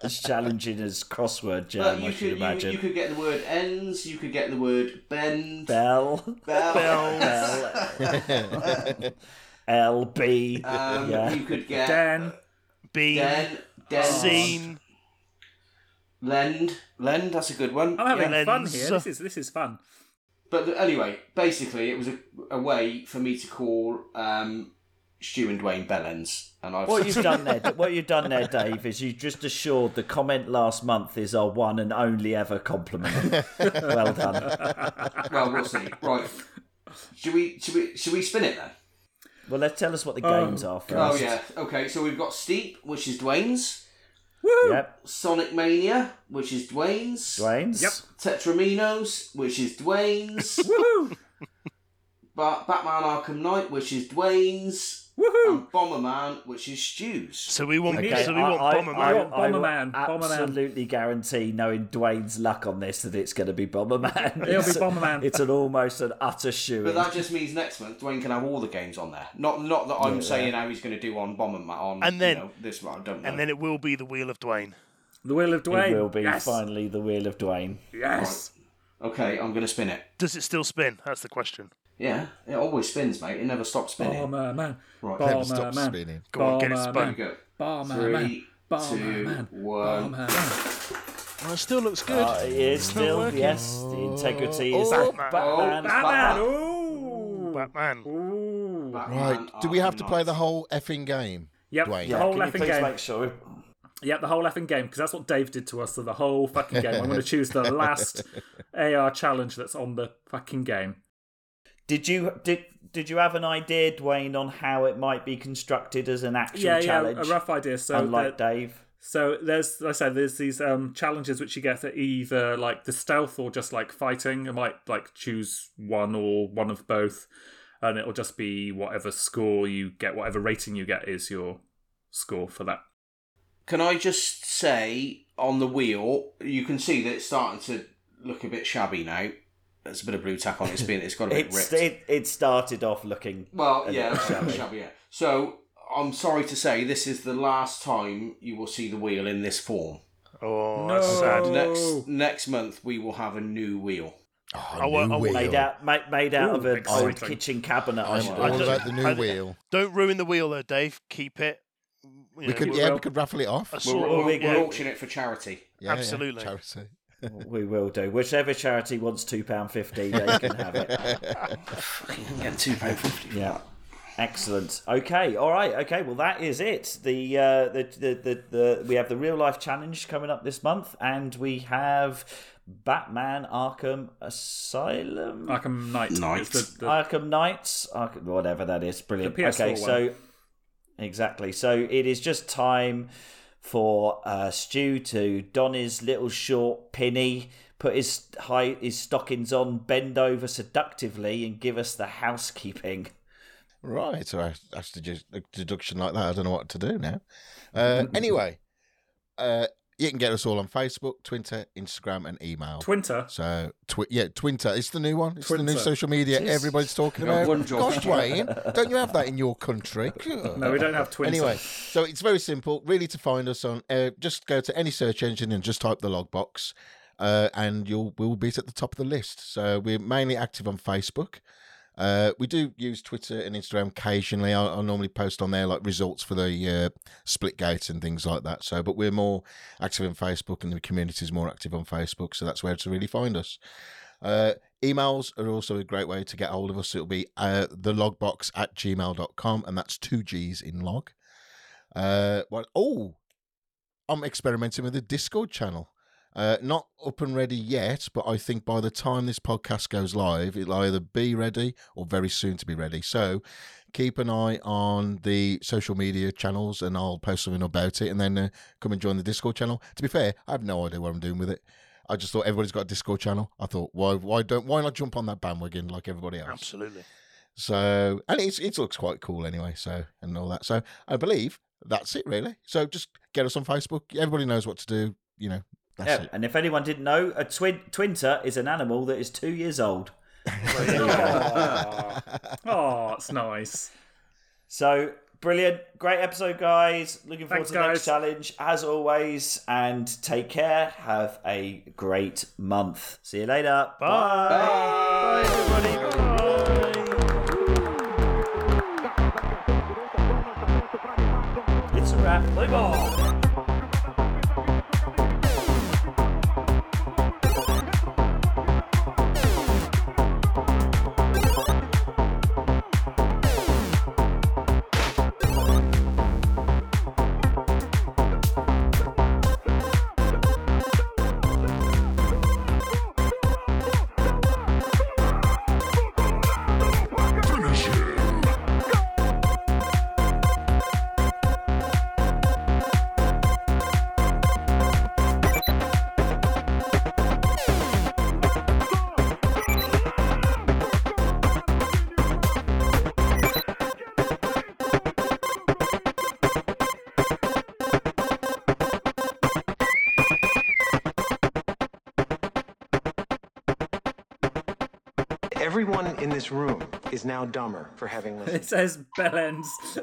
A: as challenging as crossword
E: But
A: jam, I
E: you
A: should
E: could you,
A: imagine.
E: you could get the word ends. You could get the word bend.
A: Bell,
E: Bell.
A: Bell, (laughs)
E: (laughs)
A: LB,
E: Um,
A: yeah,
E: You could get
F: Dan,
D: Bean,
E: den, den,
D: scene,
E: lend, lend. That's a good one.
F: I'm having
D: Yeah.
F: fun here.
D: Lens.
F: This is this is fun.
E: But the- anyway, basically, it was a, a way for me to call um, Stu and Dwayne Bellends, and I've
A: (laughs)
E: (laughs)
A: What you've done there, what you've done there, Dave, is you just assured the comment last month is our one and only ever compliment. well done.
E: well, we'll see. Right? Should we should we should we spin it then?
A: Well, let's tell us what the
F: Oh,
A: games are first.
E: Oh yeah. Okay, so we've got Steep, which is Dwayne's.
A: Yep.
E: Sonic Mania, which is Dwayne's.
A: Dwayne's.
F: Yep.
E: Tetraminos, which is Dwayne's.
F: (laughs) Woohoo!
E: ba- Batman Arkham Knight, which is Dwayne's.
F: Woohoo!
E: And Bomberman, which is Stu's.
D: So we want,
F: Okay,
D: so we want Bomberman.
F: I- want
A: will
F: Bomberman, Bomberman.
A: Absolutely guarantee, knowing Dwayne's luck on this, that it's going to be Bomberman.
F: It'll be
A: It's-
F: Bomberman.
A: It's an almost an utter shoe.
E: But that just means next month Dwayne can have all the games on there. Not not that I'm saying how he's going to do on Bomberman on
D: And then-
E: you know, this one. I don't know.
D: and then it will be the Wheel of Dwayne.
F: The Wheel of Dwayne.
A: It will be
F: yes.
A: finally the wheel of Dwayne.
F: Yes.
E: okay, I'm going to spin it.
D: Does it still spin? That's the question.
E: Yeah, it always spins, mate. It never stops spinning.
F: Oh, Bomberman.
E: Right.
F: Bomberman.
C: Never stops spinning.
D: Go on, get it
E: There
F: Bomberman.
E: we
D: spun.
E: go.
F: Bomberman.
E: Three, two,
F: Bomberman.
E: one.
F: Bomberman.
D: Oh, it still looks good.
A: Uh, it is still yes, the integrity is
C: Oh,
A: Batman.
E: oh.
F: Batman.
E: Batman.
F: Ooh.
D: Batman.
F: Ooh.
E: Batman
C: Right. Do we have
E: Arkham
C: to play
E: Knight.
C: the whole effing game?
F: Yep.
C: Dwayne.
F: The whole
A: Can you
F: effing
A: please
F: game.
A: make sure?
F: Yep, the whole effing game, because that's what Dave did to us. So the whole fucking game. I'm going to choose the last AR challenge that's on the fucking game.
A: Did you did did you have an idea, Dwayne, on how it might be constructed as an actual
F: yeah,
A: challenge?
F: yeah, a rough idea. So
A: unlike
F: the-
A: Dave.
F: So there's, like I said, there's these um, challenges which you get at either like the stealth or just like fighting. I might like choose one or one of both, and it'll just be whatever score you get, whatever rating you get is your score for that.
E: Can I just say on the wheel, you can see that it's starting to look a bit shabby now. There's a bit of blue tack on it. It's been it's got a bit
A: (laughs) It's,
E: ripped.
A: it it started off looking
E: well,
A: a
E: yeah,
A: little
E: it's a bit
A: shabby.
E: shabby. Yeah. So I'm sorry to say, this is the last time you will see the wheel in this form.
D: Oh,
F: No.
D: that's sad.
E: Next next month we will have a new wheel.
C: Oh,
D: I wa-
C: new
D: I wa-
C: wheel.
A: made out ma- made out
F: Ooh,
A: of an old
F: exciting.
A: kitchen cabinet. I
C: I'm
A: should
C: all
A: have.
D: don't-
C: about the new
A: (laughs)
D: I-
C: wheel.
D: Don't ruin the wheel, though, Dave. Keep it. You
C: We
D: know,
C: could,
F: you
C: yeah,
F: will.
C: we could raffle it off.
D: a
A: We'll-
D: sort
A: we'll
D: of-
A: make
E: We're
A: Yeah.
E: auctioning it for charity. (laughs)
C: Yeah, yeah,
D: absolutely.
C: Charity.
A: We will do. Whichever charity wants two pound fifty, they can have it. (laughs)
E: Yeah, two pound fifty.
A: Yeah. Excellent. Okay. All right. Okay. Well, that is it. The, uh, the, the the the we have the real life challenge coming up this month, and we have Batman Arkham Asylum,
F: Arkham Knight. is
E: Knight.
F: the- the-
A: Arkham Knights, Arkham, whatever that is. Brilliant.
F: The PS4
A: okay.
F: one.
A: So exactly. So it is just time for uh, Stu to don his little short pinny, put his high his stockings on, bend over seductively, and give us the housekeeping.
C: Right, so I- after just a deduction like that, I don't know what to do now. Uh, anyway, uh, you can get us all on Facebook, Twitter, Instagram, and email.
F: Twinter.
C: so, twi- yeah, Twitter. It's the new one. It's the new
F: Twinter.
C: social media everybody's talking
E: Got
C: about.
E: one job.
C: Gosh,
E: (laughs)
C: Dwayne, don't you have that in your country?
F: No, we don't have Twinter.
C: Anyway, so it's very simple, really, to find us on. Uh, just go to any search engine and just type the log box, uh, and you'll we'll be at the top of the list. So we're mainly active on Facebook. Uh, we do use Twitter and Instagram occasionally. I, I normally post on there like results for the uh, split gates and things like that. So, but we're more active on Facebook, and the community is more active on Facebook. So that's where to really find us. Uh, emails are also a great way to get hold of us. It'll be uh, thelogbox at gmail.com, and that's two G's in log. Uh, what? Oh, I'm experimenting with a Discord channel. Uh, not up and ready yet, but I think by the time this podcast goes live, it'll either be ready or very soon to be ready. So keep an eye on the social media channels and I'll post something about it and then uh, come and join the Discord channel. To be fair, I have no idea what I'm doing with it. I just thought everybody's got a Discord channel. I thought, why, why don't, why not jump on that bandwagon like everybody else?
D: Absolutely.
C: So, and it's, it looks quite cool anyway. So, and all that. So, I believe that's it, really. So, just get us on Facebook. Everybody knows what to do. You know, that's
A: (laughs) Yeah, and if anyone didn't know, a twin twinter is an animal
C: (laughs)
A: that is two years old.
F: oh, it's Ah. nice.
A: So brilliant, great episode, guys. Looking forward
F: Thanks,
A: to the next
F: guys.
A: challenge as always. And take care. Have a great month. See you later. Bye.
D: Bye, everybody. Bye.
A: It's a wrap. Play ball.
B: Everyone in
F: (laughs)
B: this room is now dumber for having listened.
F: It says bell ends.